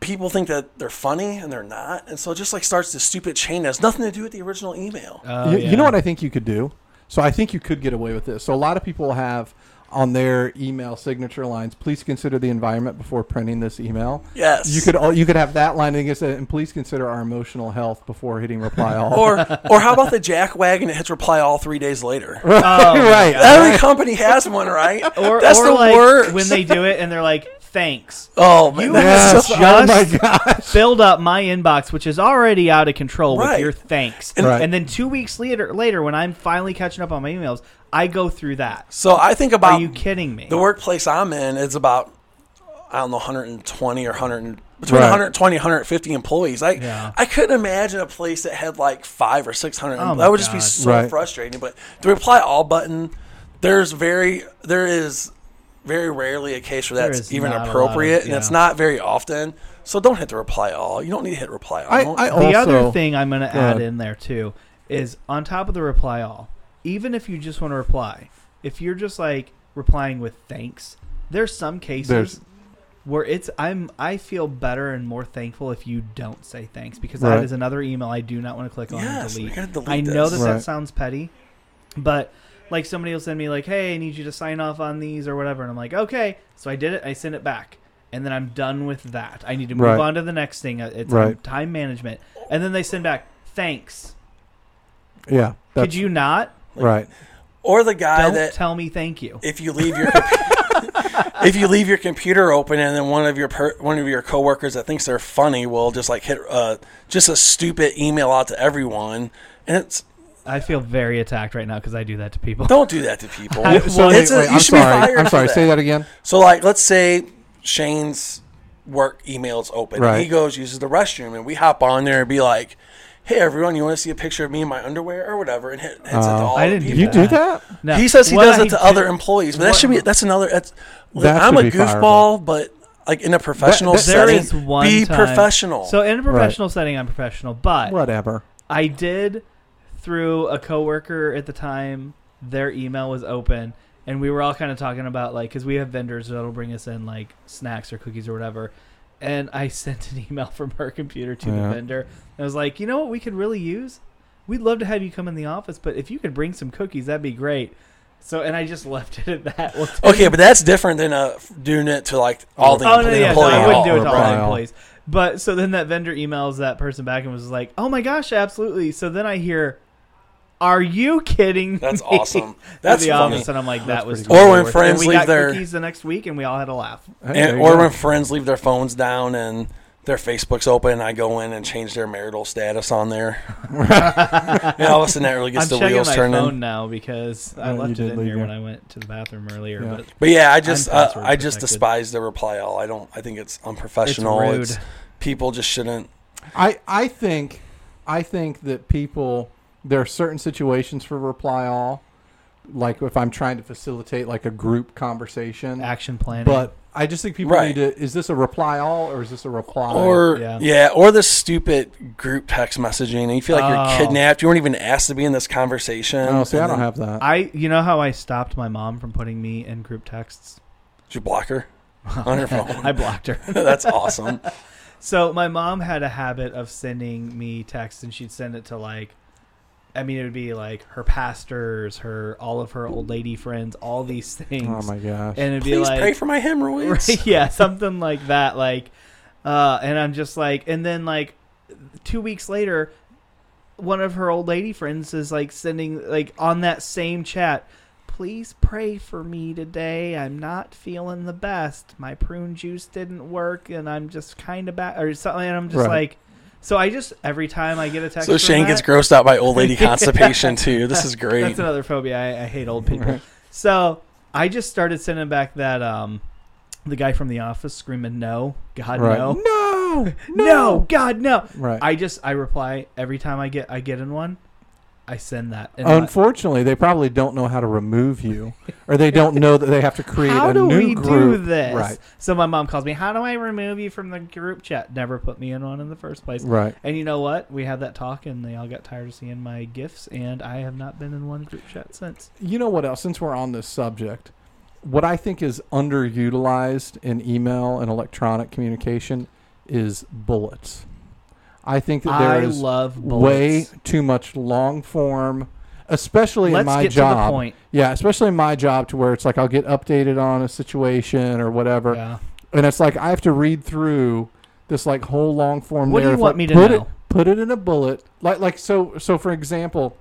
Speaker 4: people think that they're funny and they're not, and so it just like starts this stupid chain that has nothing to do with the original email.
Speaker 3: Oh,
Speaker 2: you,
Speaker 3: yeah.
Speaker 2: you know what I think you could do? So I think you could get away with this. So a lot of people have on their email signature lines, please consider the environment before printing this email.
Speaker 4: Yes.
Speaker 2: You could all, you could have that line against it, and please consider our emotional health before hitting reply
Speaker 4: [laughs]
Speaker 2: all.
Speaker 4: or or how about the jack wagon that hits reply all three days
Speaker 3: [laughs]
Speaker 4: later? Oh
Speaker 2: right.
Speaker 4: Every company has one, right?
Speaker 3: Or,
Speaker 4: That's
Speaker 3: or
Speaker 4: the
Speaker 3: like
Speaker 4: worst.
Speaker 3: when they do it and they're like,
Speaker 4: [laughs]
Speaker 3: "Thanks."
Speaker 4: oh man,
Speaker 3: You
Speaker 4: that's
Speaker 3: have
Speaker 4: so-
Speaker 2: Oh my
Speaker 3: just
Speaker 2: gosh.
Speaker 3: filled up my inbox, which is already out of control
Speaker 4: Right.
Speaker 3: with your thanks.
Speaker 4: And-
Speaker 2: Right.
Speaker 3: And then two weeks later, later when I'm finally catching up on my emails, I go through that.
Speaker 4: so I think about
Speaker 3: Are you kidding me?
Speaker 4: The workplaase I'm in is about I don't know 120 or 100 and- between
Speaker 2: Right.
Speaker 4: 120 150 employees. I
Speaker 3: Yeah.
Speaker 4: I couldn't imagine a place that had like 5 or 600
Speaker 3: Oh my
Speaker 4: that would just be
Speaker 3: God.
Speaker 4: so
Speaker 2: Right.
Speaker 4: frustrating, but the reply all button there's very there is very rarely a case where
Speaker 3: There
Speaker 4: that's
Speaker 3: is
Speaker 4: even
Speaker 3: not a lot of-
Speaker 4: appropriate and it's
Speaker 3: yeah.
Speaker 4: not very often. So don't hit the reply all. You don't need to hit reply all.
Speaker 2: I,
Speaker 4: Don't-
Speaker 2: I
Speaker 3: the
Speaker 2: also,
Speaker 3: other thing I'm going to add
Speaker 2: ahead.
Speaker 3: in there too is on top of the reply all, even if you just want to reply, if you're just like replying with thanks, there's some cases
Speaker 2: There's-
Speaker 3: where it's I'm I feel better and more thankful if you don't say thanks because
Speaker 2: Right.
Speaker 3: that is another email I do not want to click on
Speaker 4: Yes, we
Speaker 3: and
Speaker 4: gotta
Speaker 3: delete.
Speaker 4: delete
Speaker 3: I know that
Speaker 4: this.
Speaker 2: Right.
Speaker 3: that sounds petty, but like somebody will send me like, "Hey, I need you to sign off on these or whatever," and I'm like, "Okay." So I did it. I send it back, and then I'm done with that. I need to move
Speaker 2: Right.
Speaker 3: on to the next thing. It's
Speaker 2: Right.
Speaker 3: um, time management, and then they send back, "Thanks."
Speaker 2: yeah, that's
Speaker 3: Could you not?
Speaker 2: right.
Speaker 4: or the guy
Speaker 3: Don't
Speaker 4: that
Speaker 3: tell me thank you.
Speaker 4: if you leave your [laughs] if you leave your computer open and then one of your per, one of your coworkers that thinks they're funny will just like hit uh, just a stupid email out to everyone and it's
Speaker 3: I feel very attacked right now because I do that to people. [laughs]
Speaker 4: don't do that to people.
Speaker 3: I
Speaker 4: It's
Speaker 2: So wait,
Speaker 4: a-
Speaker 2: wait,
Speaker 4: you
Speaker 2: I'm
Speaker 4: should be
Speaker 2: sorry.
Speaker 4: fired
Speaker 2: I'm
Speaker 4: for
Speaker 2: sorry. Say that again.
Speaker 4: So like let's say Shane's work email's open.
Speaker 2: Right.
Speaker 4: He goes uses the restroom and we hop on there and be like, "Hey everyone, you want to see a picture of me in my underwear or whatever?" and hit, hits it to all
Speaker 3: I
Speaker 4: the
Speaker 3: didn't do
Speaker 4: people.
Speaker 2: You do that?
Speaker 3: No.
Speaker 4: He says he
Speaker 3: What
Speaker 4: does
Speaker 3: I
Speaker 4: it to
Speaker 3: do-
Speaker 4: other employees, but that
Speaker 3: what-
Speaker 4: should be that's another. That's,
Speaker 2: That
Speaker 4: I'm
Speaker 2: should
Speaker 4: a
Speaker 2: be fireable.
Speaker 4: goofball, but like in a professional
Speaker 2: There-
Speaker 3: There
Speaker 4: setting.
Speaker 3: is one
Speaker 4: be
Speaker 3: time-
Speaker 4: professional.
Speaker 3: So in a professional setting, I'm professional, but
Speaker 2: Whatever.
Speaker 3: I did through a coworker at the time. Their email was open, and we were all kind of talking about like because we have vendors that'll bring us in like snacks or cookies or whatever. And I [laughs] sent an email from her computer to
Speaker 2: Yeah.
Speaker 3: the vendor. And I was like, you know what we could really use? We'd love to have you come in the office, but if you could bring some cookies, that'd be great. So and I just [laughs] left it at that. We'll take
Speaker 4: okay, but that's different than uh, doing it to like all the,
Speaker 3: Oh no,
Speaker 4: the
Speaker 3: yeah, no,
Speaker 4: employee.
Speaker 3: I wouldn't do it to all
Speaker 2: Right.
Speaker 3: the employees. But so then that vendor emails that person back and was like, "Oh my gosh, absolutely." So then I hear, "Are you kidding?"
Speaker 4: That's
Speaker 3: me?" [laughs]
Speaker 4: awesome.
Speaker 3: To
Speaker 4: That's
Speaker 3: the
Speaker 4: funny.
Speaker 3: office, and I'm like, "That was
Speaker 2: pretty
Speaker 4: Or when
Speaker 3: worth it."
Speaker 4: friends
Speaker 3: And we
Speaker 4: leave
Speaker 3: got
Speaker 4: their-
Speaker 3: cookies the next week, and we all had a laugh.
Speaker 2: Hey, there
Speaker 4: And,
Speaker 2: you
Speaker 4: or
Speaker 2: go.
Speaker 4: when friends leave their phones down and their Facebook's open, I go in and change their marital status
Speaker 3: [laughs]
Speaker 4: on there. and all of a sudden, that really
Speaker 3: I'm
Speaker 4: gets the
Speaker 3: checking
Speaker 4: wheels
Speaker 3: my
Speaker 4: turning.
Speaker 3: phone now because I
Speaker 2: Yeah, you
Speaker 3: left
Speaker 2: did
Speaker 3: it in
Speaker 2: leave
Speaker 3: here
Speaker 2: your-
Speaker 3: when I went to the bathroom earlier.
Speaker 2: Yeah.
Speaker 3: But
Speaker 4: But yeah, I just
Speaker 3: I'm
Speaker 4: uh,
Speaker 3: password
Speaker 4: I just
Speaker 3: protected.
Speaker 4: despise the reply all. I don't. I think it's unprofessional.
Speaker 3: It's rude.
Speaker 4: people just shouldn't.
Speaker 2: I, I think I think that people there are certain situations for reply all, like if I'm trying to facilitate like a group conversation.
Speaker 3: action planning,
Speaker 2: But I just think people
Speaker 4: Right.
Speaker 2: need to is this a reply all or is this a reply
Speaker 4: Or yeah.
Speaker 3: Oh, yeah.
Speaker 4: or the stupid group text messaging. And you feel like
Speaker 3: Oh.
Speaker 4: you're kidnapped. You weren't even asked to be in this conversation.
Speaker 2: No, see, I
Speaker 4: and
Speaker 2: don't
Speaker 4: then-
Speaker 2: have that.
Speaker 3: I you know how I stopped my mom from putting me in group texts.
Speaker 4: Did you
Speaker 3: [laughs]
Speaker 4: block her on her phone? [laughs]
Speaker 3: I blocked her.
Speaker 4: That's awesome.
Speaker 3: So my mom had a habit of sending me texts, and she'd send it to like, I mean, it would be like her pastors, her all of her old lady friends, all these things,
Speaker 2: oh my gosh.
Speaker 3: and it'd be
Speaker 4: Please
Speaker 3: like,
Speaker 4: pray for my
Speaker 3: [laughs]
Speaker 4: hemorrhoids.
Speaker 3: Right, yeah, something like that. Like, uh, and I'm just like, and then like two weeks later, one of her old lady friends is like sending like on that same chat. Please pray for me today. I'm not feeling the best. My prune juice didn't work, and I'm just kind of bad or something. And I'm just
Speaker 2: Right.
Speaker 3: like, so I just every time I get a text.
Speaker 4: So
Speaker 3: from
Speaker 4: Shane gets
Speaker 3: that-
Speaker 4: grossed out by
Speaker 3: [laughs]
Speaker 4: old lady [laughs] constipation too. This is great.
Speaker 3: that's another phobia. I, I
Speaker 2: [laughs]
Speaker 3: hate old people. so I just started sending back that um, the guy from the office screaming no, God
Speaker 2: right.
Speaker 3: no,
Speaker 2: [laughs] No.
Speaker 3: no, God no.
Speaker 2: Right.
Speaker 3: I just I reply every time I get I get in one, I send that. And I'm like,
Speaker 2: Unfortunately, they probably don't know how to remove you, or they don't know that they have to create
Speaker 3: how
Speaker 2: a
Speaker 3: do
Speaker 2: new
Speaker 3: we
Speaker 2: group.
Speaker 3: do this?
Speaker 2: Right,
Speaker 3: So my mom calls me. How do I remove you from the group chat? Never put me in one in the first place.
Speaker 2: right.
Speaker 3: And you know what? We had that talk, and they all got tired of seeing my gifts, and I have not been in one group chat since.
Speaker 2: You know what else? Since we're on this subject, what I think is underutilized in email and electronic communication is bullets. I think that
Speaker 3: I
Speaker 2: there is
Speaker 3: love bullets.
Speaker 2: way too much long form, especially in
Speaker 3: Let's
Speaker 2: my
Speaker 3: get
Speaker 2: job.
Speaker 3: to the point.
Speaker 2: Yeah, especially in my job, to where it's like I'll get updated on a situation or whatever,
Speaker 3: Yeah.
Speaker 2: and it's like I have to read through this like whole long form.
Speaker 3: What do you
Speaker 2: narrative.
Speaker 3: want
Speaker 2: Like,
Speaker 3: me to
Speaker 2: put
Speaker 3: know?
Speaker 2: It, put it in a bullet, like like so. So for example,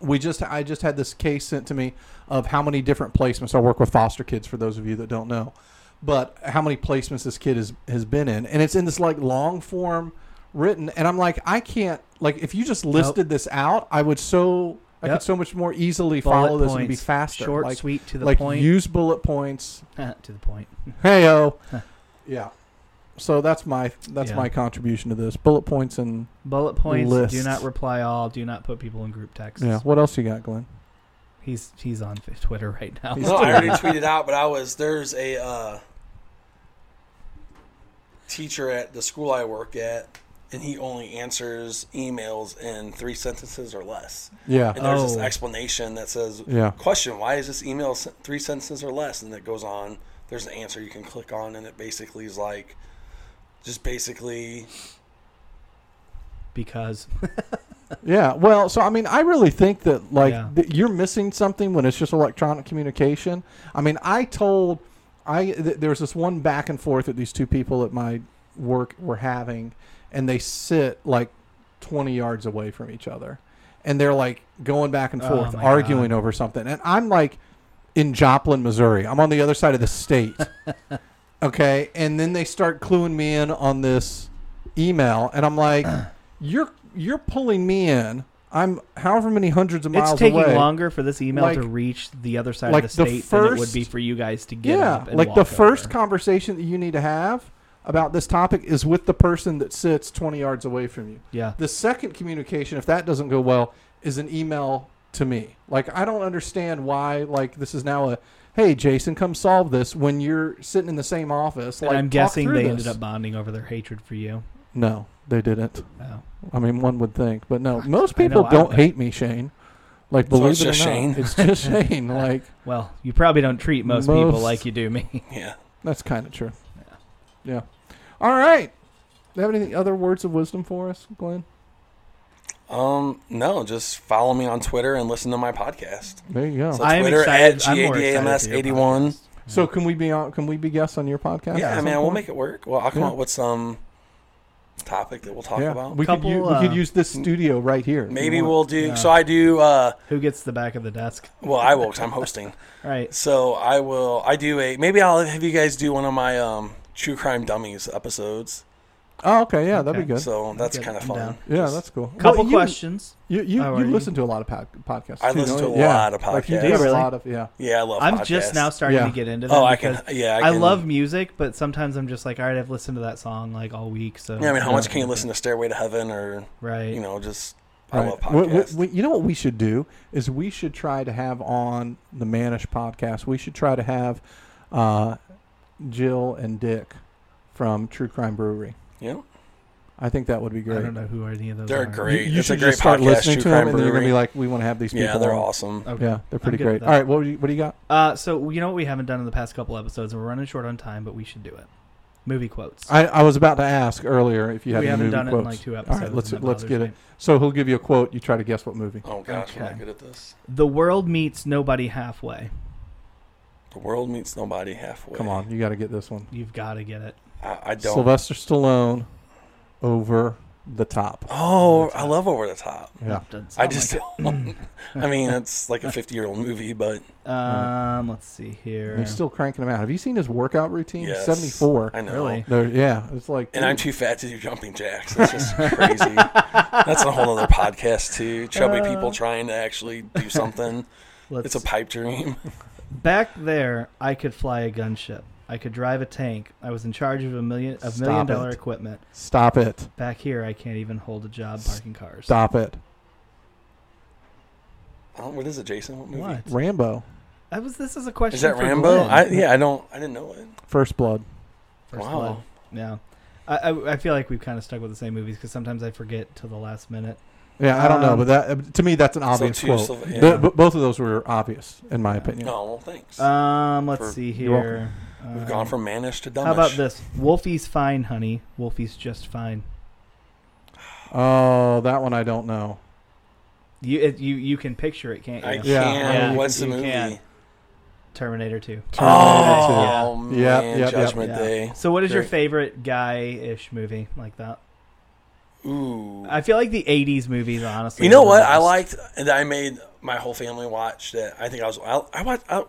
Speaker 2: we just I just had this case sent to me of how many different placements I work with foster kids. For those of you that don't know, but how many placements this kid has has been in, and it's in this like long form written, and I'm like I can't like if you just listed this out, I would so. I
Speaker 3: Yep.
Speaker 2: could so much more easily
Speaker 3: Bullet
Speaker 2: follow this and be
Speaker 3: points.
Speaker 2: faster.
Speaker 3: Short,
Speaker 2: like,
Speaker 3: sweet, to the
Speaker 2: like
Speaker 3: point.
Speaker 2: use bullet points.
Speaker 3: [laughs] to the point.
Speaker 2: Heyo.
Speaker 3: Huh.
Speaker 2: [laughs] yeah. So that's my that's
Speaker 3: Yeah.
Speaker 2: my contribution to this. Bullet points and
Speaker 3: Bullet points. Do
Speaker 2: Lists.
Speaker 3: not reply all. Do not put people in group texts.
Speaker 2: yeah. What else you got, Glenn?
Speaker 3: He's he's on [laughs] f- Twitter right now.
Speaker 2: He's-
Speaker 4: No, I already tweeted out, but I was there's a uh, teacher at the school I work at, and he only answers emails in three sentences or less.
Speaker 2: Yeah.
Speaker 4: And there's this
Speaker 3: Oh.
Speaker 4: explanation that says,
Speaker 2: Yeah.
Speaker 4: "Question: Why is this email sen- three sentences or less?" And it goes on. There's an answer you can click on, and it basically is like,
Speaker 3: [laughs]
Speaker 4: just basically,
Speaker 3: [laughs] because
Speaker 2: Yeah. Well, so I mean, I really think that like
Speaker 3: Yeah.
Speaker 2: that you're missing something when it's just electronic communication. I mean, I told I th- there was this one back and forth that these two people at my work were having, and they sit like 20 yards away from each other, and they're like going back and
Speaker 3: Oh,
Speaker 2: forth,
Speaker 3: my
Speaker 2: arguing over something, and I'm like in Joplin, Missouri. I'm on the other side of the
Speaker 3: [laughs]
Speaker 2: state. okay, and then they start cluing me in on this email, and I'm like, you're you're pulling me in. I'm however many hundreds of miles
Speaker 3: it's taking
Speaker 2: away.
Speaker 3: longer for this email to
Speaker 2: Like-
Speaker 3: reach the other side
Speaker 2: like
Speaker 3: of the
Speaker 2: the
Speaker 3: state than it would
Speaker 2: first-
Speaker 3: be for you guys to get.
Speaker 2: yeah,
Speaker 3: up and
Speaker 2: like
Speaker 3: walk
Speaker 2: the first
Speaker 3: over.
Speaker 2: conversation that you need to have about this topic is with the person that sits 20 yards away from you.
Speaker 3: yeah.
Speaker 2: The second communication, if that doesn't go well, is an email to me. Like I don't understand why like this is now a hey, Jason, come solve this when you're sitting in the same office.
Speaker 3: And
Speaker 2: like, talk
Speaker 3: I'm guessing
Speaker 2: through
Speaker 3: they
Speaker 2: this.
Speaker 3: ended up bonding over their hatred for you.
Speaker 2: No, they didn't.
Speaker 3: Oh.
Speaker 2: I mean, one would think, but no, most
Speaker 3: [laughs] I know
Speaker 2: people
Speaker 3: I
Speaker 2: don't
Speaker 3: would.
Speaker 2: hate me, Shane. Like,
Speaker 4: So
Speaker 2: believe
Speaker 4: it's
Speaker 2: it or
Speaker 4: just Shane.
Speaker 2: not, it's
Speaker 4: [laughs]
Speaker 2: just Shane. Like,
Speaker 3: Well, you probably don't treat most, people
Speaker 2: Most-
Speaker 3: like you do me. [laughs]
Speaker 4: Yeah.
Speaker 2: that's kind of true. Yeah. All right. Do you have any other words of wisdom for us, Glenn?
Speaker 4: Um, no, just follow me on Twitter and listen to my podcast.
Speaker 2: There you go.
Speaker 4: So
Speaker 3: I am
Speaker 4: Twitter
Speaker 3: excited-
Speaker 4: at
Speaker 3: I'm more excited for your
Speaker 4: GADAMS81.
Speaker 2: So, can we be on? Can we be guests on your podcast?
Speaker 4: Yeah, I
Speaker 2: at
Speaker 4: mean,
Speaker 2: some
Speaker 4: we'll
Speaker 2: point?
Speaker 4: make it work. Well, I'll come
Speaker 2: Yeah.
Speaker 4: up with some topic that we'll talk about.
Speaker 2: We,
Speaker 3: Couple,
Speaker 2: could u-
Speaker 3: uh,
Speaker 2: we could use this studio right here. if we
Speaker 4: Maybe
Speaker 2: want.
Speaker 4: we'll do.
Speaker 3: yeah.
Speaker 4: So I do. Uh,
Speaker 3: Who gets the back of the desk?
Speaker 4: well, I will because I'm hosting.
Speaker 3: All right.
Speaker 4: So I will. I do a. Maybe I'll have you guys do one of my um, true crime dummies episodes.
Speaker 2: Oh, okay. Yeah, that'd be good.
Speaker 4: So that's
Speaker 3: Okay,
Speaker 4: kind of
Speaker 3: I'm
Speaker 4: fun.
Speaker 3: down.
Speaker 2: yeah, that's cool.
Speaker 3: Couple
Speaker 2: Well, you-
Speaker 3: questions.
Speaker 2: You you,
Speaker 3: Oh,
Speaker 2: you
Speaker 3: are you-
Speaker 2: listen to a lot of pod- podcasts.
Speaker 4: I
Speaker 2: too,
Speaker 4: listen
Speaker 2: don't
Speaker 4: to
Speaker 2: you?
Speaker 4: a
Speaker 2: yeah.
Speaker 4: lot of
Speaker 2: Like, you do
Speaker 4: podcasts.
Speaker 3: Do you
Speaker 2: a
Speaker 3: really?
Speaker 2: lot of yeah.
Speaker 4: Yeah, I love.
Speaker 3: I'm
Speaker 4: podcasts.
Speaker 3: just now starting
Speaker 2: Yeah.
Speaker 3: to get into them.
Speaker 4: Oh, I can.
Speaker 3: because
Speaker 4: Yeah, I,
Speaker 3: I,
Speaker 4: can-
Speaker 3: love music, but sometimes I'm just like, all right, I've listened to that song like all week. So
Speaker 4: Yeah, I mean, how much can you listen to Stairway to Heaven or
Speaker 3: Right.
Speaker 4: you know just I love
Speaker 2: Right. We- we-
Speaker 4: podcasts.
Speaker 2: we- you know what we should do is we should try to have on the Manish podcast. We should try to have uh, Jill and Dick from True Crime Brewery.
Speaker 4: yeah,
Speaker 2: I think that would be great.
Speaker 3: I don't know who any of those
Speaker 4: they're
Speaker 3: are.
Speaker 2: You,
Speaker 4: great.
Speaker 2: you
Speaker 4: it's
Speaker 2: should
Speaker 4: a great
Speaker 2: just start
Speaker 4: podcast.
Speaker 2: listening
Speaker 4: True
Speaker 2: to
Speaker 4: Crime
Speaker 2: them, and then you're gonna be
Speaker 4: Brewery.
Speaker 2: like, "We want to have these people."
Speaker 4: yeah, they're
Speaker 2: on.
Speaker 4: awesome.
Speaker 3: Okay.
Speaker 2: Yeah, they're
Speaker 3: I'm
Speaker 2: pretty
Speaker 3: good with
Speaker 2: great.
Speaker 3: that.
Speaker 2: All right, what do you, what do you got?
Speaker 3: Uh, so you know what we haven't done in the past couple episodes, and we're running short on time, but we should do it. Movie quotes.
Speaker 2: I, I was about to ask earlier if you had
Speaker 3: we
Speaker 2: any
Speaker 3: haven't
Speaker 2: movie
Speaker 3: done
Speaker 2: quotes.
Speaker 3: it in like two
Speaker 2: All
Speaker 3: episodes.
Speaker 2: right, let's
Speaker 3: and that
Speaker 2: let's get
Speaker 3: bothers
Speaker 2: it.
Speaker 3: me.
Speaker 2: So he'll give you a quote. You try to guess what movie.
Speaker 4: Oh gosh, I'm
Speaker 3: Okay.
Speaker 4: not good at this.
Speaker 3: The world meets nobody halfway.
Speaker 4: The world meets nobody halfway.
Speaker 2: Come on, you got to get this one.
Speaker 3: You've got to get it.
Speaker 4: I, I don't.
Speaker 2: Sylvester Stallone over the top.
Speaker 4: oh, I love Over the Top.
Speaker 2: Yeah.
Speaker 3: Doesn't
Speaker 4: I
Speaker 3: sound
Speaker 4: just.
Speaker 3: like
Speaker 4: don't. [laughs] I mean, it's like a 50 year old movie, but
Speaker 2: [laughs]
Speaker 3: it. um. Let's see here.
Speaker 2: And He's still cranking him out. Have you seen his workout routine?
Speaker 4: yes,
Speaker 2: 74.
Speaker 4: I know.
Speaker 3: Really?
Speaker 2: There- yeah, it's like.
Speaker 4: And I'm too fat to do jumping jacks. It's just crazy. That's a whole other podcast too. Chubby people trying to actually
Speaker 3: [laughs]
Speaker 4: do something.
Speaker 3: Uh. Let's,
Speaker 4: It's a pipe dream. [laughs]
Speaker 3: back there. I could fly a gunship. I could drive a tank. I was in charge of a million of
Speaker 2: Stop
Speaker 3: million dollar
Speaker 2: it.
Speaker 3: equipment.
Speaker 2: Stop it.
Speaker 3: Back here, I can't even hold a job parking cars.
Speaker 2: Stop it.
Speaker 4: Oh, what is it, Jason? What movie?
Speaker 3: What?
Speaker 2: Rambo.
Speaker 3: That was. This is a question.
Speaker 4: Is that
Speaker 3: for
Speaker 4: Rambo?
Speaker 3: Glenn.
Speaker 4: I, yeah, I don't. I didn't know it.
Speaker 2: First Blood.
Speaker 3: First
Speaker 4: Wow.
Speaker 3: Blood. Yeah. I, I, I feel like we've kind of stuck with the same movies because sometimes I forget till the last minute.
Speaker 2: Yeah, I don't know,
Speaker 3: Um,
Speaker 2: but that to me that's an obvious
Speaker 4: two
Speaker 2: quote.
Speaker 4: Sylv- yeah.
Speaker 2: The- but both of those were obvious in my opinion.
Speaker 4: No, Oh, well, thanks.
Speaker 3: Um, let's
Speaker 4: For-
Speaker 3: see
Speaker 2: You're
Speaker 3: here.
Speaker 4: We've
Speaker 3: Uh,
Speaker 4: gone from mannish to dumbish.
Speaker 3: How about this? Wolfie's fine, honey. Wolfie's just fine.
Speaker 2: Oh, that one I don't know.
Speaker 3: You it, you you can picture it, can't you?
Speaker 4: I can't.
Speaker 2: Yeah.
Speaker 3: Yeah,
Speaker 4: What's the
Speaker 3: you
Speaker 4: movie?
Speaker 3: can. Terminator Two.
Speaker 2: Terminator
Speaker 4: Oh man,
Speaker 2: Yeah. Yep, yep, yep.
Speaker 4: Judgment
Speaker 3: Yeah.
Speaker 4: Day.
Speaker 3: So, what is your
Speaker 4: Great. favorite
Speaker 3: favorite guy-ish movie like that?
Speaker 4: Ooh.
Speaker 3: I feel like the '80s movies, honestly.
Speaker 4: you know
Speaker 3: were the
Speaker 4: what I
Speaker 3: best.
Speaker 4: liked and I made my whole family watch that. I think I was I, I watched I,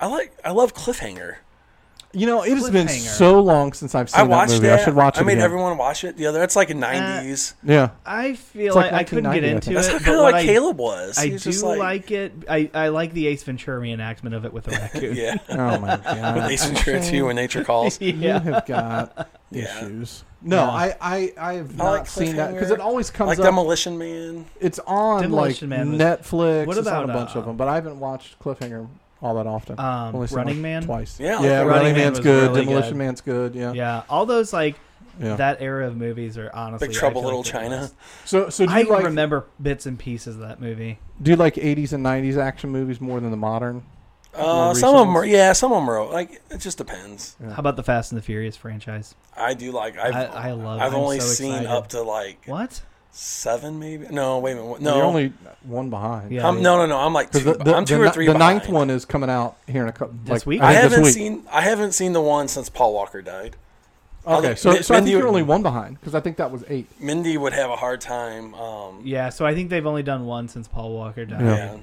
Speaker 4: I like I love Cliffhanger.
Speaker 2: You know, it has been
Speaker 3: Cliffhanger.
Speaker 2: so long since I've seen
Speaker 4: I watched
Speaker 2: that movie.
Speaker 4: that.
Speaker 2: I should watch it
Speaker 4: I made
Speaker 2: again.
Speaker 4: everyone watch it. The other it's
Speaker 3: Uh,
Speaker 4: like a 90s.
Speaker 2: yeah.
Speaker 3: I feel
Speaker 2: It's like
Speaker 3: like, I couldn't get
Speaker 2: 1990, I
Speaker 3: into
Speaker 2: think.
Speaker 4: That's
Speaker 3: it.
Speaker 4: how
Speaker 3: but
Speaker 4: kind of
Speaker 3: what
Speaker 4: like
Speaker 3: I-
Speaker 4: Caleb was.
Speaker 3: I
Speaker 4: He was
Speaker 3: do
Speaker 4: just
Speaker 3: like, it. I, I like the Ace Ventura enactment of it with a raccoon.
Speaker 4: [laughs] [laughs] yeah.
Speaker 2: Oh my god.
Speaker 4: Ace Ventura 2 when nature calls.
Speaker 2: You
Speaker 3: [laughs] yeah.
Speaker 2: have got
Speaker 4: [laughs] Yeah.
Speaker 2: issues. No,
Speaker 3: Yeah.
Speaker 2: I, I, I have
Speaker 4: I
Speaker 2: not
Speaker 4: like
Speaker 2: seen that because
Speaker 4: Cliffhanger.
Speaker 2: it always comes
Speaker 4: Like
Speaker 2: up.
Speaker 4: Demolition Man.
Speaker 2: it's on
Speaker 3: Demolition
Speaker 2: like
Speaker 3: Man was-
Speaker 2: Netflix.
Speaker 3: What
Speaker 2: What about
Speaker 3: about,
Speaker 2: a bunch
Speaker 3: uh,
Speaker 2: of them? But I haven't watched Cliffhanger all that often.
Speaker 3: Um,
Speaker 2: Only seen,
Speaker 3: Running
Speaker 2: like,
Speaker 3: Man?
Speaker 2: twice. Yeah,
Speaker 4: Yeah, like Running
Speaker 2: Running,
Speaker 3: Man
Speaker 2: Man's
Speaker 3: was
Speaker 2: good.
Speaker 3: really
Speaker 2: Demolition
Speaker 3: good.
Speaker 2: Man's good. Yeah, yeah.
Speaker 3: Yeah, all those like that era of movies are honestly
Speaker 4: Big
Speaker 3: I
Speaker 4: Trouble
Speaker 3: feel like
Speaker 4: Little
Speaker 3: the
Speaker 4: China.
Speaker 3: best.
Speaker 2: So, so do
Speaker 3: I
Speaker 2: you like
Speaker 3: remember bits and pieces of that movie.
Speaker 2: do you like '80s and '90s action movies more than the modern?
Speaker 4: Uh,
Speaker 2: More
Speaker 4: some of them
Speaker 2: recent
Speaker 4: are yeah, some of them are like it just depends.
Speaker 2: Yeah.
Speaker 3: How about the Fast and the Furious franchise?
Speaker 4: I do like I've
Speaker 3: I, I love.
Speaker 4: I've
Speaker 3: I'm
Speaker 4: only
Speaker 3: so
Speaker 4: seen
Speaker 3: excited.
Speaker 4: up to like
Speaker 3: what?
Speaker 4: seven, maybe. No, wait a minute. No,
Speaker 2: You're only one behind.
Speaker 3: Yeah.
Speaker 4: I'm, no, no, no. I'm like two.
Speaker 2: Because the, the,
Speaker 4: I'm two
Speaker 2: the
Speaker 4: or
Speaker 2: ni-
Speaker 4: three.
Speaker 2: the
Speaker 4: behind.
Speaker 2: ninth one is coming out here in a couple.
Speaker 3: This
Speaker 2: like,
Speaker 3: week?
Speaker 2: I,
Speaker 4: I
Speaker 2: think this
Speaker 4: haven't
Speaker 2: week.
Speaker 4: seen. I haven't seen the one since Paul Walker died. I
Speaker 2: Okay,
Speaker 4: think
Speaker 2: so,
Speaker 4: Min-
Speaker 2: so I think
Speaker 4: Mindy-
Speaker 2: you're only one behind because I think that was eight.
Speaker 4: Mindy would have a hard time. Um, yeah.
Speaker 3: Yeah, so I think they've only done one since Paul Walker died.
Speaker 2: Yeah.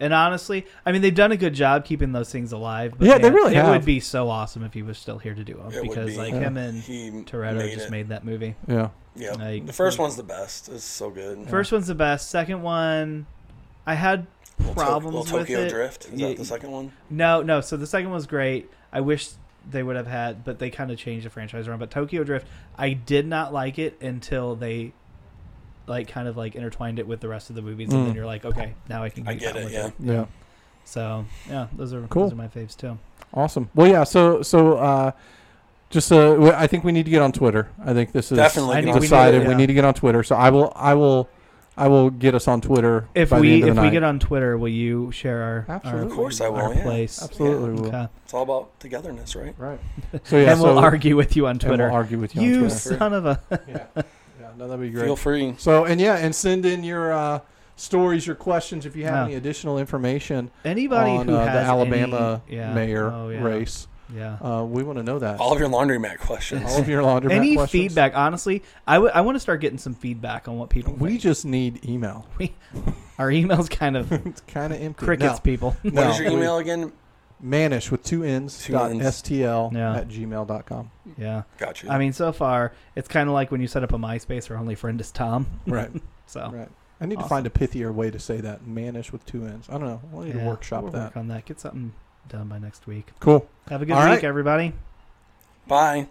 Speaker 3: And honestly, I mean, they've done a good job keeping those things alive. But
Speaker 2: Yeah, they
Speaker 3: man,
Speaker 2: really
Speaker 3: it
Speaker 2: have.
Speaker 3: would be so awesome if he was still here to do them
Speaker 4: It would
Speaker 3: because
Speaker 4: be.
Speaker 3: like
Speaker 4: Yeah.
Speaker 3: him and
Speaker 4: he
Speaker 3: Toretto
Speaker 4: made
Speaker 3: just
Speaker 4: it.
Speaker 3: made that movie.
Speaker 2: Yeah.
Speaker 4: Yeah,
Speaker 3: like-
Speaker 4: the first one's the best. It's so good.
Speaker 3: First one's the best. Second one, I had
Speaker 4: Little Tok-
Speaker 3: problems
Speaker 4: Little
Speaker 3: with
Speaker 4: Tokyo
Speaker 3: it.
Speaker 4: Drift. Is
Speaker 3: Yeah,
Speaker 4: that the second one?
Speaker 3: No, no. So the second one was great. I wish they would have had, but they kind of changed the franchise around. But Tokyo Drift, I did not like it until they, like, kind of like intertwined it with the rest of the movies, and then
Speaker 2: Mm.
Speaker 3: you're like, okay, now I can.
Speaker 4: I
Speaker 3: get
Speaker 4: get
Speaker 3: down
Speaker 4: it.
Speaker 3: with
Speaker 4: Yeah.
Speaker 2: Yeah.
Speaker 3: So yeah, those are
Speaker 2: Cool.
Speaker 3: those are my faves too.
Speaker 2: Awesome. Well, yeah. So, so uh, just uh, w- I think we need to get on Twitter. I think this is
Speaker 4: Definitely
Speaker 3: I
Speaker 4: get
Speaker 3: think
Speaker 4: on
Speaker 3: we need
Speaker 2: decided.
Speaker 3: to-
Speaker 2: We
Speaker 3: yeah.
Speaker 2: need to get on Twitter. So I will, I will, I will get us on Twitter.
Speaker 3: If
Speaker 2: by the
Speaker 3: we
Speaker 2: end of
Speaker 3: if
Speaker 2: the
Speaker 3: we
Speaker 2: night.
Speaker 3: get on Twitter, will you share our
Speaker 2: Absolutely.
Speaker 4: Of course I
Speaker 3: our,
Speaker 4: will.
Speaker 3: our
Speaker 4: Oh, Yeah.
Speaker 3: place?
Speaker 2: absolutely, we will.
Speaker 3: Okay.
Speaker 4: It's all about togetherness, right?
Speaker 3: [laughs]
Speaker 2: right. So yeah,
Speaker 3: and we'll
Speaker 2: so-
Speaker 3: argue with you on
Speaker 2: and we'll
Speaker 3: Twitter.
Speaker 2: argue with you,
Speaker 3: you
Speaker 2: on Twitter.
Speaker 3: son of a [laughs]
Speaker 2: yeah, yeah, no, that'd be great.
Speaker 4: Feel free.
Speaker 2: So and yeah, and send in your uh, stories, your questions if you have
Speaker 3: Yeah.
Speaker 2: any additional information
Speaker 3: anybody
Speaker 2: on
Speaker 3: who
Speaker 2: uh,
Speaker 3: has
Speaker 2: the Alabama
Speaker 3: any, yeah,
Speaker 2: mayor
Speaker 3: oh, yeah,
Speaker 2: race.
Speaker 3: Yeah.
Speaker 2: Uh, we want to know that.
Speaker 4: All of your laundromat questions.
Speaker 2: All of your laundry
Speaker 3: Any
Speaker 2: questions.
Speaker 3: feedback? Honestly, I want to start getting some feedback on what people.
Speaker 2: We
Speaker 3: think.
Speaker 2: just need email.
Speaker 3: we, our emails
Speaker 2: [laughs]
Speaker 3: kind of
Speaker 2: It's kind of empty.
Speaker 3: crickets, people.
Speaker 2: No,
Speaker 4: What is your
Speaker 2: we-
Speaker 4: email again?
Speaker 2: Manish with two N's,
Speaker 4: Two
Speaker 2: dot
Speaker 4: Ns.
Speaker 2: STL
Speaker 3: Yeah.
Speaker 2: at gmail.com.
Speaker 3: [laughs]
Speaker 4: [laughs]
Speaker 3: yeah,
Speaker 4: Got you.
Speaker 3: I mean, so far it's kind of like when you set up a MySpace where only friend is Tom.
Speaker 2: Right.
Speaker 3: So
Speaker 2: Right. I need
Speaker 3: Oh.
Speaker 2: to
Speaker 3: Awesome.
Speaker 2: find a pithier way to say that. Manish with two N's. I don't know. We'll need
Speaker 3: yeah,
Speaker 2: to workshop
Speaker 3: we'll
Speaker 2: that.
Speaker 3: Work on that. Get something done by next week.
Speaker 2: Cool.
Speaker 3: Have a good
Speaker 2: All
Speaker 3: week,
Speaker 2: right.
Speaker 3: everybody.
Speaker 4: Bye.